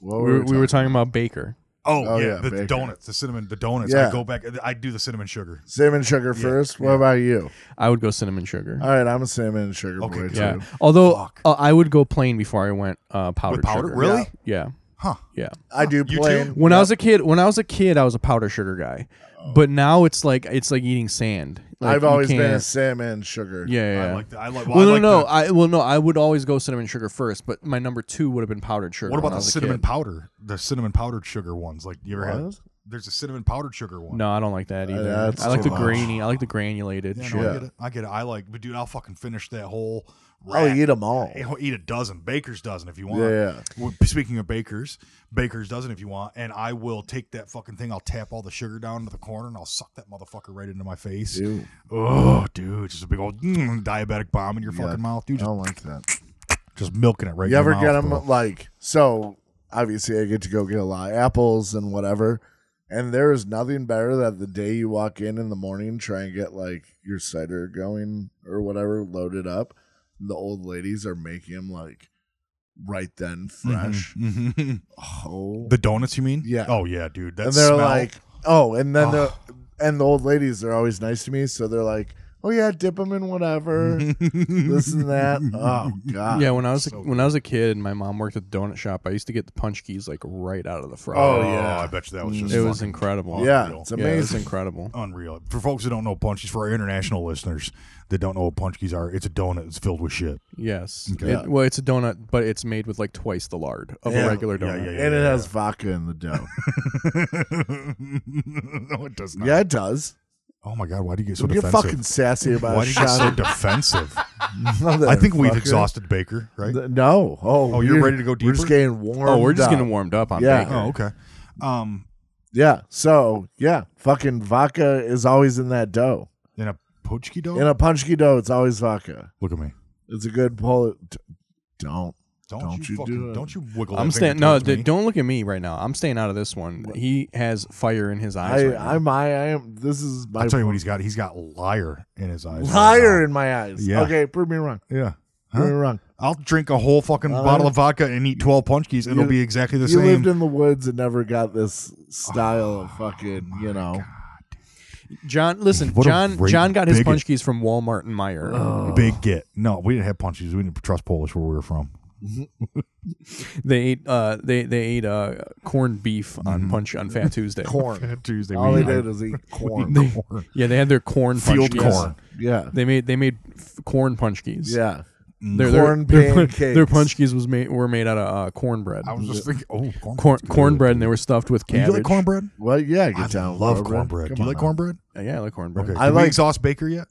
[SPEAKER 4] What
[SPEAKER 3] we, were, we were
[SPEAKER 4] talking-
[SPEAKER 3] talking about Baker.
[SPEAKER 2] Oh,
[SPEAKER 4] Oh,
[SPEAKER 2] yeah,
[SPEAKER 4] yeah,
[SPEAKER 2] the
[SPEAKER 4] bacon.
[SPEAKER 2] donuts, the cinnamon, the donuts. I
[SPEAKER 4] Yeah.
[SPEAKER 2] go back. I do the cinnamon sugar.
[SPEAKER 4] cinnamon sugar first. What about you?
[SPEAKER 3] I would go cinnamon sugar.
[SPEAKER 4] All right, I'm a cinnamon sugar
[SPEAKER 2] Okay,
[SPEAKER 4] boy
[SPEAKER 2] good.
[SPEAKER 4] too.
[SPEAKER 3] yeah. Although
[SPEAKER 2] Fuck.
[SPEAKER 3] uh, I would go plain before I went uh, powdered
[SPEAKER 2] With powder,
[SPEAKER 3] sugar.
[SPEAKER 2] really?
[SPEAKER 3] Yeah.
[SPEAKER 2] Huh.
[SPEAKER 3] Yeah.
[SPEAKER 4] I do
[SPEAKER 2] You
[SPEAKER 4] play.
[SPEAKER 2] too?
[SPEAKER 3] When I was a kid, when I was a kid, I was a powder sugar guy,
[SPEAKER 2] Oh.
[SPEAKER 3] but now it's like it's like eating sand. Like,
[SPEAKER 4] I've
[SPEAKER 3] you
[SPEAKER 4] always been a
[SPEAKER 3] can't-
[SPEAKER 4] salmon sugar.
[SPEAKER 3] yeah, yeah.
[SPEAKER 2] I
[SPEAKER 3] yeah.
[SPEAKER 2] like that. I like. Well,
[SPEAKER 3] Well,
[SPEAKER 2] I
[SPEAKER 3] no,
[SPEAKER 2] like
[SPEAKER 3] no.
[SPEAKER 2] the-
[SPEAKER 3] I well, no. I would always go cinnamon sugar first, but my number two would have been powdered sugar.
[SPEAKER 2] what
[SPEAKER 3] when
[SPEAKER 2] about
[SPEAKER 3] I
[SPEAKER 2] the
[SPEAKER 3] was a
[SPEAKER 2] cinnamon
[SPEAKER 3] kid.
[SPEAKER 2] powder? The cinnamon powdered sugar ones. Like you ever had?
[SPEAKER 4] What?
[SPEAKER 2] There's a cinnamon powdered sugar one.
[SPEAKER 3] No, I don't like
[SPEAKER 2] Uh,
[SPEAKER 3] that either.
[SPEAKER 4] that's
[SPEAKER 3] I like
[SPEAKER 4] too
[SPEAKER 3] the
[SPEAKER 4] much.
[SPEAKER 3] grainy. I like the granulated.
[SPEAKER 2] Yeah,
[SPEAKER 3] shit.
[SPEAKER 2] no, I
[SPEAKER 4] Yeah.
[SPEAKER 2] get it. I get it. I like, but dude, I'll fucking finish that whole.
[SPEAKER 4] I'll
[SPEAKER 2] rack.
[SPEAKER 4] Oh, eat them all. Yeah,
[SPEAKER 2] I'll eat a dozen, baker's dozen if you want.
[SPEAKER 4] yeah.
[SPEAKER 2] Well, Speaking of bakers, baker's dozen if you want, and I will take that fucking thing. I'll tap all the sugar down into the corner, and I'll suck that motherfucker right into my face.
[SPEAKER 4] Ew.
[SPEAKER 2] Oh, dude, just a big old mm, diabetic bomb in your fucking
[SPEAKER 4] Yuck.
[SPEAKER 2] mouth,
[SPEAKER 4] I
[SPEAKER 2] dude. Just,
[SPEAKER 4] don't like that.
[SPEAKER 2] just milking it right.
[SPEAKER 4] You
[SPEAKER 2] in your
[SPEAKER 4] ever get
[SPEAKER 2] mouth,
[SPEAKER 4] them
[SPEAKER 2] bro.
[SPEAKER 4] like so? Obviously, I get to go get a lot of apples and whatever. And there is nothing better than the day you walk in in the morning, try and get like your cider going or whatever loaded up. And the old ladies are making them like right then fresh.
[SPEAKER 2] Mhm, mhm.
[SPEAKER 4] Oh,
[SPEAKER 2] [laughs] The donuts, you mean?
[SPEAKER 4] Yeah.
[SPEAKER 2] Oh yeah, dude. That
[SPEAKER 4] and they're
[SPEAKER 2] smell.
[SPEAKER 4] like, oh, and then
[SPEAKER 2] Oh.
[SPEAKER 4] the and the old ladies are always nice to me, so they're like, oh yeah, dip them in whatever,
[SPEAKER 2] Mm-hmm.
[SPEAKER 4] this and that. Oh god,
[SPEAKER 3] Yeah, when I was a,
[SPEAKER 2] So
[SPEAKER 3] when I was a kid and my mom worked at the donut shop, I used to get the punch keys like right out of the fryer.
[SPEAKER 4] [laughs] Oh, yeah.
[SPEAKER 2] I bet you that was just
[SPEAKER 3] it was
[SPEAKER 2] fucking
[SPEAKER 3] incredible.
[SPEAKER 4] yeah,
[SPEAKER 2] Unreal.
[SPEAKER 4] it's
[SPEAKER 3] Yeah, it was
[SPEAKER 4] amazing.
[SPEAKER 3] incredible.
[SPEAKER 2] unreal. For folks that don't know punchies, for our international listeners that don't know what punchies are, it's a donut. It's filled with shit. [laughs]
[SPEAKER 3] Yes.
[SPEAKER 2] Okay.
[SPEAKER 3] It- well, it's a donut, but it's made with like twice the lard of
[SPEAKER 4] Yeah.
[SPEAKER 3] a regular
[SPEAKER 2] Yeah,
[SPEAKER 3] donut.
[SPEAKER 2] yeah,
[SPEAKER 4] and it has vodka in the dough.
[SPEAKER 2] no, it does not.
[SPEAKER 4] yeah, it does.
[SPEAKER 2] Oh my god, why do you get so
[SPEAKER 4] You're
[SPEAKER 2] defensive?
[SPEAKER 4] fucking sassy about
[SPEAKER 2] why
[SPEAKER 4] a
[SPEAKER 2] do you get so
[SPEAKER 4] [laughs] shot.
[SPEAKER 2] defensive?
[SPEAKER 4] of-
[SPEAKER 2] I think we've
[SPEAKER 4] Motherfucker.
[SPEAKER 2] exhausted Baker, right?
[SPEAKER 4] Th- No. Oh,
[SPEAKER 2] Oh, you're
[SPEAKER 4] we're-
[SPEAKER 2] ready to go
[SPEAKER 4] We're just
[SPEAKER 2] deeper?
[SPEAKER 4] getting warm.
[SPEAKER 3] Oh, we're just getting warmed up on
[SPEAKER 4] Yeah.
[SPEAKER 3] Baker.
[SPEAKER 2] Oh, okay. Um,
[SPEAKER 4] Yeah. So yeah, fucking vodka is always in that dough.
[SPEAKER 2] in a pochki donut.
[SPEAKER 4] In a punchki dough, it's always vodka.
[SPEAKER 2] Look at me.
[SPEAKER 4] It's a good pull. d- Don't.
[SPEAKER 2] Don't,
[SPEAKER 4] Don't
[SPEAKER 2] you,
[SPEAKER 4] you do
[SPEAKER 2] fucking,
[SPEAKER 4] it.
[SPEAKER 2] don't you wiggle.
[SPEAKER 3] I'm
[SPEAKER 2] that finger
[SPEAKER 3] staying. No,
[SPEAKER 2] towards
[SPEAKER 3] d-
[SPEAKER 2] me.
[SPEAKER 3] don't look at me right now. I'm staying out of this one. He has fire in his eyes.
[SPEAKER 4] I,
[SPEAKER 3] right now.
[SPEAKER 4] I'm. I, I am. This is my
[SPEAKER 2] I'll tell you what he's got. He's got liar in his eyes. right
[SPEAKER 4] liar in my eyes.
[SPEAKER 2] Yeah.
[SPEAKER 4] Okay, prove me wrong.
[SPEAKER 2] now. Yeah. Huh?
[SPEAKER 4] Prove me wrong.
[SPEAKER 2] I'll drink a whole fucking
[SPEAKER 4] Uh,
[SPEAKER 2] bottle of vodka and eat 12 punch keys. It'll
[SPEAKER 4] you-
[SPEAKER 2] be exactly the
[SPEAKER 4] you lived
[SPEAKER 2] same. Oh,
[SPEAKER 4] in the woods and never got this style of fucking. You know.
[SPEAKER 3] John, listen,
[SPEAKER 2] What a
[SPEAKER 3] John.
[SPEAKER 2] great
[SPEAKER 3] John got his
[SPEAKER 2] bigot. Oh.
[SPEAKER 3] punch keys from Walmart and Meyer.
[SPEAKER 2] Big get. No, we didn't have punch keys. We didn't trust Polish where we were from.
[SPEAKER 3] They ate. Uh, they they ate uh, corned beef
[SPEAKER 2] Mm-hmm.
[SPEAKER 3] on punch on Fat Tuesday.
[SPEAKER 4] Corn.
[SPEAKER 2] [laughs] Tuesday.
[SPEAKER 4] All
[SPEAKER 2] we
[SPEAKER 4] they
[SPEAKER 2] ate
[SPEAKER 4] did is
[SPEAKER 2] [laughs]
[SPEAKER 4] eat corn.
[SPEAKER 3] They- yeah, they had their corn
[SPEAKER 2] field
[SPEAKER 3] punch keys.
[SPEAKER 2] corn.
[SPEAKER 4] Yeah.
[SPEAKER 3] They made they made f- corn punch keys.
[SPEAKER 4] Yeah.
[SPEAKER 3] their,
[SPEAKER 4] Corn
[SPEAKER 3] their,
[SPEAKER 4] pancakes.
[SPEAKER 3] their punch keys was made were made out of uh, cornbread.
[SPEAKER 2] I was just thinking, oh, corn,
[SPEAKER 3] corn, cornbread, and they were stuffed with
[SPEAKER 2] Do
[SPEAKER 3] cabbage.
[SPEAKER 2] you like cornbread?
[SPEAKER 4] Well, yeah, I
[SPEAKER 2] I
[SPEAKER 4] get down.
[SPEAKER 2] love
[SPEAKER 4] with
[SPEAKER 2] cornbread. Do
[SPEAKER 4] Come
[SPEAKER 2] you
[SPEAKER 4] on
[SPEAKER 2] like
[SPEAKER 4] now.
[SPEAKER 2] cornbread?
[SPEAKER 3] Yeah, I like cornbread.
[SPEAKER 2] Okay.
[SPEAKER 4] I
[SPEAKER 2] Did we
[SPEAKER 4] like-
[SPEAKER 2] exhaust Baker yet?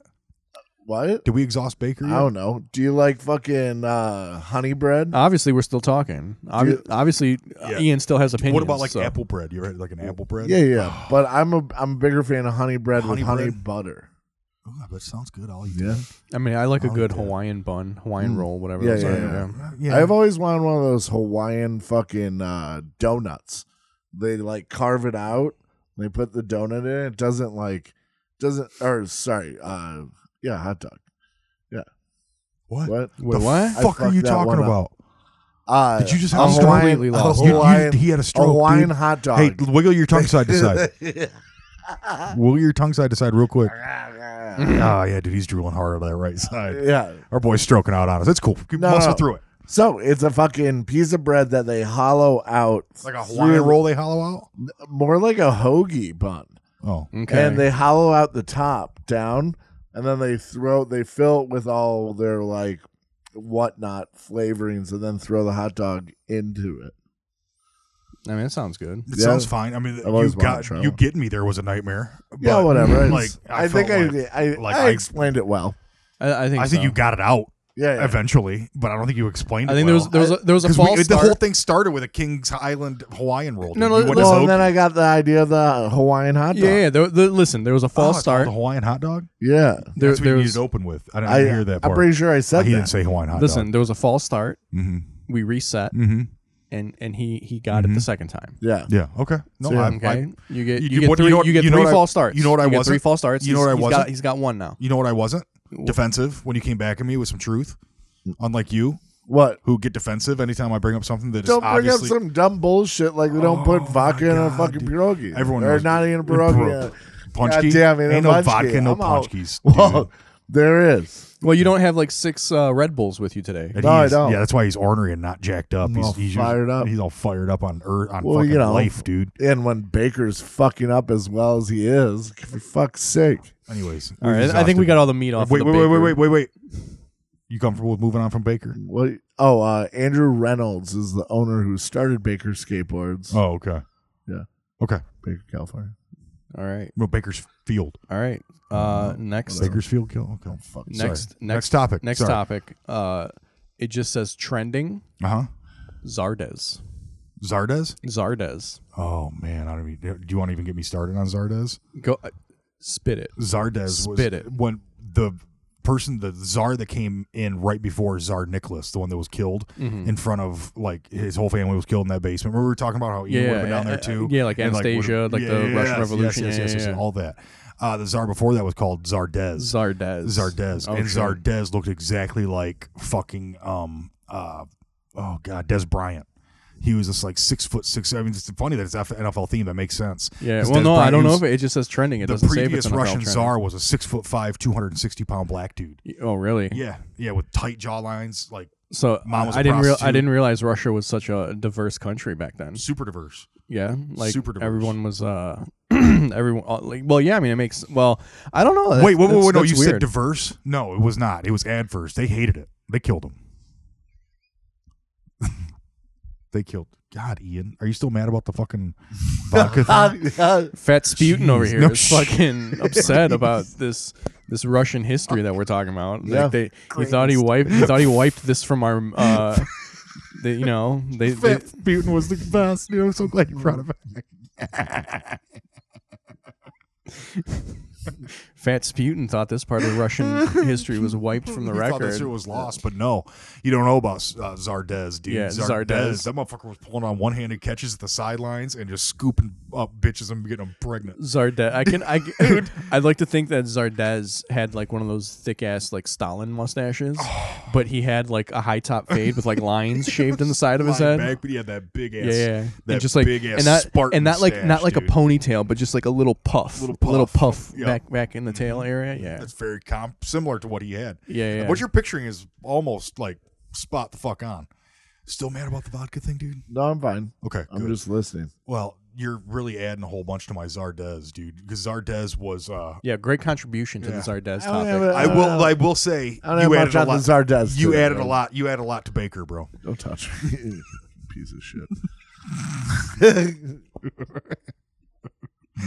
[SPEAKER 4] What?
[SPEAKER 2] Did we exhaust Baker
[SPEAKER 4] I
[SPEAKER 2] yet?
[SPEAKER 4] don't know. Do you like fucking uh, honey bread?
[SPEAKER 3] Obviously, we're still talking. Obvi-
[SPEAKER 4] Dude.
[SPEAKER 3] Obviously, uh,
[SPEAKER 2] Yeah.
[SPEAKER 3] Ian still has opinions.
[SPEAKER 2] What about like
[SPEAKER 3] so-
[SPEAKER 2] apple bread? You ever had like an apple bread? Oh.
[SPEAKER 4] yeah, yeah. But I'm a I'm a bigger fan of honey bread
[SPEAKER 2] Honey
[SPEAKER 4] with honey
[SPEAKER 2] bread?
[SPEAKER 4] butter.
[SPEAKER 2] Oh, that sounds good. I'll eat
[SPEAKER 4] Yeah.
[SPEAKER 3] I mean, I like a
[SPEAKER 2] Oh,
[SPEAKER 3] good
[SPEAKER 2] yeah.
[SPEAKER 3] Hawaiian bun, Hawaiian roll, whatever.
[SPEAKER 4] Yeah,
[SPEAKER 3] those
[SPEAKER 4] yeah,
[SPEAKER 3] are,
[SPEAKER 4] yeah.
[SPEAKER 2] that. Yeah.
[SPEAKER 4] I've always wanted one of those Hawaiian fucking uh, donuts. They like carve it out. They put the donut in. It doesn't like doesn't or sorry. Uh, yeah, hot dog.
[SPEAKER 2] what?
[SPEAKER 4] What?
[SPEAKER 3] Wait,
[SPEAKER 2] the
[SPEAKER 3] [laughs] what?
[SPEAKER 2] fuck
[SPEAKER 4] I
[SPEAKER 2] are you
[SPEAKER 4] fucked that
[SPEAKER 2] talking
[SPEAKER 4] one up.
[SPEAKER 2] about?
[SPEAKER 4] Uh,
[SPEAKER 2] Did you just
[SPEAKER 4] a
[SPEAKER 2] have a stroke?
[SPEAKER 4] Hawaiian,
[SPEAKER 3] Completely
[SPEAKER 4] a
[SPEAKER 3] lost it.
[SPEAKER 2] You- you-
[SPEAKER 4] Hawaiian,
[SPEAKER 2] he had a
[SPEAKER 4] a
[SPEAKER 2] stroke.
[SPEAKER 4] Hawaiian
[SPEAKER 2] dude.
[SPEAKER 4] hot dog.
[SPEAKER 2] Hey, wiggle your tongue side to [laughs]
[SPEAKER 4] [laughs]
[SPEAKER 2] side. Wiggle your tongue side to side real quick. oh yeah, dude, he's drooling hard on that right side.
[SPEAKER 4] yeah.
[SPEAKER 2] Our boy's stroking out on us. That's cool.
[SPEAKER 4] No,
[SPEAKER 2] Muscle
[SPEAKER 4] no.
[SPEAKER 2] through it.
[SPEAKER 4] So it's a fucking piece of bread that they hollow out,
[SPEAKER 2] Like a Hawaiian
[SPEAKER 4] through-
[SPEAKER 2] roll they hollow out.
[SPEAKER 4] more like a hoagie bun,
[SPEAKER 2] Oh.
[SPEAKER 3] Okay.
[SPEAKER 4] and they hollow out the top down, and then they throw they fill it with all their like whatnot flavorings, and then throw the hot dog into it.
[SPEAKER 3] I mean, it sounds good.
[SPEAKER 2] It
[SPEAKER 4] Yeah.
[SPEAKER 2] sounds fine. I mean, you
[SPEAKER 4] always wanted
[SPEAKER 2] got
[SPEAKER 4] to try
[SPEAKER 2] you
[SPEAKER 4] one.
[SPEAKER 2] getting me there was a nightmare.
[SPEAKER 4] Yeah,
[SPEAKER 2] But, mm,
[SPEAKER 4] whatever. It's-
[SPEAKER 2] Like
[SPEAKER 4] I, think
[SPEAKER 2] felt like-
[SPEAKER 4] I I,
[SPEAKER 2] like
[SPEAKER 4] I
[SPEAKER 2] I-
[SPEAKER 4] explained it well.
[SPEAKER 3] I, I think.
[SPEAKER 2] I think
[SPEAKER 3] so.
[SPEAKER 2] you got it out
[SPEAKER 4] Yeah, yeah.
[SPEAKER 2] eventually, but I don't think you explained.
[SPEAKER 3] I
[SPEAKER 2] it
[SPEAKER 3] think there was
[SPEAKER 2] well.
[SPEAKER 3] there was a, there was a
[SPEAKER 2] Because we-
[SPEAKER 3] false
[SPEAKER 2] the
[SPEAKER 3] start.
[SPEAKER 2] whole thing started with a King's Island Hawaiian roll.
[SPEAKER 3] No,
[SPEAKER 2] dude.
[SPEAKER 3] no,
[SPEAKER 2] You went
[SPEAKER 4] Well,
[SPEAKER 2] to
[SPEAKER 4] and
[SPEAKER 2] Hope-
[SPEAKER 4] then I got the idea of the Hawaiian hot dog.
[SPEAKER 3] yeah, yeah. There, the, listen, there was a
[SPEAKER 2] Oh,
[SPEAKER 3] false
[SPEAKER 2] it's
[SPEAKER 3] start.
[SPEAKER 2] called a Hawaiian hot dog.
[SPEAKER 4] yeah.
[SPEAKER 3] There,
[SPEAKER 2] That's what
[SPEAKER 3] there
[SPEAKER 2] you
[SPEAKER 3] was-
[SPEAKER 2] needed to open with. I didn't
[SPEAKER 4] I
[SPEAKER 2] hear that part.
[SPEAKER 4] I'm pretty sure I
[SPEAKER 2] he
[SPEAKER 4] said that.
[SPEAKER 2] didn't say Hawaiian hot
[SPEAKER 3] listen,
[SPEAKER 2] dog.
[SPEAKER 3] there was a false start.
[SPEAKER 2] Mm-hmm.
[SPEAKER 3] We reset,
[SPEAKER 2] Mm-hmm.
[SPEAKER 3] and and he he got it the second time.
[SPEAKER 4] yeah.
[SPEAKER 2] Yeah. Okay. No.
[SPEAKER 4] So,
[SPEAKER 2] I,
[SPEAKER 3] Okay,
[SPEAKER 2] I,
[SPEAKER 3] you get
[SPEAKER 2] Oh, you-
[SPEAKER 3] you,
[SPEAKER 2] you-
[SPEAKER 3] get
[SPEAKER 2] what- you
[SPEAKER 3] three
[SPEAKER 2] know
[SPEAKER 3] you,
[SPEAKER 2] what-
[SPEAKER 3] get
[SPEAKER 2] you know
[SPEAKER 3] three
[SPEAKER 2] what I-
[SPEAKER 3] false starts.
[SPEAKER 2] you know what I
[SPEAKER 3] get Three
[SPEAKER 2] wasn't?
[SPEAKER 3] false starts.
[SPEAKER 2] You know
[SPEAKER 3] He's-
[SPEAKER 2] what I
[SPEAKER 3] he's
[SPEAKER 2] wasn't?
[SPEAKER 3] Got, he's got one now.
[SPEAKER 2] you know what I wasn't defensive when you came back at me with some truth, unlike you
[SPEAKER 4] What?
[SPEAKER 2] who get defensive anytime I bring up something that is
[SPEAKER 4] Don't bring up
[SPEAKER 2] obviously
[SPEAKER 4] some dumb bullshit like we don't
[SPEAKER 2] Oh,
[SPEAKER 4] put vodka
[SPEAKER 2] my
[SPEAKER 4] in a
[SPEAKER 2] God,
[SPEAKER 4] fucking
[SPEAKER 2] dude.
[SPEAKER 4] pierogi.
[SPEAKER 2] Everyone
[SPEAKER 4] They're
[SPEAKER 2] knows
[SPEAKER 4] not even
[SPEAKER 2] Bro-
[SPEAKER 4] pierogi.
[SPEAKER 2] punch
[SPEAKER 4] God
[SPEAKER 2] key.
[SPEAKER 4] damn it,
[SPEAKER 2] Ain't no
[SPEAKER 4] no punch
[SPEAKER 2] vodka,
[SPEAKER 4] key.
[SPEAKER 2] no
[SPEAKER 4] I'm
[SPEAKER 2] punch
[SPEAKER 4] [laughs] out.
[SPEAKER 2] keys.
[SPEAKER 4] Whoa.
[SPEAKER 2] dude.
[SPEAKER 4] There is.
[SPEAKER 3] Well, you don't have like six uh, Red Bulls with you today.
[SPEAKER 2] And
[SPEAKER 4] No, I
[SPEAKER 2] he's-
[SPEAKER 4] don't.
[SPEAKER 2] Yeah, that's why he's ornery and not jacked up.
[SPEAKER 4] I'm
[SPEAKER 2] He's,
[SPEAKER 4] all
[SPEAKER 2] he's just-
[SPEAKER 4] fired up.
[SPEAKER 2] He's all fired up on earth on
[SPEAKER 4] Well,
[SPEAKER 2] fucking
[SPEAKER 4] you know.
[SPEAKER 2] life, dude.
[SPEAKER 4] And when Baker's fucking up as well as he is, for fuck's sake.
[SPEAKER 2] Anyways,
[SPEAKER 3] All
[SPEAKER 2] we've
[SPEAKER 3] right, I think
[SPEAKER 2] exhausted
[SPEAKER 3] we
[SPEAKER 2] it.
[SPEAKER 3] got all the meat off.
[SPEAKER 2] Wait,
[SPEAKER 3] of
[SPEAKER 2] wait,
[SPEAKER 3] the
[SPEAKER 2] wait, wait,
[SPEAKER 3] baker.
[SPEAKER 2] wait, wait, wait. You comfortable with moving on from Baker?
[SPEAKER 4] What? Oh, uh, Andrew Reynolds is the owner who started Baker Skateboards,
[SPEAKER 2] Oh, okay.
[SPEAKER 4] Yeah.
[SPEAKER 2] Okay.
[SPEAKER 4] Baker, California.
[SPEAKER 3] All right,
[SPEAKER 2] Well, Baker's Field.
[SPEAKER 3] all right. Uh, next,
[SPEAKER 2] Baker's Field kill. Okay.
[SPEAKER 4] Fuck.
[SPEAKER 3] next, next,
[SPEAKER 2] Next topic.
[SPEAKER 3] Next
[SPEAKER 2] Sorry.
[SPEAKER 3] topic. Uh, it just says trending.
[SPEAKER 2] Uh huh.
[SPEAKER 3] Zardes.
[SPEAKER 2] Zardes.
[SPEAKER 3] Uh-huh. Zardes.
[SPEAKER 2] Oh man, I don't even. Do you want to even get me started on Zardes?
[SPEAKER 3] Go uh, spit it.
[SPEAKER 2] Zardes was
[SPEAKER 3] Spit it.
[SPEAKER 2] when the person, the czar that came in right before Czar Nicholas, the one that was killed
[SPEAKER 3] Mm-hmm.
[SPEAKER 2] in front of like his whole family was killed in that basement. Remember we were talking about how Ian
[SPEAKER 3] Yeah,
[SPEAKER 2] would have been down
[SPEAKER 3] uh,
[SPEAKER 2] there
[SPEAKER 3] uh,
[SPEAKER 2] too.
[SPEAKER 3] yeah, like
[SPEAKER 2] And,
[SPEAKER 3] Anastasia,
[SPEAKER 2] would've-
[SPEAKER 3] like the Russian Revolution,
[SPEAKER 2] yes,
[SPEAKER 3] yeah,
[SPEAKER 2] yes, yes,
[SPEAKER 3] yeah, yeah.
[SPEAKER 2] all that. Uh, the czar before that was called Zardes.
[SPEAKER 3] Zardes.
[SPEAKER 2] Zardes.
[SPEAKER 3] Oh,
[SPEAKER 2] and
[SPEAKER 3] shit.
[SPEAKER 2] Zardes looked exactly like fucking um uh oh god, Des Bryant. He was just like six foot six. I mean, it's funny that it's F- NFL theme. That makes sense.
[SPEAKER 3] Yeah.
[SPEAKER 2] 'Cause
[SPEAKER 3] Well,
[SPEAKER 2] Des
[SPEAKER 3] no, I
[SPEAKER 2] Bryant,
[SPEAKER 3] don't
[SPEAKER 2] he
[SPEAKER 3] know
[SPEAKER 2] was-
[SPEAKER 3] if it, it just says trending. It
[SPEAKER 2] the
[SPEAKER 3] doesn't say if
[SPEAKER 2] previous
[SPEAKER 3] it's an
[SPEAKER 2] Russian
[SPEAKER 3] NFL
[SPEAKER 2] czar was a six foot five, two hundred and sixty pound black dude.
[SPEAKER 3] trend. Oh, really?
[SPEAKER 2] Yeah, yeah, with tight jawlines, like
[SPEAKER 3] So
[SPEAKER 2] Mom was a
[SPEAKER 3] I didn't real I
[SPEAKER 2] prostitute.
[SPEAKER 3] didn't realize Russia was such a diverse country back then.
[SPEAKER 2] super diverse.
[SPEAKER 3] Yeah, like
[SPEAKER 2] Super diverse.
[SPEAKER 3] everyone was uh [clears throat] everyone uh, like well yeah I mean it makes well I don't know that's-
[SPEAKER 2] wait, wait, wait,
[SPEAKER 3] that's-
[SPEAKER 2] wait, no,
[SPEAKER 3] that's
[SPEAKER 2] you said
[SPEAKER 3] weird.
[SPEAKER 2] diverse? No, it was not. It was adverse. They hated it. They killed him. [laughs] they killed. God, Ian, are you still mad about the
[SPEAKER 3] [laughs]
[SPEAKER 2] fucking vodka? thing?
[SPEAKER 3] Fat Sputin over
[SPEAKER 2] Jeez,
[SPEAKER 3] here
[SPEAKER 2] no
[SPEAKER 3] is
[SPEAKER 2] shit. [laughs]
[SPEAKER 3] fucking upset about this this Russian history that we're talking about.
[SPEAKER 4] Yeah.
[SPEAKER 3] Like they, he thought he wiped he thought he wiped this
[SPEAKER 2] [laughs]
[SPEAKER 3] from our uh they, you know they, they
[SPEAKER 2] Fat Putin was the best. Dude, I'm so [laughs] glad you brought it back.
[SPEAKER 3] Fat Sputin thought this part
[SPEAKER 2] [laughs]
[SPEAKER 3] of Russian history was wiped from the
[SPEAKER 2] We thought
[SPEAKER 3] record.
[SPEAKER 2] that shit was lost, but no, you don't know about uh, Zardes, dude.
[SPEAKER 3] Yeah,
[SPEAKER 2] Zardes.
[SPEAKER 3] Zardes.
[SPEAKER 2] That motherfucker was pulling on one-handed catches at the sidelines and just scooping up bitches and getting them pregnant.
[SPEAKER 3] Zardes. I can. I. Dude. [laughs] I'd like to think that Zardes had like one of those thick ass like Stalin
[SPEAKER 2] [sighs]
[SPEAKER 3] mustaches, but he had like a high top fade with like lines shaved in the side of his
[SPEAKER 2] Lying
[SPEAKER 3] head.
[SPEAKER 2] back, but he had that big ass,
[SPEAKER 3] yeah, yeah, yeah.
[SPEAKER 2] that
[SPEAKER 3] and just like
[SPEAKER 2] big ass
[SPEAKER 3] and not
[SPEAKER 2] Spartan
[SPEAKER 3] and not like
[SPEAKER 2] stash,
[SPEAKER 3] not like
[SPEAKER 2] dude.
[SPEAKER 3] a ponytail, but just like a little puff,
[SPEAKER 2] Little
[SPEAKER 3] a little
[SPEAKER 2] puff.
[SPEAKER 3] puff
[SPEAKER 2] Yeah.
[SPEAKER 3] back back in the tail area. Yeah,
[SPEAKER 2] That's very comp, similar to what he had.
[SPEAKER 3] Yeah, yeah.
[SPEAKER 2] What you're picturing is almost like spot the fuck on. Still mad about the vodka thing, dude?
[SPEAKER 4] No, I'm fine.
[SPEAKER 2] Okay,
[SPEAKER 4] I'm
[SPEAKER 2] good.
[SPEAKER 4] just listening.
[SPEAKER 2] well, you're really adding a whole bunch to my Zardes, dude. Because Zardes was uh,
[SPEAKER 3] yeah. Great contribution to
[SPEAKER 2] Yeah.
[SPEAKER 3] the Zardes
[SPEAKER 4] I don't
[SPEAKER 3] topic.
[SPEAKER 4] have a-
[SPEAKER 2] I
[SPEAKER 4] don't
[SPEAKER 2] will.
[SPEAKER 4] know.
[SPEAKER 2] Uh, I will say
[SPEAKER 4] I don't
[SPEAKER 2] you
[SPEAKER 4] have
[SPEAKER 2] added
[SPEAKER 4] much
[SPEAKER 2] a
[SPEAKER 4] on the
[SPEAKER 2] lot.
[SPEAKER 4] Zardes
[SPEAKER 2] you
[SPEAKER 4] today,
[SPEAKER 2] added a
[SPEAKER 4] bro.
[SPEAKER 2] lot. You added a lot to Baker, bro.
[SPEAKER 4] Don't touch me. [laughs] Piece of shit.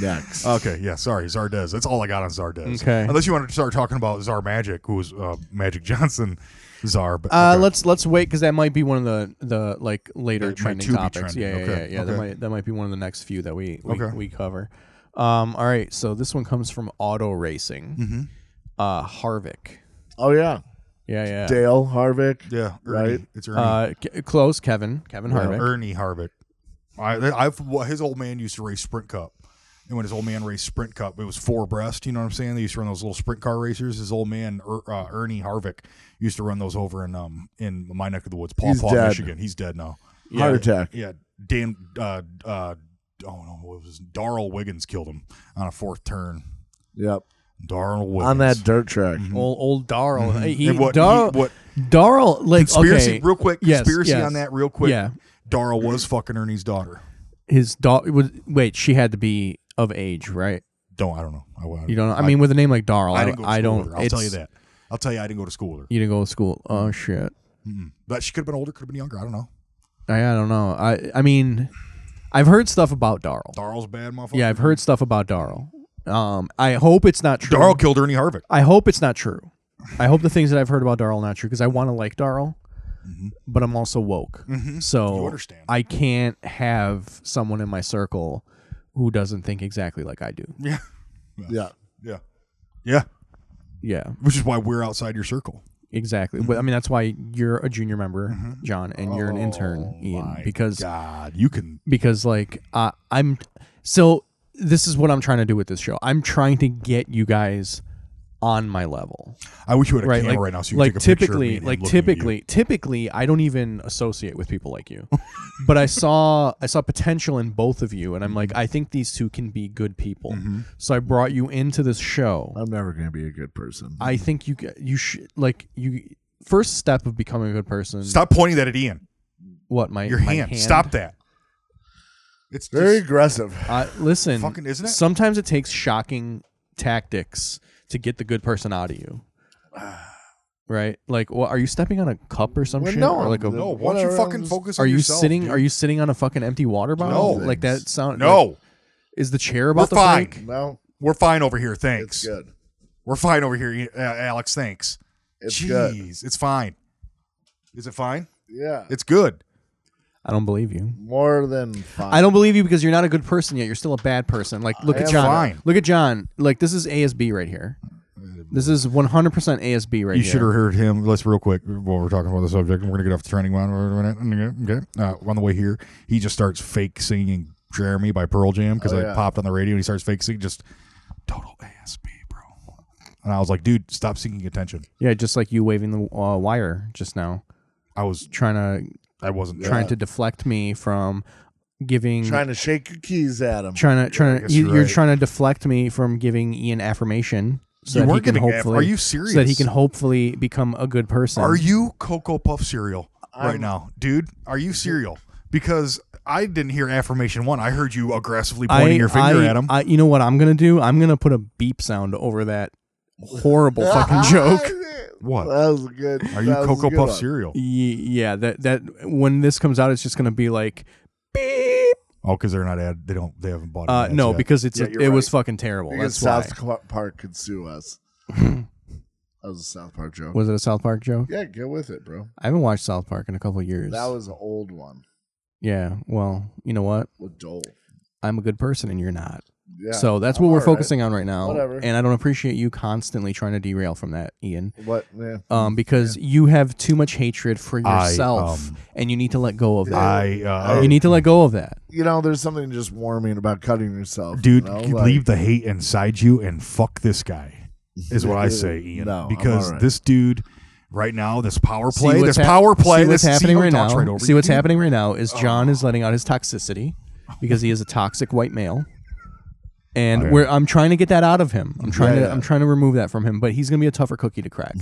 [SPEAKER 4] Next.
[SPEAKER 2] Okay, yeah. Sorry, Zardes. That's all I got on Zardes.
[SPEAKER 3] Okay.
[SPEAKER 2] Unless you want to start talking about Czar Magic, who was uh, Magic Johnson Czar. But
[SPEAKER 3] Uh,
[SPEAKER 2] okay.
[SPEAKER 3] let's let's wait because that might be one of the the like later
[SPEAKER 2] That might
[SPEAKER 3] trending
[SPEAKER 2] too be
[SPEAKER 3] topics.
[SPEAKER 2] trending.
[SPEAKER 3] Yeah, yeah,
[SPEAKER 2] Okay,
[SPEAKER 3] yeah, yeah.
[SPEAKER 2] okay.
[SPEAKER 3] That might that might be one of the next few that we we,
[SPEAKER 2] Okay.
[SPEAKER 3] we cover. Um, all right, so this one comes from auto racing.
[SPEAKER 2] Mm. Mm-hmm.
[SPEAKER 3] Uh, Harvick.
[SPEAKER 4] Oh, yeah.
[SPEAKER 3] Yeah, yeah.
[SPEAKER 4] Dale Harvick.
[SPEAKER 2] Yeah, Ernie.
[SPEAKER 4] Right.
[SPEAKER 2] It's Ernie.
[SPEAKER 3] uh, K- close, Kevin. Kevin Harvick.
[SPEAKER 2] Ernie Harvick. I, I've well, his old man used to race Sprint Cup, and when his old man raced Sprint Cup, it was four breast. You know what I'm saying? They used to run those little sprint car racers. His old man er, uh, Ernie Harvick used to run those over in um in my neck of the woods, Paw
[SPEAKER 4] He's
[SPEAKER 2] Paw,
[SPEAKER 4] dead.
[SPEAKER 2] Michigan. He's dead now.
[SPEAKER 4] Heart attack.
[SPEAKER 2] Yeah, Dan. Uh, uh, oh no, what was his- Darrell Wiggins killed him on a fourth turn.
[SPEAKER 4] Yep.
[SPEAKER 2] Darrell Wiggins
[SPEAKER 4] On that dirt track.
[SPEAKER 3] Old old Darl. Hey, He,
[SPEAKER 2] Mm-hmm. And what-
[SPEAKER 3] Darl,
[SPEAKER 2] he- what-
[SPEAKER 3] Darl, like
[SPEAKER 2] conspiracy,
[SPEAKER 3] okay,
[SPEAKER 2] real quick.
[SPEAKER 3] Yes,
[SPEAKER 2] Conspiracy
[SPEAKER 3] yes.
[SPEAKER 2] on that, real quick.
[SPEAKER 3] Yeah.
[SPEAKER 2] Darrell was fucking Ernie's daughter.
[SPEAKER 3] his dog was wait. She had to be of age, right?
[SPEAKER 2] Don't I don't know. I,
[SPEAKER 3] You don't. know. I, mean, with a name like Darl, I,
[SPEAKER 2] I didn't go to
[SPEAKER 3] I
[SPEAKER 2] school with
[SPEAKER 3] don't.
[SPEAKER 2] her. I'll tell you
[SPEAKER 3] it's-
[SPEAKER 2] that. Mm-hmm. I'll tell you I didn't go to school with her.
[SPEAKER 3] You didn't go to school. Oh shit.
[SPEAKER 2] But she could have been older, could have been younger. I don't know.
[SPEAKER 3] I, I don't know. I I mean, I've heard stuff about Darl.
[SPEAKER 2] Darl's a bad motherfucker.
[SPEAKER 3] Yeah, I've heard stuff about Darl. Um, I hope it's not true.
[SPEAKER 2] Darl killed Ernie Harvick.
[SPEAKER 3] I hope it's not true. I hope the things that I've heard about Darl are not true because I want to like Darl, but I'm also woke. So
[SPEAKER 2] Mm-hmm. You understand.
[SPEAKER 3] Oh. I can't have someone in my circle who doesn't think exactly like I do.
[SPEAKER 2] Yeah.
[SPEAKER 4] Yeah.
[SPEAKER 2] Yeah. Yeah.
[SPEAKER 3] Yeah,
[SPEAKER 2] Which is why we're outside your circle.
[SPEAKER 3] exactly. But I
[SPEAKER 2] Mm-hmm.
[SPEAKER 3] mean, that's why you're a junior member, John, and you're an intern, Ian, because
[SPEAKER 2] Oh God, you can.
[SPEAKER 3] because like uh, I'm so this is what I'm trying to do with this show. I'm trying to get you guys on my level.
[SPEAKER 2] I wish you had a
[SPEAKER 3] right,
[SPEAKER 2] camera
[SPEAKER 3] like,
[SPEAKER 2] right now so you
[SPEAKER 3] like
[SPEAKER 2] could take a
[SPEAKER 3] typically,
[SPEAKER 2] picture of me and him
[SPEAKER 3] like
[SPEAKER 2] looking at you.
[SPEAKER 3] typically, typically, I don't even associate with people like
[SPEAKER 2] [laughs]
[SPEAKER 3] you, but I saw I saw potential in both of you, and I'm
[SPEAKER 2] Mm-hmm.
[SPEAKER 3] like, I think these two can be good people. So I brought you into this show.
[SPEAKER 4] I'm never going to be a good person.
[SPEAKER 3] I think you g- you should like you first step of becoming a good person.
[SPEAKER 2] Stop pointing that at Ian.
[SPEAKER 3] what my
[SPEAKER 2] Your
[SPEAKER 3] my
[SPEAKER 2] hand. Stop that. It's
[SPEAKER 4] Very
[SPEAKER 2] very
[SPEAKER 4] aggressive.
[SPEAKER 3] Uh, listen,
[SPEAKER 2] Fucking- isn't it?
[SPEAKER 3] Sometimes it takes shocking tactics to get the good person out of
[SPEAKER 2] [sighs]
[SPEAKER 3] you. Right? Like, what are you stepping on a cup or some
[SPEAKER 4] Well,
[SPEAKER 3] shit?
[SPEAKER 4] no,
[SPEAKER 3] or like a,
[SPEAKER 4] I'm-
[SPEAKER 2] no. Why don't you
[SPEAKER 4] Whatever,
[SPEAKER 2] fucking
[SPEAKER 4] just-
[SPEAKER 2] focus?
[SPEAKER 3] are
[SPEAKER 2] on
[SPEAKER 3] you
[SPEAKER 2] yourself,
[SPEAKER 3] sitting?
[SPEAKER 2] dude.
[SPEAKER 3] Are you sitting on a fucking empty water bottle?
[SPEAKER 4] No.
[SPEAKER 3] Like that sound?
[SPEAKER 2] No,
[SPEAKER 3] like, is the chair
[SPEAKER 2] we're
[SPEAKER 3] about the
[SPEAKER 2] fine.
[SPEAKER 3] break?
[SPEAKER 4] No,
[SPEAKER 2] We're fine over here.
[SPEAKER 4] it's
[SPEAKER 2] Thanks.
[SPEAKER 4] good.
[SPEAKER 2] We're fine over here, Ian- uh, Alex. Thanks.
[SPEAKER 4] It's
[SPEAKER 2] Jeez,
[SPEAKER 4] good.
[SPEAKER 2] it's fine. Is it fine?
[SPEAKER 4] Yeah.
[SPEAKER 2] It's good.
[SPEAKER 3] I don't believe you.
[SPEAKER 4] more than fine.
[SPEAKER 3] I don't believe you because you're not a good person yet. You're still a bad person. Like, look
[SPEAKER 4] I
[SPEAKER 3] at
[SPEAKER 4] am
[SPEAKER 3] John.
[SPEAKER 2] Uh, fine.
[SPEAKER 3] Look at John. Like, this is ASB right here. This is 100% ASB right
[SPEAKER 2] You
[SPEAKER 3] here.
[SPEAKER 2] should have heard him. Let's real quick while we're talking about the subject, and we're gonna get off the training line. Okay, uh, on the way here, he just starts fake singing "Jeremy" by Pearl Jam because
[SPEAKER 4] Oh,
[SPEAKER 2] I
[SPEAKER 4] yeah.
[SPEAKER 2] popped on the radio and he starts fake singing just total ASB, bro. And I was like, dude, stop seeking attention.
[SPEAKER 3] Yeah, just like you waving the uh, wire just now,
[SPEAKER 2] I was,
[SPEAKER 3] trying to
[SPEAKER 2] I wasn't
[SPEAKER 3] trying
[SPEAKER 2] trying.
[SPEAKER 3] to deflect me from giving
[SPEAKER 4] trying to shake your keys at him.
[SPEAKER 3] trying to trying
[SPEAKER 2] guess
[SPEAKER 3] to you,
[SPEAKER 2] you're
[SPEAKER 3] you're
[SPEAKER 2] right.
[SPEAKER 3] trying to deflect me from giving Ian affirmation
[SPEAKER 2] You
[SPEAKER 3] so that he
[SPEAKER 2] weren't
[SPEAKER 3] can
[SPEAKER 2] giving aff-
[SPEAKER 3] hopefully
[SPEAKER 2] are you
[SPEAKER 3] so that he
[SPEAKER 2] serious?
[SPEAKER 3] can hopefully become a good person.
[SPEAKER 2] Are you Cocoa Puff cereal right
[SPEAKER 4] I'm-
[SPEAKER 2] now, dude? Are
[SPEAKER 4] [laughs]
[SPEAKER 2] you cereal? Because I didn't hear affirmation one. I heard you aggressively
[SPEAKER 3] I,
[SPEAKER 2] pointing your finger
[SPEAKER 3] I,
[SPEAKER 2] at him.
[SPEAKER 3] I, you know what I'm gonna do? I'm gonna put a beep sound over that horrible
[SPEAKER 4] [laughs]
[SPEAKER 2] [laughs]
[SPEAKER 3] fucking joke.
[SPEAKER 2] what?
[SPEAKER 4] That was good.
[SPEAKER 2] Are you Cocoa Puff
[SPEAKER 4] serious?
[SPEAKER 2] cereal?
[SPEAKER 3] Y- Yeah, that that when this comes out, it's just gonna be like beep.
[SPEAKER 2] Oh, because they're not ad. They don't. They haven't bought.
[SPEAKER 3] Uh,
[SPEAKER 2] ads
[SPEAKER 3] no,
[SPEAKER 2] yet.
[SPEAKER 3] because it's
[SPEAKER 4] Yeah,
[SPEAKER 3] a, it
[SPEAKER 4] you're
[SPEAKER 3] was
[SPEAKER 4] right.
[SPEAKER 3] fucking terrible.
[SPEAKER 4] Because
[SPEAKER 3] That's why.
[SPEAKER 4] South Cl- Park could sue us. that was a South Park joke.
[SPEAKER 3] Was it a South Park joke?
[SPEAKER 4] yeah, get with it, bro.
[SPEAKER 3] I haven't watched South Park in a couple of years.
[SPEAKER 4] That was an old one
[SPEAKER 3] yeah. Well, you know what?
[SPEAKER 4] with Dole.
[SPEAKER 3] I'm a good person and you're not.
[SPEAKER 4] Yeah.
[SPEAKER 3] so that's
[SPEAKER 4] I'm
[SPEAKER 3] what we're
[SPEAKER 4] all right.
[SPEAKER 3] focusing on right now.
[SPEAKER 4] Whatever.
[SPEAKER 3] And I don't appreciate you constantly trying to derail from that, Ian.
[SPEAKER 4] What? Mm, Yeah.
[SPEAKER 3] Um, because you have too much hatred for
[SPEAKER 2] I,
[SPEAKER 3] yourself,
[SPEAKER 2] um,
[SPEAKER 3] and you need to let go of that.
[SPEAKER 2] I. Uh,
[SPEAKER 3] you need to let go of that.
[SPEAKER 4] You know, there's something just warming about cutting yourself.
[SPEAKER 2] dude,
[SPEAKER 4] you know,
[SPEAKER 2] you
[SPEAKER 4] like-
[SPEAKER 2] leave the hate inside you and fuck this guy. Is what
[SPEAKER 4] [laughs]
[SPEAKER 2] I say, Ian.
[SPEAKER 4] No, I'm
[SPEAKER 2] because
[SPEAKER 4] all right.
[SPEAKER 2] this dude right now, this power
[SPEAKER 3] See
[SPEAKER 2] play,
[SPEAKER 3] what's
[SPEAKER 2] this
[SPEAKER 3] hap-
[SPEAKER 2] power play,
[SPEAKER 3] See what's
[SPEAKER 2] this
[SPEAKER 3] happening right now.
[SPEAKER 2] Right over
[SPEAKER 3] see
[SPEAKER 2] you, Oh.
[SPEAKER 3] what's
[SPEAKER 2] dude.
[SPEAKER 3] happening right now is John is letting out his toxicity because he is a toxic white male, and
[SPEAKER 2] Okay.
[SPEAKER 3] we're I'm trying to get that out of him. I'm trying
[SPEAKER 4] Yeah,
[SPEAKER 3] to
[SPEAKER 4] yeah.
[SPEAKER 3] I'm trying to remove that from him, but he's gonna be a tougher cookie
[SPEAKER 2] [laughs]
[SPEAKER 3] to crack.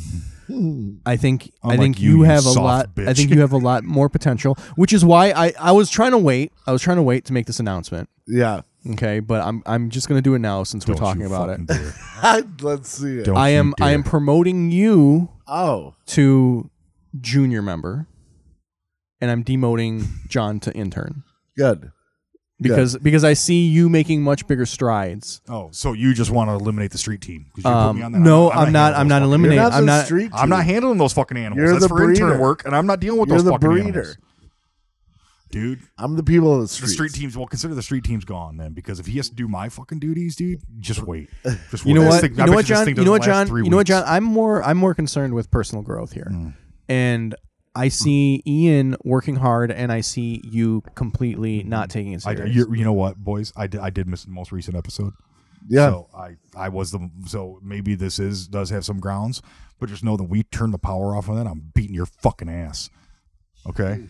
[SPEAKER 3] I think I
[SPEAKER 2] Unlike
[SPEAKER 3] think
[SPEAKER 2] you,
[SPEAKER 3] you,
[SPEAKER 2] you
[SPEAKER 3] have a
[SPEAKER 2] soft
[SPEAKER 3] lot. I
[SPEAKER 2] bitch.
[SPEAKER 3] think you have a lot more potential, which is why I I was trying to wait. I was trying to wait to make this announcement.
[SPEAKER 4] Yeah. [laughs]
[SPEAKER 3] Okay, but I'm I'm just gonna do it now since
[SPEAKER 2] Don't
[SPEAKER 3] we're talking
[SPEAKER 2] you
[SPEAKER 3] about
[SPEAKER 2] fucking
[SPEAKER 3] it.
[SPEAKER 2] do
[SPEAKER 3] [laughs]
[SPEAKER 4] Let's see it.
[SPEAKER 2] Don't
[SPEAKER 3] I
[SPEAKER 2] you
[SPEAKER 3] am I
[SPEAKER 2] dare.
[SPEAKER 3] am promoting you
[SPEAKER 4] Oh,
[SPEAKER 3] to junior member and I'm demoting John to intern
[SPEAKER 4] good.
[SPEAKER 3] because because I see you making much bigger strides.
[SPEAKER 2] Oh, so you just want to eliminate the street team? 'cause you put
[SPEAKER 3] Um,
[SPEAKER 2] me on that.
[SPEAKER 3] no, I'm not. I'm not
[SPEAKER 2] handling those fucking-
[SPEAKER 3] eliminating.
[SPEAKER 4] You're not
[SPEAKER 3] I'm
[SPEAKER 4] the
[SPEAKER 3] not.
[SPEAKER 4] street.
[SPEAKER 2] I'm not
[SPEAKER 4] dude.
[SPEAKER 2] handling those fucking animals.
[SPEAKER 4] You're
[SPEAKER 2] That's
[SPEAKER 4] the
[SPEAKER 2] for intern
[SPEAKER 4] breeder.
[SPEAKER 2] work, and I'm not dealing with
[SPEAKER 4] You're
[SPEAKER 2] those
[SPEAKER 4] the
[SPEAKER 2] fucking
[SPEAKER 4] breeder.
[SPEAKER 2] animals. Dude,
[SPEAKER 4] I'm the people of the street.
[SPEAKER 2] the street team's well. Consider the street team's gone then, because if he has to do my fucking duties, dude, just wait. Just
[SPEAKER 3] uh,
[SPEAKER 2] wait.
[SPEAKER 3] You know
[SPEAKER 2] This
[SPEAKER 3] what?
[SPEAKER 2] thing- I
[SPEAKER 3] you know
[SPEAKER 2] bet
[SPEAKER 3] what,
[SPEAKER 2] this
[SPEAKER 3] John?
[SPEAKER 2] thing
[SPEAKER 3] You know
[SPEAKER 2] doesn't
[SPEAKER 3] what,
[SPEAKER 2] last
[SPEAKER 3] John?
[SPEAKER 2] three
[SPEAKER 3] You know what,
[SPEAKER 2] weeks. Hmm.
[SPEAKER 3] John? I'm more. I'm more concerned with personal growth here, and I see Ian working hard, and I see you completely not taking it
[SPEAKER 2] Hmm. I,
[SPEAKER 3] serious.
[SPEAKER 2] you you know what, boys? I did, I did miss the most recent episode.
[SPEAKER 4] Yeah.
[SPEAKER 2] So I, I was the so maybe this is does have some grounds, but just know that we turn the power off and then I'm beating your fucking ass.
[SPEAKER 3] [laughs]
[SPEAKER 2] Okay.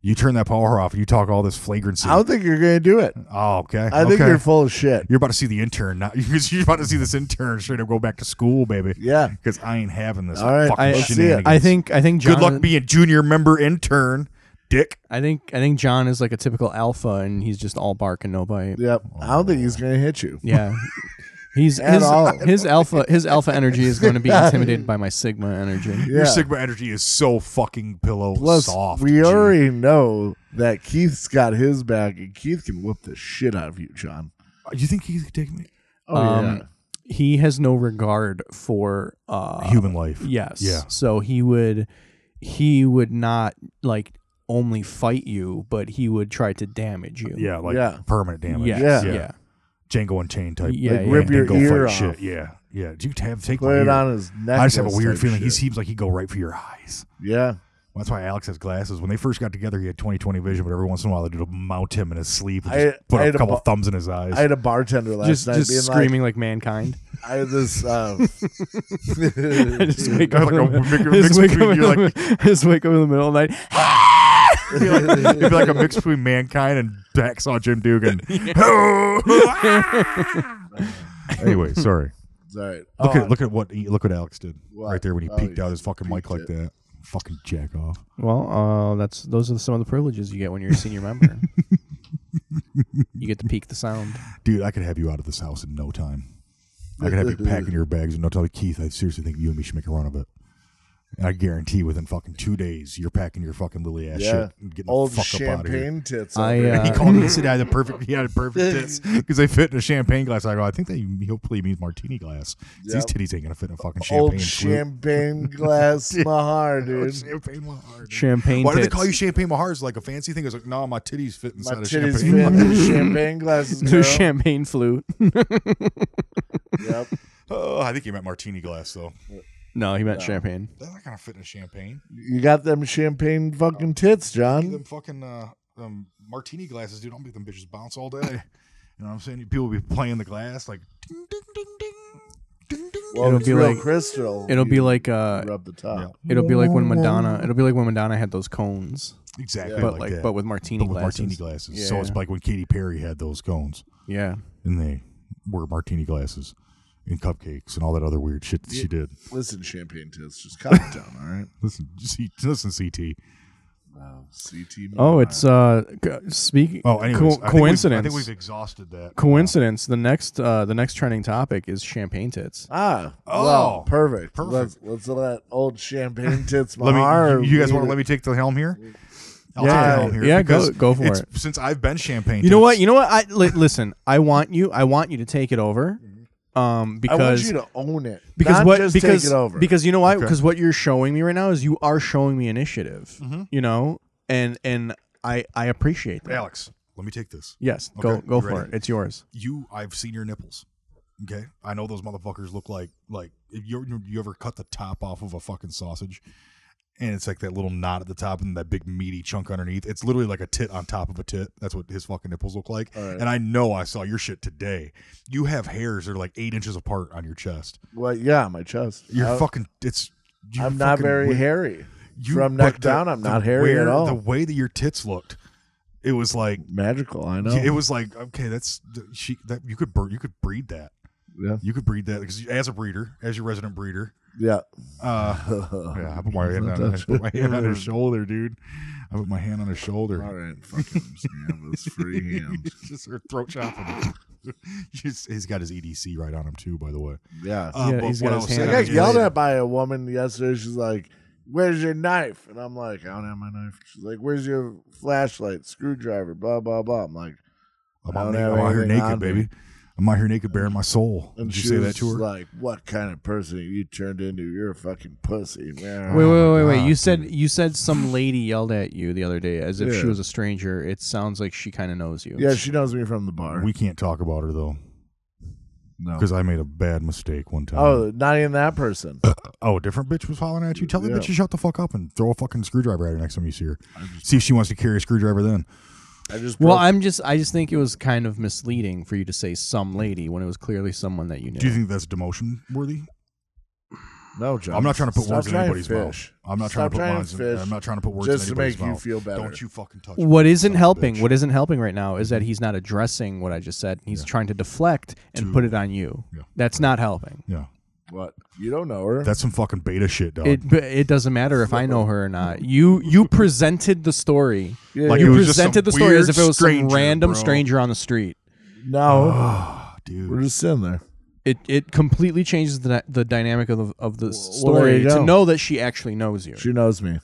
[SPEAKER 2] You turn that power off. You talk all this flagrancy.
[SPEAKER 4] I don't think you're gonna do it.
[SPEAKER 2] oh, okay.
[SPEAKER 4] I think
[SPEAKER 2] okay.
[SPEAKER 4] you're full of shit.
[SPEAKER 2] You're about to see the intern now. [laughs] You're about to see this intern straight up go back to school, baby.
[SPEAKER 4] Yeah.
[SPEAKER 2] Because I ain't having this.
[SPEAKER 4] All right,
[SPEAKER 2] fucking
[SPEAKER 3] I- I
[SPEAKER 4] see it.
[SPEAKER 3] I think. I think. John,
[SPEAKER 2] Good luck being junior member intern, dick.
[SPEAKER 3] I think. I think John is like a typical alpha, and he's just all bark and no bite.
[SPEAKER 4] Yep. I don't think he's gonna hit you.
[SPEAKER 3] Yeah. He's
[SPEAKER 4] At
[SPEAKER 3] his,
[SPEAKER 4] all.
[SPEAKER 3] his alpha his alpha energy is
[SPEAKER 4] [laughs]
[SPEAKER 3] going to be intimidated by my sigma energy.
[SPEAKER 2] Your
[SPEAKER 4] Yeah.
[SPEAKER 2] Sigma energy is so fucking pillow
[SPEAKER 4] Plus,
[SPEAKER 2] soft.
[SPEAKER 4] we
[SPEAKER 2] G.
[SPEAKER 4] already know that Keith's got his back, and Keith can whoop the shit out of you, John.
[SPEAKER 2] You think he could take me?
[SPEAKER 4] Oh
[SPEAKER 3] Um, He has no regard for uh
[SPEAKER 2] Human life.
[SPEAKER 3] yes.
[SPEAKER 2] Yeah.
[SPEAKER 3] So he would he would not like only fight you, but he would try to damage you.
[SPEAKER 2] Yeah, like
[SPEAKER 4] Yeah.
[SPEAKER 2] permanent damage.
[SPEAKER 3] Yes,
[SPEAKER 4] Yeah.
[SPEAKER 3] yeah.
[SPEAKER 2] Yeah. Django Unchained type.
[SPEAKER 3] Yeah, Like, yeah.
[SPEAKER 4] rip your
[SPEAKER 2] Go
[SPEAKER 4] ear
[SPEAKER 2] fight
[SPEAKER 4] off.
[SPEAKER 2] Shit. Yeah, yeah. Do you have take
[SPEAKER 4] Put
[SPEAKER 2] my
[SPEAKER 4] it
[SPEAKER 2] ear?
[SPEAKER 4] on his neck.
[SPEAKER 2] I just have a weird feeling. He seems like he'd go right for your eyes.
[SPEAKER 4] yeah.
[SPEAKER 2] That's why Alex has glasses. When they first got together, he had 20/20 vision, but every once in a while, they'd mount him in his sleep and
[SPEAKER 4] I-
[SPEAKER 2] just put
[SPEAKER 4] I
[SPEAKER 2] a
[SPEAKER 4] had a
[SPEAKER 2] couple
[SPEAKER 4] bu-
[SPEAKER 2] thumbs in his eyes.
[SPEAKER 4] I had a bartender last
[SPEAKER 3] just
[SPEAKER 4] night
[SPEAKER 3] just
[SPEAKER 4] being
[SPEAKER 3] screaming like, mankind. [laughs]
[SPEAKER 4] like, I had this. Uh, [laughs]
[SPEAKER 3] I just wake
[SPEAKER 2] Like
[SPEAKER 3] up. in
[SPEAKER 2] a
[SPEAKER 3] the-
[SPEAKER 2] mix-
[SPEAKER 3] [laughs]
[SPEAKER 2] mix
[SPEAKER 3] just wake
[SPEAKER 2] between-
[SPEAKER 3] up in
[SPEAKER 2] you're
[SPEAKER 3] the- just wake up in the middle of the night.
[SPEAKER 2] It'd be like,
[SPEAKER 4] [laughs]
[SPEAKER 2] it'd be like a mix between mankind and Hacksaw Jim Dugan. [laughs] anyway, sorry.
[SPEAKER 4] sorry.
[SPEAKER 2] Look
[SPEAKER 4] Oh,
[SPEAKER 2] at look at what he- look what Alex did
[SPEAKER 4] What?
[SPEAKER 2] right there when he
[SPEAKER 4] Oh,
[SPEAKER 2] peeked
[SPEAKER 4] yeah,
[SPEAKER 2] out his fucking mic
[SPEAKER 4] peeked
[SPEAKER 2] like
[SPEAKER 4] it.
[SPEAKER 2] that. Fucking jack off.
[SPEAKER 3] Well, uh, that's those are some of the privileges you get when you're a senior [laughs] member. you get to peek the sound.
[SPEAKER 2] Dude, I could have you out of this house in no time. I could have you packing your bags in no time. Keith, I seriously think you and me should make a run of it. And I guarantee within fucking two days, you're packing your fucking lily ass
[SPEAKER 4] Yeah.
[SPEAKER 2] shit and getting
[SPEAKER 4] Old
[SPEAKER 2] the fuck up out of here.
[SPEAKER 4] champagne tits.
[SPEAKER 3] I,
[SPEAKER 4] over
[SPEAKER 3] uh,
[SPEAKER 2] [laughs] He
[SPEAKER 4] here.
[SPEAKER 2] called me and said I had the perfect, he had the
[SPEAKER 4] [laughs]
[SPEAKER 2] perfect tits because they fit in a champagne glass. I go, I think they hopefully means martini glass. 'Cause These
[SPEAKER 4] Yep.
[SPEAKER 2] titties ain't gonna fit in a fucking champagne.
[SPEAKER 4] old
[SPEAKER 2] flute. [laughs]
[SPEAKER 4] champagne
[SPEAKER 3] [laughs]
[SPEAKER 4] glass Mahar, dude.
[SPEAKER 2] champagne Mahar.
[SPEAKER 3] Champagne.
[SPEAKER 2] Why do they
[SPEAKER 3] tits.
[SPEAKER 2] call
[SPEAKER 3] [laughs]
[SPEAKER 2] you champagne Mahar? Is like a fancy thing? It's like, no, my titties fit
[SPEAKER 4] My
[SPEAKER 2] inside a
[SPEAKER 4] titties fit
[SPEAKER 2] champagne. Mahar.
[SPEAKER 3] [laughs]
[SPEAKER 4] into champagne glasses.
[SPEAKER 3] Through
[SPEAKER 4] girl.
[SPEAKER 3] champagne flute?
[SPEAKER 4] Yep.
[SPEAKER 2] [laughs] Oh, I think he meant martini glass though.
[SPEAKER 3] No, he meant champagne.
[SPEAKER 2] They're not gonna fit in a champagne.
[SPEAKER 4] You got them champagne fucking tits,
[SPEAKER 2] Give
[SPEAKER 4] John.
[SPEAKER 2] them fucking uh, um, martini glasses, dude. I'll make them bitches bounce all day. You know what I'm saying? People be playing the glass like ding ding ding ding ding ding.
[SPEAKER 4] Well,
[SPEAKER 3] It'll
[SPEAKER 4] it's
[SPEAKER 3] be
[SPEAKER 4] real
[SPEAKER 3] like-
[SPEAKER 4] crystal.
[SPEAKER 3] It'll be
[SPEAKER 4] You
[SPEAKER 3] like uh,
[SPEAKER 4] rub the top.
[SPEAKER 3] it'll be like when Madonna. It'll be like when Madonna had those cones,
[SPEAKER 2] exactly.
[SPEAKER 3] but
[SPEAKER 2] like,
[SPEAKER 3] like,
[SPEAKER 2] that.
[SPEAKER 3] but with martini
[SPEAKER 2] But with
[SPEAKER 3] glasses.
[SPEAKER 2] martini glasses.
[SPEAKER 3] Yeah.
[SPEAKER 2] So it's like when Katy Perry had those cones,
[SPEAKER 3] Yeah.
[SPEAKER 2] and they were martini glasses and cupcakes and all that other weird shit that she did.
[SPEAKER 4] Listen, champagne tits, just calm it down, all right?
[SPEAKER 2] Listen, C- listen, CT.
[SPEAKER 4] Wow. CT.
[SPEAKER 3] Oh, it's uh, c- speaking.
[SPEAKER 2] Oh, anyways,
[SPEAKER 3] co-
[SPEAKER 2] I think we've-
[SPEAKER 3] coincidence.
[SPEAKER 2] I think we've exhausted that.
[SPEAKER 3] coincidence. The next uh, the next trending topic is champagne tits.
[SPEAKER 4] Ah.
[SPEAKER 2] Oh,
[SPEAKER 4] well, perfect.
[SPEAKER 2] perfect.
[SPEAKER 4] Let's, let's let old champagne
[SPEAKER 2] [laughs]
[SPEAKER 4] tits
[SPEAKER 2] Let
[SPEAKER 4] Mahar.
[SPEAKER 2] me. You guys want to let me take the helm here? I'll
[SPEAKER 3] Yeah,
[SPEAKER 2] take the helm here.
[SPEAKER 3] yeah, go-
[SPEAKER 2] because
[SPEAKER 3] go for
[SPEAKER 2] it's-
[SPEAKER 3] it.
[SPEAKER 2] Since I've been champagne,
[SPEAKER 3] You know what? You know what? I li- listen. I want you. I want you to take it over.
[SPEAKER 2] Mm-hmm.
[SPEAKER 3] Um,
[SPEAKER 4] I
[SPEAKER 3] because
[SPEAKER 4] want you to own it.
[SPEAKER 3] because
[SPEAKER 4] Not
[SPEAKER 3] what
[SPEAKER 4] just
[SPEAKER 3] because
[SPEAKER 4] take it over.
[SPEAKER 3] because you know why? Because what you're showing me right now is you are showing me initiative.
[SPEAKER 2] Mm-hmm.
[SPEAKER 3] You know, and and I I appreciate that.
[SPEAKER 2] Alex, let me take this.
[SPEAKER 3] Yes,
[SPEAKER 2] Okay,
[SPEAKER 3] go go
[SPEAKER 2] you
[SPEAKER 3] for
[SPEAKER 2] ready?
[SPEAKER 3] it. It's yours.
[SPEAKER 2] You, I've seen your nipples. Okay, I know those motherfuckers look like like if you you ever cut the top off of a fucking sausage, and it's like that little knot at the top and that big meaty chunk underneath. It's literally like a tit on top of a tit. That's what his fucking nipples look like.
[SPEAKER 4] All right.
[SPEAKER 2] And I know I saw your shit today. You have hairs that are like eight inches apart on your chest.
[SPEAKER 4] well, yeah, my chest.
[SPEAKER 2] You're
[SPEAKER 4] I-
[SPEAKER 2] fucking. It's. you're
[SPEAKER 4] I'm not
[SPEAKER 2] fucking
[SPEAKER 4] very
[SPEAKER 2] weird.
[SPEAKER 4] hairy.
[SPEAKER 2] You-
[SPEAKER 4] From
[SPEAKER 2] but
[SPEAKER 4] neck down, I'm not hairy at
[SPEAKER 2] where-
[SPEAKER 4] all.
[SPEAKER 2] The way that your tits looked, it was like
[SPEAKER 4] Magical, I know.
[SPEAKER 2] it was like okay, that's she that you could bur- you could breed that.
[SPEAKER 4] yeah.
[SPEAKER 2] You could breed that because as a breeder, as your resident breeder,
[SPEAKER 4] Yeah. [laughs]
[SPEAKER 2] uh, yeah, I put my hand on, I [laughs] put my hand on her
[SPEAKER 4] [laughs]
[SPEAKER 2] shoulder, dude. I put my hand on her shoulder.
[SPEAKER 4] All right, fucking Sam was
[SPEAKER 2] [laughs]
[SPEAKER 4] free hand.
[SPEAKER 2] Just her throat [laughs] chopping. She's- he's got his EDC right on him too, by the way.
[SPEAKER 4] Yeah.
[SPEAKER 2] Uh,
[SPEAKER 3] Yeah,
[SPEAKER 2] but
[SPEAKER 3] he's
[SPEAKER 2] what
[SPEAKER 3] got
[SPEAKER 2] I
[SPEAKER 3] his
[SPEAKER 2] was
[SPEAKER 3] hand
[SPEAKER 4] I
[SPEAKER 2] saying
[SPEAKER 3] on
[SPEAKER 4] got
[SPEAKER 2] is-
[SPEAKER 3] his
[SPEAKER 4] yelled at by a woman yesterday. She's like, "Where's your knife?" And I'm like, "I don't have my knife." She's like, "Where's your flashlight, screwdriver, blah blah blah?" I'm like,
[SPEAKER 2] I'm
[SPEAKER 4] I
[SPEAKER 2] out,
[SPEAKER 4] don't
[SPEAKER 2] na-
[SPEAKER 4] have
[SPEAKER 2] I'm out here
[SPEAKER 4] anything
[SPEAKER 2] naked,
[SPEAKER 4] on me.
[SPEAKER 2] baby. I'm out here naked, bearing my soul.
[SPEAKER 4] and
[SPEAKER 2] Did you
[SPEAKER 4] she
[SPEAKER 2] say
[SPEAKER 4] was
[SPEAKER 2] that to her?
[SPEAKER 4] like, "What kind of person are you turned into? You're a fucking pussy." man."
[SPEAKER 3] Wait, wait, wait, wait.
[SPEAKER 2] God,
[SPEAKER 3] You said you said some lady yelled at you the other day as if she
[SPEAKER 4] Yeah.
[SPEAKER 3] was a stranger. It sounds like she kind of knows you.
[SPEAKER 4] Yeah, she knows me from the bar.
[SPEAKER 2] we can't talk about her though.
[SPEAKER 4] no.
[SPEAKER 2] Because I made a bad mistake one time.
[SPEAKER 4] Oh, not even that person.
[SPEAKER 2] oh, a different bitch was hollering at you. Tell that
[SPEAKER 4] Yeah.
[SPEAKER 2] bitch to shut the fuck up and throw a fucking screwdriver at her next time you see her. See if she wants to carry a screwdriver then.
[SPEAKER 4] I just
[SPEAKER 3] Well,
[SPEAKER 4] broke-
[SPEAKER 3] I'm just I just think it was kind of misleading for you to say some lady when it was clearly someone that you knew.
[SPEAKER 2] Do you think that's demotion worthy?
[SPEAKER 4] no, John.
[SPEAKER 2] I'm not trying to put
[SPEAKER 4] Stop
[SPEAKER 2] words in
[SPEAKER 4] trying
[SPEAKER 2] anybody's
[SPEAKER 4] fish.
[SPEAKER 2] mouth. I'm not
[SPEAKER 4] Stop
[SPEAKER 2] trying to put
[SPEAKER 4] trying
[SPEAKER 2] words in.
[SPEAKER 4] fish
[SPEAKER 2] I'm not trying to put words
[SPEAKER 4] just
[SPEAKER 2] in
[SPEAKER 4] to
[SPEAKER 2] anybody's
[SPEAKER 4] make you
[SPEAKER 2] mouth.
[SPEAKER 4] feel better.
[SPEAKER 2] Don't you fucking touch me,
[SPEAKER 3] what isn't
[SPEAKER 2] son of a
[SPEAKER 3] helping
[SPEAKER 2] bitch.
[SPEAKER 3] what isn't helping right now is that he's not addressing what i just said he's trying to deflect and put it on you
[SPEAKER 2] Yeah.
[SPEAKER 3] that's not helping
[SPEAKER 2] yeah,
[SPEAKER 4] What? You don't know her.
[SPEAKER 2] that's some fucking beta shit, dog.
[SPEAKER 3] it, but it doesn't matter if i know her or not you you presented the story
[SPEAKER 4] Yeah,
[SPEAKER 2] Like
[SPEAKER 4] yeah.
[SPEAKER 2] it
[SPEAKER 3] you
[SPEAKER 2] was just
[SPEAKER 3] presented
[SPEAKER 2] some
[SPEAKER 3] the story as
[SPEAKER 2] weird
[SPEAKER 3] if it was some
[SPEAKER 2] stranger,
[SPEAKER 3] random
[SPEAKER 2] bro.
[SPEAKER 3] stranger on the street
[SPEAKER 4] no,
[SPEAKER 2] Ah.
[SPEAKER 4] we're
[SPEAKER 2] Dude,
[SPEAKER 4] just sitting there.
[SPEAKER 3] it it completely changes the, the dynamic of the, of the
[SPEAKER 4] well, there
[SPEAKER 3] story
[SPEAKER 4] you
[SPEAKER 3] to
[SPEAKER 4] go.
[SPEAKER 3] know that she actually knows you
[SPEAKER 4] She knows me.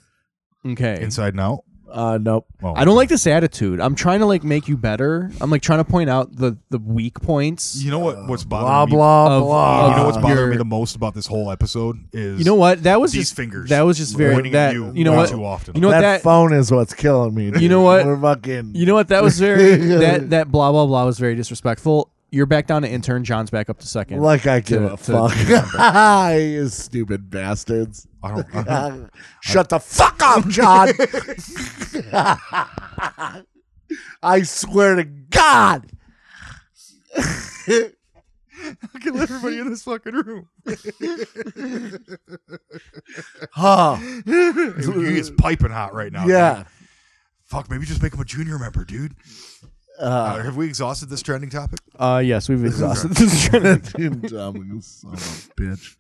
[SPEAKER 3] okay
[SPEAKER 2] inside and out.
[SPEAKER 4] Uh, nope.
[SPEAKER 2] Oh,
[SPEAKER 3] I don't like this attitude. I'm trying to like make you better. I'm like trying to point out the the weak points.
[SPEAKER 2] You know what? What's bothering
[SPEAKER 4] Blah
[SPEAKER 2] me?
[SPEAKER 4] blah
[SPEAKER 3] Of-
[SPEAKER 4] blah.
[SPEAKER 2] You know what's
[SPEAKER 3] Uh,
[SPEAKER 2] bothering
[SPEAKER 3] your-
[SPEAKER 2] me the most about this whole episode is
[SPEAKER 3] You know what? That was
[SPEAKER 2] These
[SPEAKER 3] just
[SPEAKER 2] fingers
[SPEAKER 3] That was just very
[SPEAKER 2] pointing
[SPEAKER 3] that.
[SPEAKER 2] at you,
[SPEAKER 3] you know
[SPEAKER 2] way
[SPEAKER 3] what?
[SPEAKER 2] too often.
[SPEAKER 3] You know what
[SPEAKER 4] that,
[SPEAKER 3] that.
[SPEAKER 4] phone is what's killing me. dude.
[SPEAKER 3] You know what?
[SPEAKER 4] We're fucking.
[SPEAKER 3] you know what that was
[SPEAKER 2] [laughs]
[SPEAKER 3] very that that blah blah blah was very disrespectful. You're back down to intern. John's back up to second.
[SPEAKER 4] like I give
[SPEAKER 3] to-
[SPEAKER 4] a [laughs]
[SPEAKER 3] to-
[SPEAKER 4] fuck. you stupid bastards.
[SPEAKER 2] I don't. I
[SPEAKER 4] [laughs]
[SPEAKER 2] don't
[SPEAKER 4] Uh, Shut the fuck up, John. [laughs] I swear to God.
[SPEAKER 2] I kill everybody in this fucking room.
[SPEAKER 4] [laughs] Huh.
[SPEAKER 2] It's piping hot right now.
[SPEAKER 4] yeah.
[SPEAKER 2] dude. Fuck, maybe just make him a junior member, dude. Uh,
[SPEAKER 4] Uh,
[SPEAKER 2] have we exhausted this trending topic?
[SPEAKER 3] Uh, yes, we've exhausted this trend.
[SPEAKER 4] Tim Dominic, you son of
[SPEAKER 2] [laughs]
[SPEAKER 4] a bitch.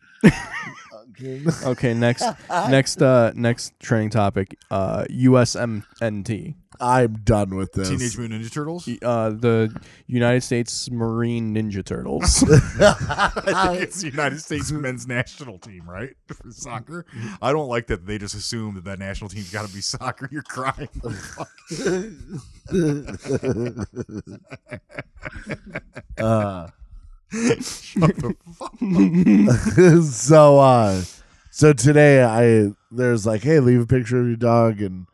[SPEAKER 4] Okay.
[SPEAKER 3] Okay, next, next, uh, next training topic. Uh, USMNT,
[SPEAKER 4] I'm done with this.
[SPEAKER 2] Teenage Mutant Ninja Turtles.
[SPEAKER 4] [laughs]
[SPEAKER 3] uh, the United States Marine Ninja Turtles.
[SPEAKER 4] Uh, [laughs]
[SPEAKER 2] I think it's the United States men's national team, right? [laughs] For soccer.
[SPEAKER 4] Mm-hmm.
[SPEAKER 2] I don't like that they just assume that that national team's got to be [laughs] soccer. You're
[SPEAKER 4] [laughs]
[SPEAKER 2] crying.
[SPEAKER 4] Uh,
[SPEAKER 2] Shut the fuck up.
[SPEAKER 4] [laughs] so uh so today I there's like, hey, leave a picture of your dog and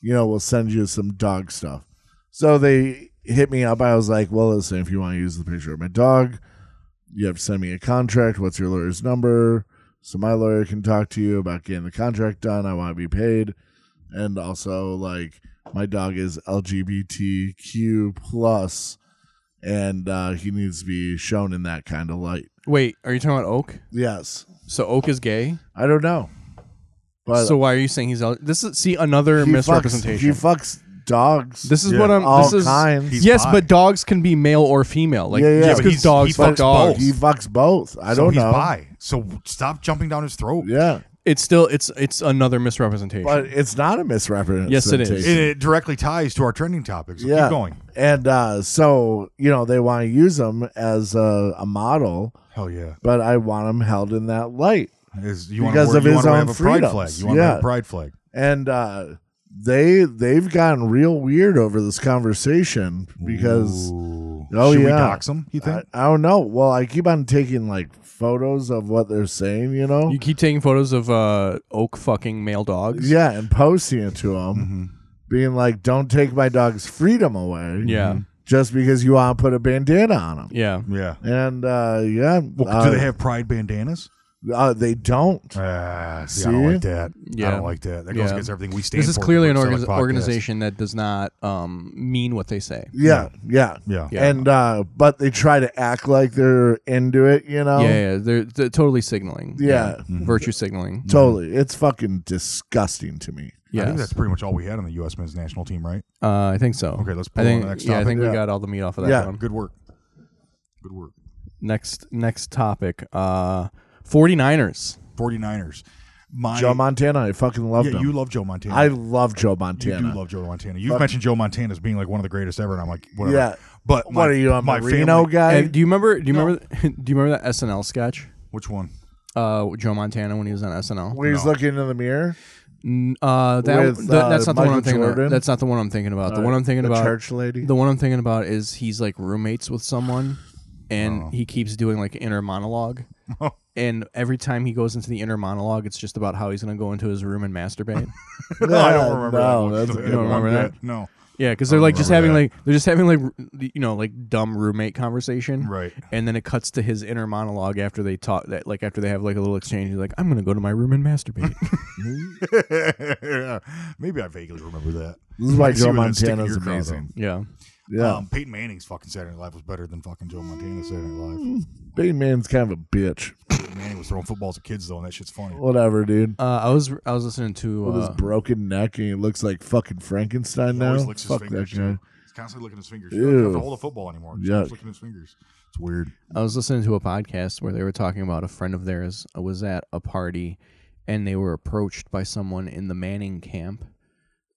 [SPEAKER 4] you know, we'll send you some dog stuff. So they hit me up. I was like, Well, listen, if you want to use the picture of my dog, you have to send me a contract. What's your lawyer's number? So my lawyer can talk to you about getting the contract done. I want to be paid. And also like my dog is LGBTQ plus and uh, he needs to be shown in that kind of light.
[SPEAKER 3] Wait, are you talking about Oak?
[SPEAKER 4] Yes.
[SPEAKER 3] So Oak is gay.
[SPEAKER 4] I don't know. But
[SPEAKER 3] so why are you saying he's el- this is see another
[SPEAKER 4] he Fucks, he
[SPEAKER 3] misrepresentation?
[SPEAKER 4] fucks dogs.
[SPEAKER 3] this is
[SPEAKER 2] Yeah.
[SPEAKER 3] what I'm.
[SPEAKER 4] all
[SPEAKER 3] this is
[SPEAKER 4] kinds.
[SPEAKER 2] He's
[SPEAKER 3] yes,
[SPEAKER 2] bi.
[SPEAKER 3] but dogs can be male or female. Like
[SPEAKER 4] Yeah, yeah. Yeah,
[SPEAKER 3] just
[SPEAKER 4] but
[SPEAKER 3] because
[SPEAKER 2] he's-
[SPEAKER 3] dogs
[SPEAKER 2] he
[SPEAKER 3] fuck
[SPEAKER 2] fucks
[SPEAKER 3] dogs,
[SPEAKER 2] both.
[SPEAKER 4] he fucks both. I
[SPEAKER 2] so
[SPEAKER 4] don't
[SPEAKER 2] he's
[SPEAKER 4] know.
[SPEAKER 2] bi. So stop jumping down his throat.
[SPEAKER 4] Yeah,
[SPEAKER 3] it's still it's it's another misrepresentation.
[SPEAKER 4] but it's not a misrepresentation.
[SPEAKER 3] Yes, it is.
[SPEAKER 2] And it directly ties to our trending topics. So
[SPEAKER 4] Yeah.
[SPEAKER 2] Keep going.
[SPEAKER 4] And uh, so you know they want to use him as a, a model,
[SPEAKER 2] Hell yeah.
[SPEAKER 4] but I want him held in that light.
[SPEAKER 2] Is, you wanna
[SPEAKER 4] Because
[SPEAKER 2] wear-
[SPEAKER 4] of
[SPEAKER 2] you
[SPEAKER 4] his
[SPEAKER 2] wanna
[SPEAKER 4] own
[SPEAKER 2] have a pride
[SPEAKER 4] freedoms.
[SPEAKER 2] flag. You want to have
[SPEAKER 4] Yeah.
[SPEAKER 2] a pride flag.
[SPEAKER 4] And uh, they they've gotten real weird over this conversation because
[SPEAKER 2] Ooh.
[SPEAKER 4] Oh,
[SPEAKER 2] Should we
[SPEAKER 4] yeah.
[SPEAKER 2] dox him, you think?
[SPEAKER 4] I, I don't know. Well, I keep on taking like photos of what they're saying. You know,
[SPEAKER 3] you keep taking photos of uh, Oak fucking male dogs.
[SPEAKER 4] Yeah, and posting it to him,
[SPEAKER 2] Mm-hmm.
[SPEAKER 4] being like, "Don't take my dog's freedom away."
[SPEAKER 3] Yeah.
[SPEAKER 4] just because you want to put a bandana on him.
[SPEAKER 3] yeah.
[SPEAKER 2] yeah.
[SPEAKER 4] And uh, yeah,
[SPEAKER 2] Well,
[SPEAKER 4] uh,
[SPEAKER 2] do they have pride bandanas?
[SPEAKER 4] uh, they don't.
[SPEAKER 2] Ah, see,
[SPEAKER 4] See?
[SPEAKER 2] I don't like that. I
[SPEAKER 3] Yeah.
[SPEAKER 2] don't like that. That goes
[SPEAKER 3] Yeah.
[SPEAKER 2] against everything we stand
[SPEAKER 3] This is
[SPEAKER 2] for
[SPEAKER 3] clearly
[SPEAKER 2] here
[SPEAKER 3] an
[SPEAKER 2] at
[SPEAKER 3] orga-
[SPEAKER 2] Select Podcast.
[SPEAKER 3] organization that does not um, mean what they say.
[SPEAKER 4] Yeah, yeah,
[SPEAKER 2] Yeah.
[SPEAKER 3] Yeah.
[SPEAKER 4] And uh, but they try to act like they're into it. You know.
[SPEAKER 3] Yeah, yeah, they're, they're totally signaling.
[SPEAKER 4] Yeah.
[SPEAKER 2] Mm-hmm.
[SPEAKER 3] virtue signaling.
[SPEAKER 4] Totally. It's fucking disgusting to me.
[SPEAKER 2] I think that's
[SPEAKER 3] Yes,
[SPEAKER 2] pretty much all we had on the U.S. men's national team, right?
[SPEAKER 3] uh, I think so.
[SPEAKER 2] Okay, let's
[SPEAKER 3] I
[SPEAKER 2] pull on
[SPEAKER 3] think,
[SPEAKER 2] the next
[SPEAKER 3] yeah, I
[SPEAKER 2] topic.
[SPEAKER 3] think we
[SPEAKER 4] Yeah.
[SPEAKER 3] got all the meat off of that
[SPEAKER 4] Yeah.
[SPEAKER 3] one.
[SPEAKER 2] Good work. Good work.
[SPEAKER 3] Next, next topic. Uh, 49ers.
[SPEAKER 2] 49ers. My,
[SPEAKER 4] Joe Montana, I fucking love
[SPEAKER 2] yeah,
[SPEAKER 4] him.
[SPEAKER 2] you love Joe Montana.
[SPEAKER 4] I love Joe
[SPEAKER 2] you
[SPEAKER 4] Montana.
[SPEAKER 2] do love Joe Montana. You've mentioned Joe Montana as being like one of the greatest ever, and I'm like, whatever.
[SPEAKER 4] Yeah.
[SPEAKER 2] But
[SPEAKER 4] what
[SPEAKER 2] my-
[SPEAKER 4] are you, a
[SPEAKER 2] my
[SPEAKER 4] Marino
[SPEAKER 2] family-
[SPEAKER 4] guy?
[SPEAKER 3] Uh, do you remember? Do you remember? [laughs] Do you remember that SNL sketch?
[SPEAKER 2] Which
[SPEAKER 4] [laughs]
[SPEAKER 2] one?
[SPEAKER 3] Uh, with Joe Montana when he was on SNL.
[SPEAKER 4] Where he's looking in the mirror.
[SPEAKER 3] N- Uh, that,
[SPEAKER 4] With,
[SPEAKER 3] that- that's not the
[SPEAKER 4] uh,
[SPEAKER 3] one
[SPEAKER 4] Michael
[SPEAKER 3] I'm thinking
[SPEAKER 4] Jordan?
[SPEAKER 3] about. That's not the one I'm thinking about. the one I'm thinking
[SPEAKER 4] the
[SPEAKER 3] about.
[SPEAKER 4] church lady.
[SPEAKER 3] The one I'm thinking about is he's like roommates with someone, and
[SPEAKER 4] Oh.
[SPEAKER 3] he keeps doing like inner
[SPEAKER 4] [laughs]
[SPEAKER 3] monologue. And every time he goes into the inner monologue, it's just about how he's gonna go into his room and
[SPEAKER 4] [laughs]
[SPEAKER 3] masturbate.
[SPEAKER 2] [laughs] No, I don't remember
[SPEAKER 4] no,
[SPEAKER 2] that one. [laughs]
[SPEAKER 4] that's-
[SPEAKER 2] Don't
[SPEAKER 3] you don't
[SPEAKER 2] get one
[SPEAKER 3] remember
[SPEAKER 2] bit. No.
[SPEAKER 3] yeah, because
[SPEAKER 4] Oh,
[SPEAKER 3] they're like just having
[SPEAKER 2] remember
[SPEAKER 3] like they're just having like r- you know like dumb roommate conversation,
[SPEAKER 4] [laughs]
[SPEAKER 2] Right. [laughs]
[SPEAKER 3] And then it cuts to his inner monologue after they talk that like after they have like a little exchange. He's like, "I'm gonna go to my room and
[SPEAKER 4] [laughs]
[SPEAKER 3] masturbate."
[SPEAKER 2] Maybe I vaguely remember that.
[SPEAKER 4] This is why
[SPEAKER 2] I see
[SPEAKER 4] Joe
[SPEAKER 2] where that's sticking
[SPEAKER 4] Montana's
[SPEAKER 2] your craw,
[SPEAKER 4] amazing.
[SPEAKER 3] yeah,
[SPEAKER 2] though.
[SPEAKER 4] Yeah.
[SPEAKER 2] Um, Peyton Manning's fucking Saturday Night Live was better than fucking Joe Montana's Saturday Night
[SPEAKER 4] [laughs]
[SPEAKER 2] Live.
[SPEAKER 4] Peyton Manning's kind of a bitch.
[SPEAKER 2] Peyton Manning was throwing footballs at kids though, and that shit's funny.
[SPEAKER 4] Whatever, dude.
[SPEAKER 3] uh, I was I was listening to
[SPEAKER 4] With
[SPEAKER 3] uh,
[SPEAKER 4] his broken neck and he looks like fucking Frankenstein
[SPEAKER 2] He
[SPEAKER 4] now.
[SPEAKER 2] always licks his
[SPEAKER 4] Fuck that
[SPEAKER 2] fingers.
[SPEAKER 4] guy.
[SPEAKER 2] too. He's constantly licking his fingers. He doesn't have
[SPEAKER 4] Ew.
[SPEAKER 2] to hold a football anymore. He's always
[SPEAKER 4] Yuck.
[SPEAKER 2] licking his fingers. It's weird.
[SPEAKER 3] I was listening to a podcast where they were talking about a friend of theirs uh, was at a party and they were approached by someone in the Manning camp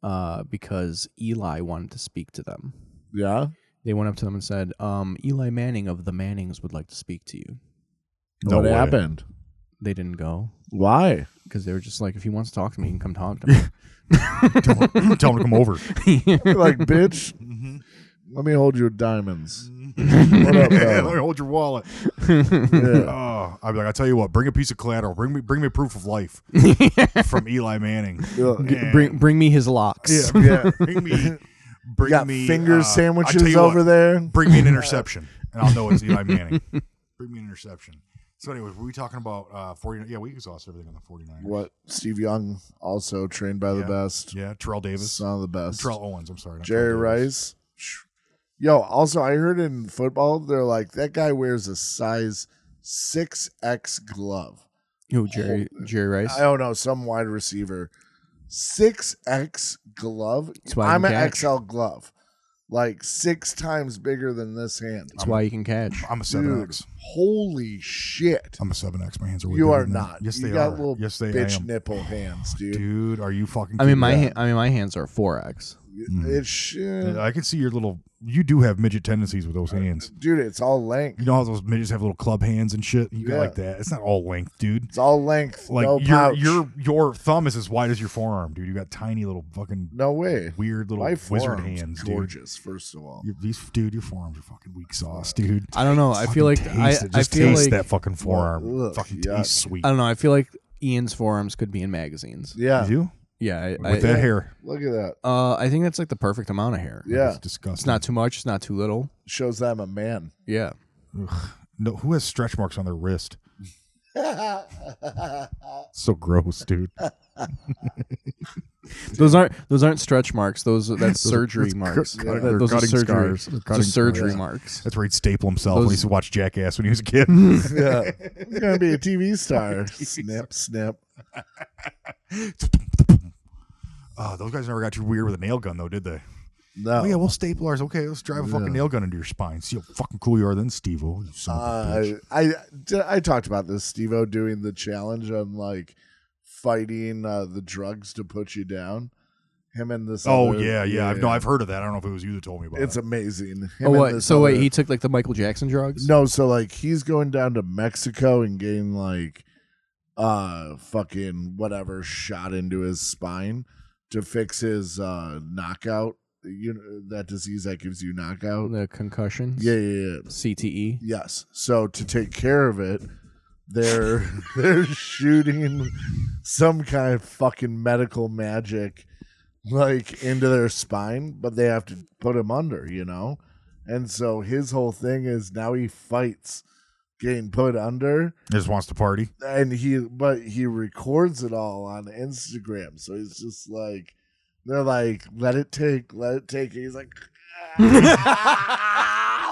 [SPEAKER 3] uh, because Eli wanted to speak to them.
[SPEAKER 4] Yeah.
[SPEAKER 3] They went up to them and said, um, Eli Manning of the Mannings would like to speak to you.
[SPEAKER 2] No
[SPEAKER 4] what
[SPEAKER 2] way.
[SPEAKER 4] happened?
[SPEAKER 3] They didn't go
[SPEAKER 2] [laughs]
[SPEAKER 4] Why?
[SPEAKER 3] because they were just like, if he wants to talk to me, he can come talk to me.
[SPEAKER 2] Tell
[SPEAKER 4] [laughs]
[SPEAKER 2] him, tell him to come over.
[SPEAKER 4] like, bitch,
[SPEAKER 2] Mm-hmm.
[SPEAKER 4] let me hold your diamonds. what
[SPEAKER 2] [laughs] Let
[SPEAKER 4] up, though?
[SPEAKER 2] me hold your wallet. [laughs]
[SPEAKER 4] Yeah.
[SPEAKER 2] Oh, I'd be like, I tell you what, bring a piece of collateral. Bring me, bring me proof of
[SPEAKER 4] [laughs]
[SPEAKER 2] life from Eli Manning.
[SPEAKER 4] Yeah.
[SPEAKER 2] And- [laughs]
[SPEAKER 3] bring, bring me his locks.
[SPEAKER 4] [laughs] Yeah.
[SPEAKER 2] bring me, bring
[SPEAKER 4] Got
[SPEAKER 2] me
[SPEAKER 4] finger
[SPEAKER 2] uh, I tell
[SPEAKER 4] sandwiches
[SPEAKER 2] you
[SPEAKER 4] over
[SPEAKER 2] what,
[SPEAKER 3] [laughs]
[SPEAKER 4] there.
[SPEAKER 2] Bring me an interception, and I'll know it's Eli Manning. bring me an interception. So, anyways, were we talking about uh, 49? Yeah, we exhausted everything on the 49ers.
[SPEAKER 4] What Steve Young also trained by the
[SPEAKER 2] Yeah.
[SPEAKER 4] best,
[SPEAKER 2] Yeah, Terrell Davis.
[SPEAKER 4] son of the best.
[SPEAKER 2] Terrell Owens, I'm sorry. not
[SPEAKER 4] Jerry
[SPEAKER 2] Terrell Davis.
[SPEAKER 4] Rice. Sh- Yo, also I heard in football they're like that guy wears a size six X glove.
[SPEAKER 3] Who Jerry Jerry Rice?
[SPEAKER 4] I don't know some wide receiver, six X glove.
[SPEAKER 3] That's why you
[SPEAKER 4] I'm
[SPEAKER 3] can
[SPEAKER 4] an
[SPEAKER 3] catch.
[SPEAKER 4] XL glove, like six times bigger than this hand.
[SPEAKER 3] That's why you can catch.
[SPEAKER 2] I'm a
[SPEAKER 4] Dude,
[SPEAKER 2] 7X.
[SPEAKER 4] holy shit!
[SPEAKER 2] I'm a 7X. My hands are way
[SPEAKER 4] You
[SPEAKER 2] bigger
[SPEAKER 4] are
[SPEAKER 2] than that.
[SPEAKER 4] not.
[SPEAKER 2] Yes,
[SPEAKER 4] you
[SPEAKER 2] they
[SPEAKER 4] got
[SPEAKER 2] are.
[SPEAKER 4] Little
[SPEAKER 2] yes, they
[SPEAKER 4] bitch
[SPEAKER 2] I am.
[SPEAKER 4] nipple hands, dude.
[SPEAKER 2] Dude, are you fucking
[SPEAKER 3] I mean, my
[SPEAKER 2] kidding
[SPEAKER 3] ha- I mean, my hands are four X.
[SPEAKER 2] Mm.
[SPEAKER 4] It's shit.
[SPEAKER 2] me? I can see your little. You do have midget tendencies with those hands.
[SPEAKER 4] dude. It's all
[SPEAKER 2] You
[SPEAKER 4] length.
[SPEAKER 2] know how those midgets have little club hands and shit? You got
[SPEAKER 4] Yeah.
[SPEAKER 2] like that. It's not all length, dude.
[SPEAKER 4] It's all length.
[SPEAKER 2] Like
[SPEAKER 4] no
[SPEAKER 2] your
[SPEAKER 4] pouch.
[SPEAKER 2] your your thumb is as wide as your forearm, dude. You got tiny little fucking
[SPEAKER 4] no way.
[SPEAKER 2] weird little
[SPEAKER 4] My
[SPEAKER 2] wizard
[SPEAKER 4] forearms
[SPEAKER 2] hands, dude.
[SPEAKER 4] gorgeous. First of all,
[SPEAKER 2] Your, these dude, your forearms are fucking weak sauce, dude.
[SPEAKER 3] I don't know. I feel like
[SPEAKER 2] Fucking
[SPEAKER 3] I,
[SPEAKER 2] taste it.
[SPEAKER 3] I
[SPEAKER 2] Just
[SPEAKER 3] feel
[SPEAKER 2] taste
[SPEAKER 3] like
[SPEAKER 2] that fucking forearm.
[SPEAKER 4] Ugh,
[SPEAKER 2] fucking
[SPEAKER 4] yuck.
[SPEAKER 2] taste sweet.
[SPEAKER 3] I don't know. I feel like Ian's forearms could be in magazines.
[SPEAKER 4] yeah.
[SPEAKER 2] You do?
[SPEAKER 3] Yeah, I, I,
[SPEAKER 2] with that hair.
[SPEAKER 4] Look
[SPEAKER 2] [laughs]
[SPEAKER 4] at that.
[SPEAKER 3] uh, I think that's like the perfect amount of hair.
[SPEAKER 4] Yeah,
[SPEAKER 2] It's disgusting.
[SPEAKER 3] It's not too much. It's not too little.
[SPEAKER 4] shows that I'm
[SPEAKER 2] [laughs]
[SPEAKER 4] a man. [laughs]
[SPEAKER 3] Yeah.
[SPEAKER 2] No, who has stretch marks on their
[SPEAKER 4] [laughs]
[SPEAKER 2] wrist? So gross, dude.
[SPEAKER 3] Those aren't those aren't stretch marks. Those that's
[SPEAKER 2] are-
[SPEAKER 3] surgery
[SPEAKER 2] that's
[SPEAKER 3] marks.
[SPEAKER 2] cut- cutting-
[SPEAKER 3] That-
[SPEAKER 2] they're
[SPEAKER 3] those are
[SPEAKER 2] cutting
[SPEAKER 3] surgery.
[SPEAKER 2] scars. They're
[SPEAKER 3] Those
[SPEAKER 2] cutting
[SPEAKER 3] are surgery
[SPEAKER 2] scars. [laughs]
[SPEAKER 3] marks.
[SPEAKER 2] That's where he'd staple himself when he
[SPEAKER 3] Those-
[SPEAKER 2] used to watch Jackass when he was a kid. [laughs]
[SPEAKER 4] yeah, I'm gonna be a TV star. snip, snip.
[SPEAKER 2] Uh, those guys never got too weird with a nail gun, though, did they?
[SPEAKER 4] No,
[SPEAKER 2] Oh, yeah, we'll staple ours. Okay, let's drive a fucking
[SPEAKER 4] Yeah.
[SPEAKER 2] nail gun into your spine. See how fucking cool you are then, Steve O.
[SPEAKER 4] uh, I d- I talked about this. Steve-O doing the challenge on like fighting uh, the drugs to put you down. Him and this.
[SPEAKER 2] oh,
[SPEAKER 4] other-
[SPEAKER 2] yeah, yeah. I've, no, I've heard of that. I don't know if it was you that told me about
[SPEAKER 4] It's
[SPEAKER 2] it.
[SPEAKER 4] amazing. Him
[SPEAKER 3] Oh
[SPEAKER 4] and
[SPEAKER 3] wait,
[SPEAKER 4] this
[SPEAKER 3] so wait,
[SPEAKER 4] other-
[SPEAKER 3] he took like the Michael Jackson drugs.
[SPEAKER 4] No, so like he's going down to Mexico and getting like uh fucking whatever shot into his spine to fix his uh knockout you know that disease that gives you knockout.
[SPEAKER 3] the concussions. E?
[SPEAKER 4] Yeah, yeah, yeah.
[SPEAKER 3] CTE.
[SPEAKER 4] Yes. So to take care of it, they're [laughs] they're shooting some kind of fucking medical magic like into their spine, but they have to put him under, you know? And so his whole thing is now he fights getting put under
[SPEAKER 2] He just wants to party.
[SPEAKER 4] and he but he records it all on Instagram. So he's just like they're like, let it take, let it take. And he's like, [laughs]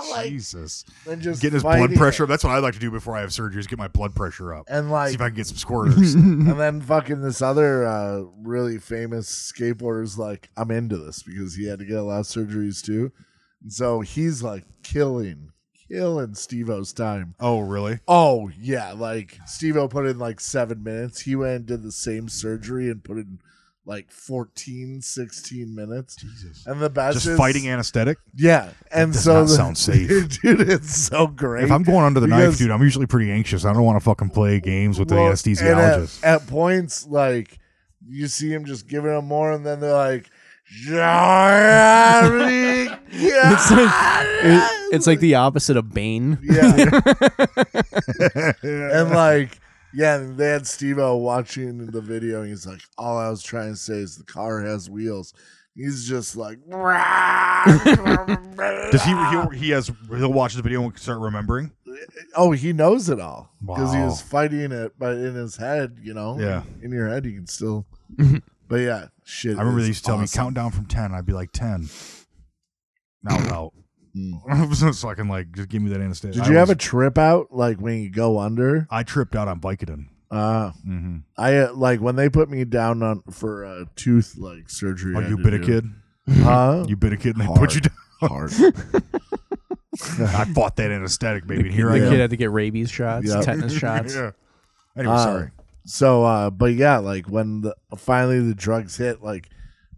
[SPEAKER 2] [laughs]
[SPEAKER 4] like
[SPEAKER 2] Jesus.
[SPEAKER 4] and just
[SPEAKER 2] Get his blood
[SPEAKER 4] fighting
[SPEAKER 2] pressure
[SPEAKER 4] it.
[SPEAKER 2] up. That's what I like to do before I have surgery is get my blood pressure up.
[SPEAKER 4] And like
[SPEAKER 2] See if I can get some squirters.
[SPEAKER 4] [laughs] and then fucking this other uh, really famous skateboarder's like, I'm into this because he had to get a lot of surgeries too. And so he's like killing, killing Steve O's time.
[SPEAKER 2] oh, really?
[SPEAKER 4] Oh, yeah. Like Steve O put in like seven minutes. He went and did the same surgery and put in like 14, 16 minutes.
[SPEAKER 2] Jesus.
[SPEAKER 4] And the best
[SPEAKER 2] Just
[SPEAKER 4] is
[SPEAKER 2] fighting anesthetic?
[SPEAKER 4] Yeah. And
[SPEAKER 2] does
[SPEAKER 4] so
[SPEAKER 2] not sound safe.
[SPEAKER 4] [laughs] Dude, it's so great.
[SPEAKER 2] If I'm going under the knife,
[SPEAKER 4] Because-
[SPEAKER 2] dude, I'm usually pretty anxious. I don't want to fucking play games with
[SPEAKER 4] Well,
[SPEAKER 2] the anesthesiologist.
[SPEAKER 4] and At, at points, like you see him just giving him more, and then they're like, "Jerry,
[SPEAKER 3] It's like
[SPEAKER 4] yes!"
[SPEAKER 3] it- it's like the opposite of Bane.
[SPEAKER 2] [laughs]
[SPEAKER 4] yeah, and like yeah, and they had Steve-O watching the video, and he's like, "All I was trying to say is the car has wheels." He's just like, [laughs]
[SPEAKER 2] Does he? He'll, he has. He'll watch the video and start remembering.
[SPEAKER 4] oh, he knows it all because he
[SPEAKER 2] Wow.
[SPEAKER 4] was fighting it, but in his head, you know,
[SPEAKER 2] Yeah.
[SPEAKER 4] in your head, you
[SPEAKER 2] [laughs]
[SPEAKER 4] can still. but yeah, shit.
[SPEAKER 2] I remember
[SPEAKER 4] is
[SPEAKER 2] they used to tell me
[SPEAKER 4] awesome.
[SPEAKER 2] count down from ten. I'd be like ten. Now it's out. [laughs]
[SPEAKER 4] Mm.
[SPEAKER 2] I was just fucking like, just give me that anesthetic.
[SPEAKER 4] Did
[SPEAKER 2] I
[SPEAKER 4] you have
[SPEAKER 2] was-
[SPEAKER 4] a trip out like when you go under?
[SPEAKER 2] I tripped out on Vicodin.
[SPEAKER 4] Uh
[SPEAKER 2] Mm-hmm.
[SPEAKER 4] I uh, like when they put me down on for a tooth like surgery.
[SPEAKER 2] Oh,
[SPEAKER 4] I
[SPEAKER 2] you
[SPEAKER 4] had
[SPEAKER 2] bit
[SPEAKER 4] to
[SPEAKER 2] a
[SPEAKER 4] do.
[SPEAKER 2] kid.
[SPEAKER 4] Huh?
[SPEAKER 2] You bit a kid, and they
[SPEAKER 4] Hard.
[SPEAKER 2] put [laughs] you down.
[SPEAKER 4] Hard.
[SPEAKER 2] [laughs] I fought that anesthetic, baby. and here
[SPEAKER 3] the
[SPEAKER 2] I
[SPEAKER 3] kid
[SPEAKER 2] am.
[SPEAKER 3] had to get rabies shots,
[SPEAKER 4] Yeah.
[SPEAKER 2] [laughs]
[SPEAKER 3] tetanus shots.
[SPEAKER 2] yeah. Anyway,
[SPEAKER 4] Uh,
[SPEAKER 2] sorry.
[SPEAKER 4] So, uh, but yeah, like when the, finally the drugs hit, like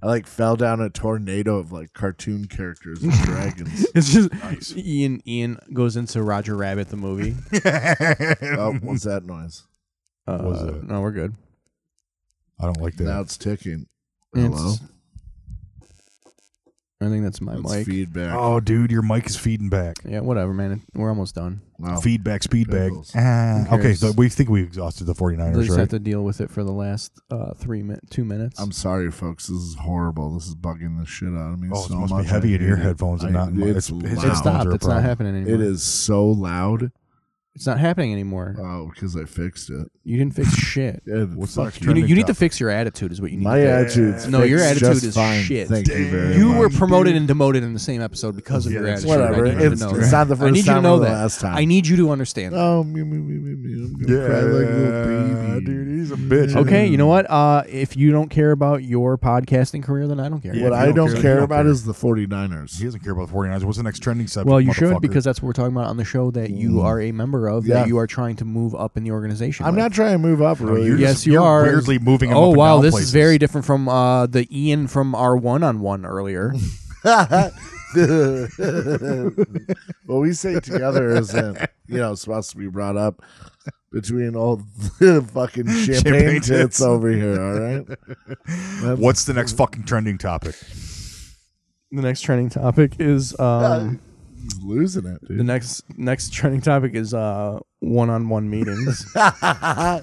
[SPEAKER 4] I like fell down a tornado of like cartoon characters and
[SPEAKER 2] [laughs]
[SPEAKER 4] dragons.
[SPEAKER 3] It's just Ian. Ian goes into Roger Rabbit the movie.
[SPEAKER 2] [laughs]
[SPEAKER 4] Oh, what's that noise?
[SPEAKER 3] Uh,
[SPEAKER 2] was it?
[SPEAKER 3] No, we're good.
[SPEAKER 2] I don't like
[SPEAKER 4] Now
[SPEAKER 2] that.
[SPEAKER 4] it's ticking. Hello.
[SPEAKER 3] It's- I think that's my
[SPEAKER 4] That's
[SPEAKER 3] mic.
[SPEAKER 4] feedback.
[SPEAKER 2] Oh, dude, your mic is feeding back.
[SPEAKER 3] Yeah, whatever, man. We're almost done.
[SPEAKER 2] Oh.
[SPEAKER 4] Wow.
[SPEAKER 2] Feedback, speed bag.
[SPEAKER 4] Pickles.
[SPEAKER 2] Ah,
[SPEAKER 3] Who
[SPEAKER 2] okay,
[SPEAKER 3] cares?
[SPEAKER 2] so we think we exhausted the 49ers,
[SPEAKER 3] We'll just
[SPEAKER 2] right?
[SPEAKER 3] have to deal with it for the last uh, three min- two minutes.
[SPEAKER 4] I'm sorry, folks. This is horrible. This is bugging the shit out of me.
[SPEAKER 2] Oh,
[SPEAKER 4] so
[SPEAKER 2] it must
[SPEAKER 4] much.
[SPEAKER 2] be heavy
[SPEAKER 4] I
[SPEAKER 2] in your
[SPEAKER 4] hate it.
[SPEAKER 2] headphones and
[SPEAKER 4] I-
[SPEAKER 2] not in my-
[SPEAKER 4] it's
[SPEAKER 2] it's-
[SPEAKER 4] loud.
[SPEAKER 2] it's
[SPEAKER 3] it
[SPEAKER 2] Wow.
[SPEAKER 3] stopped.
[SPEAKER 2] Those are a
[SPEAKER 3] It's not
[SPEAKER 2] problem.
[SPEAKER 3] happening anymore.
[SPEAKER 4] It is so loud.
[SPEAKER 3] It's not happening anymore.
[SPEAKER 4] Oh, because I fixed it.
[SPEAKER 3] you didn't
[SPEAKER 4] [laughs]
[SPEAKER 3] fix shit.
[SPEAKER 4] Yeah,
[SPEAKER 2] What's
[SPEAKER 4] fuck
[SPEAKER 2] next,
[SPEAKER 4] you.
[SPEAKER 3] You, need-
[SPEAKER 2] Trending
[SPEAKER 3] you need to
[SPEAKER 2] topic.
[SPEAKER 3] fix your attitude. Is what you need.
[SPEAKER 4] My
[SPEAKER 3] to do.
[SPEAKER 4] attitude's
[SPEAKER 3] No, your
[SPEAKER 4] fixed
[SPEAKER 3] attitude
[SPEAKER 4] just
[SPEAKER 3] is
[SPEAKER 4] fine.
[SPEAKER 3] shit.
[SPEAKER 4] Thank you very
[SPEAKER 3] You
[SPEAKER 4] much.
[SPEAKER 3] were promoted and demoted in the same episode because of
[SPEAKER 2] Yeah,
[SPEAKER 3] your
[SPEAKER 2] that's
[SPEAKER 3] attitude.
[SPEAKER 4] whatever.
[SPEAKER 3] I need you
[SPEAKER 4] It's,
[SPEAKER 3] to know
[SPEAKER 4] it's
[SPEAKER 3] that.
[SPEAKER 4] not the
[SPEAKER 3] I
[SPEAKER 4] first
[SPEAKER 3] need you
[SPEAKER 4] time
[SPEAKER 3] to know
[SPEAKER 4] or the
[SPEAKER 3] that.
[SPEAKER 4] last time.
[SPEAKER 3] I need you to understand. that.
[SPEAKER 4] [laughs] Oh, me, me, me, me, me. I'm gonna
[SPEAKER 2] Yeah,
[SPEAKER 4] cry like a little baby.
[SPEAKER 2] dude, he's a bitch.
[SPEAKER 3] Okay, you know what? Uh, if you don't care about your podcasting career, then I don't care.
[SPEAKER 2] Yeah,
[SPEAKER 4] what
[SPEAKER 2] if you
[SPEAKER 4] I
[SPEAKER 2] don't
[SPEAKER 4] don't,
[SPEAKER 2] care,
[SPEAKER 4] care,
[SPEAKER 2] you don't
[SPEAKER 4] about
[SPEAKER 2] care.
[SPEAKER 4] is the 49ers.
[SPEAKER 2] He doesn't care about the 49ers. What's the next trending subject?
[SPEAKER 3] Well, you should
[SPEAKER 2] motherfucker?
[SPEAKER 3] because that's what we're talking about on the show that you are a member of,
[SPEAKER 4] Yeah.
[SPEAKER 3] that you are trying to move up in the organization.
[SPEAKER 4] I'm
[SPEAKER 3] with.
[SPEAKER 4] not trying to move up, really.
[SPEAKER 2] Oh, you're [laughs]
[SPEAKER 3] Yes,
[SPEAKER 2] just-
[SPEAKER 3] you
[SPEAKER 2] you're
[SPEAKER 3] are.
[SPEAKER 2] weirdly moving him
[SPEAKER 3] Oh
[SPEAKER 2] up and
[SPEAKER 3] wow,
[SPEAKER 2] down
[SPEAKER 3] this
[SPEAKER 2] places.
[SPEAKER 3] is very different from uh, the Ian from our one on one earlier.
[SPEAKER 4] [laughs] what we say together isn't, you know, supposed to be brought up between [laughs] old fucking champagne,
[SPEAKER 2] Champagne
[SPEAKER 4] tits.
[SPEAKER 2] tits.
[SPEAKER 4] over here. All right. That's-
[SPEAKER 2] What's the next fucking trending topic?
[SPEAKER 3] the next trending topic is um,
[SPEAKER 4] losing it,
[SPEAKER 3] the
[SPEAKER 4] dude?
[SPEAKER 3] next next trending topic is uh one on one meetings.
[SPEAKER 4] I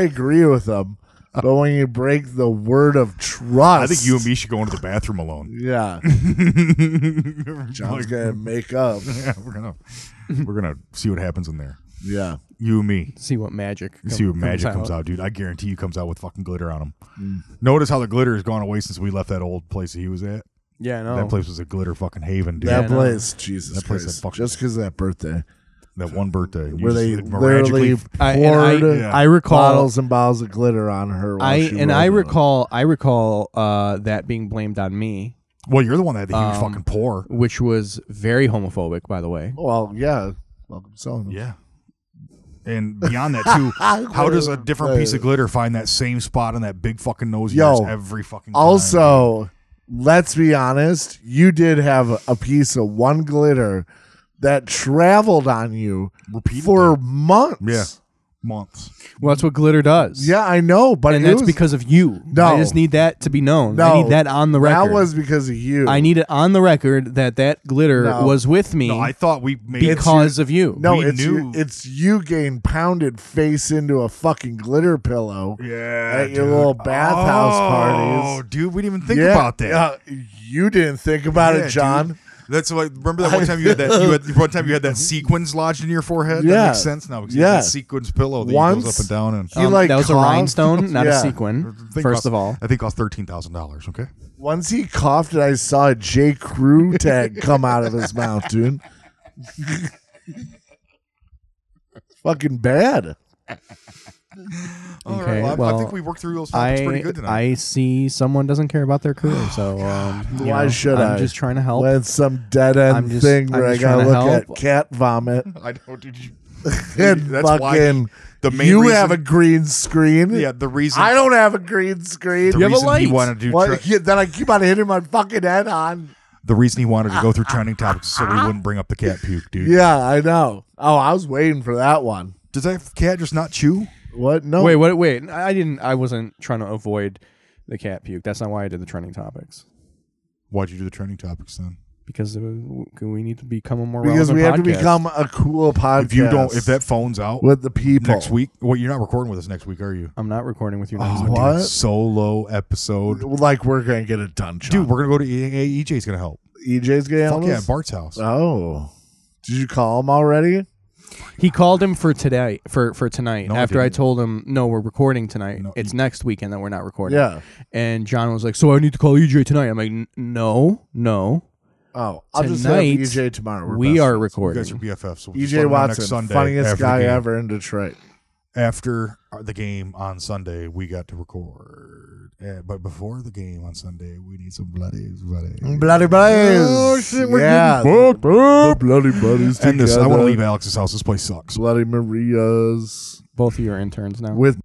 [SPEAKER 4] agree with them, but when you break the word of trust,
[SPEAKER 2] I think you and me should go into the bathroom alone. [laughs]
[SPEAKER 4] Yeah, John's
[SPEAKER 2] John's
[SPEAKER 4] gonna
[SPEAKER 2] [laughs]
[SPEAKER 4] make up.
[SPEAKER 2] Yeah, we're gonna we're gonna see what happens in there.
[SPEAKER 4] Yeah,
[SPEAKER 2] You and me.
[SPEAKER 3] [laughs] See what magic. Come,
[SPEAKER 2] see what magic comes out, dude. I guarantee you comes out with fucking glitter on him.
[SPEAKER 4] Mm.
[SPEAKER 2] Notice how the glitter has gone away since we left that old place that he was at.
[SPEAKER 3] Yeah, no.
[SPEAKER 2] That place was a glitter fucking haven, dude.
[SPEAKER 4] Oh. that
[SPEAKER 3] I know.
[SPEAKER 4] place, Jesus
[SPEAKER 2] That place
[SPEAKER 4] Christ!
[SPEAKER 2] that fucking-
[SPEAKER 4] Just because that birthday,
[SPEAKER 2] That one birthday you
[SPEAKER 4] where they
[SPEAKER 2] just magically
[SPEAKER 4] literally
[SPEAKER 3] I, and
[SPEAKER 4] poured
[SPEAKER 3] I,
[SPEAKER 2] Yeah.
[SPEAKER 3] I recall.
[SPEAKER 4] bottles and bottles of glitter on her. While
[SPEAKER 3] I
[SPEAKER 4] she
[SPEAKER 3] and I
[SPEAKER 4] rolled it.
[SPEAKER 3] recall. I recall uh, that being blamed on me,
[SPEAKER 2] Well, you're the one that had the huge
[SPEAKER 3] Um,
[SPEAKER 2] fucking pour.
[SPEAKER 3] which was very homophobic, by the way.
[SPEAKER 4] Well, yeah. Welcome selling.
[SPEAKER 2] Yeah. And beyond that
[SPEAKER 4] [laughs]
[SPEAKER 2] too, how does a different piece of glitter find that same spot on that big fucking nose of
[SPEAKER 4] Yo,
[SPEAKER 2] yours every fucking time, dude?
[SPEAKER 4] Also, let's be honest. You did have a piece of one glitter that traveled on you
[SPEAKER 2] Repeatedly.
[SPEAKER 4] for months.
[SPEAKER 2] months?
[SPEAKER 3] Well, that's what glitter does.
[SPEAKER 4] Yeah, I know, but
[SPEAKER 3] and
[SPEAKER 4] it
[SPEAKER 3] that's
[SPEAKER 4] was-
[SPEAKER 3] because of you.
[SPEAKER 4] No.
[SPEAKER 3] I just need that to be known. I
[SPEAKER 4] No.
[SPEAKER 3] need that on the record.
[SPEAKER 4] that was because of you.
[SPEAKER 3] I need it on the record that that glitter
[SPEAKER 4] No.
[SPEAKER 3] was with me
[SPEAKER 2] No, I thought we made
[SPEAKER 3] because of you.
[SPEAKER 4] no,
[SPEAKER 2] we
[SPEAKER 4] it's
[SPEAKER 2] knew-
[SPEAKER 4] you, it's you getting pounded face into a fucking glitter pillow.
[SPEAKER 2] yeah,
[SPEAKER 4] at your
[SPEAKER 2] dude.
[SPEAKER 4] little bathhouse
[SPEAKER 2] oh,
[SPEAKER 4] parties.
[SPEAKER 2] dude, we didn't even think
[SPEAKER 4] Yeah,
[SPEAKER 2] about that.
[SPEAKER 4] yeah, you didn't think about
[SPEAKER 2] Yeah,
[SPEAKER 4] it, John.
[SPEAKER 2] dude. That's why. Remember that one time you had that. You
[SPEAKER 4] [laughs]
[SPEAKER 2] had one time you had that sequins lodged in your forehead. that
[SPEAKER 4] Yeah.
[SPEAKER 2] makes sense now. Because
[SPEAKER 4] Yeah.
[SPEAKER 2] that sequins pillow that
[SPEAKER 4] Once- Uh,
[SPEAKER 2] you goes up and down and.
[SPEAKER 4] he, like,
[SPEAKER 3] Um, that was a
[SPEAKER 4] coughed. [laughs]
[SPEAKER 3] rhinestone, not
[SPEAKER 4] Yeah.
[SPEAKER 3] a sequin.
[SPEAKER 2] I think
[SPEAKER 3] First
[SPEAKER 2] cost-
[SPEAKER 3] of all,
[SPEAKER 2] I think cost thirteen thousand dollars. Okay,
[SPEAKER 4] Once he coughed, and I saw a J. Crew tag come out of his mouth, dude. [laughs] Fucking bad.
[SPEAKER 2] All right.
[SPEAKER 3] Okay,
[SPEAKER 2] Well, I- I,
[SPEAKER 3] well,
[SPEAKER 2] think we worked through those topics pretty
[SPEAKER 3] I
[SPEAKER 2] good tonight.
[SPEAKER 3] I see someone doesn't care about their
[SPEAKER 4] [sighs]
[SPEAKER 3] career, so um, you
[SPEAKER 4] Oh, Why
[SPEAKER 3] know,
[SPEAKER 4] should
[SPEAKER 3] I'm
[SPEAKER 4] I?
[SPEAKER 3] just trying to help.
[SPEAKER 4] When some dead end
[SPEAKER 3] I'm just-
[SPEAKER 4] thing
[SPEAKER 3] I'm
[SPEAKER 4] where I
[SPEAKER 3] just
[SPEAKER 4] gotta
[SPEAKER 3] trying
[SPEAKER 4] look
[SPEAKER 3] to
[SPEAKER 4] at
[SPEAKER 3] help.
[SPEAKER 4] cat
[SPEAKER 2] [laughs]
[SPEAKER 4] vomit
[SPEAKER 2] I, know, dude.
[SPEAKER 4] [laughs]
[SPEAKER 2] You,
[SPEAKER 4] and
[SPEAKER 2] that's
[SPEAKER 4] fucking.
[SPEAKER 2] why the main
[SPEAKER 4] you
[SPEAKER 2] reason,
[SPEAKER 4] have a green screen.
[SPEAKER 2] yeah. The reason
[SPEAKER 4] I don't have a green screen.
[SPEAKER 2] The
[SPEAKER 3] You have a
[SPEAKER 2] reason he
[SPEAKER 3] light.
[SPEAKER 2] wanted to do
[SPEAKER 4] Why-
[SPEAKER 2] tre-
[SPEAKER 4] yeah, that I keep on hitting my fucking head on.
[SPEAKER 2] the reason he wanted to go through trending topics is so
[SPEAKER 4] [laughs]
[SPEAKER 2] we wouldn't bring up the cat puke, dude.
[SPEAKER 4] Yeah, I know. Oh, I was waiting for that one.
[SPEAKER 2] Does that cat just not chew?
[SPEAKER 4] What? No.
[SPEAKER 3] Wait, what? Wait, I didn't. I wasn't trying to avoid the cat puke. That's not why I did the trending topics.
[SPEAKER 2] Why'd you do the trending topics then?
[SPEAKER 3] Because it was- we need to become a more
[SPEAKER 4] Because
[SPEAKER 3] relevant
[SPEAKER 4] we have to
[SPEAKER 3] podcast.
[SPEAKER 4] become a cool podcast.
[SPEAKER 2] If you don't, if that phone's out
[SPEAKER 4] with the people
[SPEAKER 2] next week, well, you're not recording with us next week, are you?
[SPEAKER 3] I'm not recording with you next
[SPEAKER 4] Oh,
[SPEAKER 3] week.
[SPEAKER 4] What?
[SPEAKER 2] Dude, solo episode.
[SPEAKER 4] like we're gonna get it done, Sean.
[SPEAKER 2] Dude, we're gonna go to E EA. EJ's gonna help.
[SPEAKER 4] EJ's gonna
[SPEAKER 2] Fuck
[SPEAKER 4] help
[SPEAKER 2] yeah,
[SPEAKER 4] us?
[SPEAKER 2] Bart's house.
[SPEAKER 4] Oh, did you call him already?
[SPEAKER 3] He called him for today, for for tonight.
[SPEAKER 2] No, I
[SPEAKER 3] after I,
[SPEAKER 2] didn't.
[SPEAKER 3] told him, no, we're recording tonight.
[SPEAKER 2] No,
[SPEAKER 3] it's next weekend that we're not recording.
[SPEAKER 4] Yeah.
[SPEAKER 3] And John was like, so I need to call EJ tonight. I'm like, "N- no, no,
[SPEAKER 4] Oh, I'll just have
[SPEAKER 3] Tonight,
[SPEAKER 4] EJ tomorrow. We're
[SPEAKER 3] we are
[SPEAKER 4] best friends.
[SPEAKER 2] you guys are
[SPEAKER 3] recording.
[SPEAKER 2] BFFs. So we'll just let
[SPEAKER 4] EJ
[SPEAKER 2] them know
[SPEAKER 4] E Watson,
[SPEAKER 2] next Sunday
[SPEAKER 4] funniest
[SPEAKER 2] after the
[SPEAKER 4] guy
[SPEAKER 2] game.
[SPEAKER 4] ever in Detroit.
[SPEAKER 2] After uh, the game on Sunday, we got to record. Eh, but before the game on Sunday, we need some bloodies, buddy.
[SPEAKER 4] Bloody buddies. Oh shit, we're yeah. The bloody buddies.
[SPEAKER 2] And this, I want to
[SPEAKER 4] together.
[SPEAKER 2] leave Alex's house. This place sucks.
[SPEAKER 4] Bloody Marias
[SPEAKER 3] Both of you are interns now.
[SPEAKER 4] with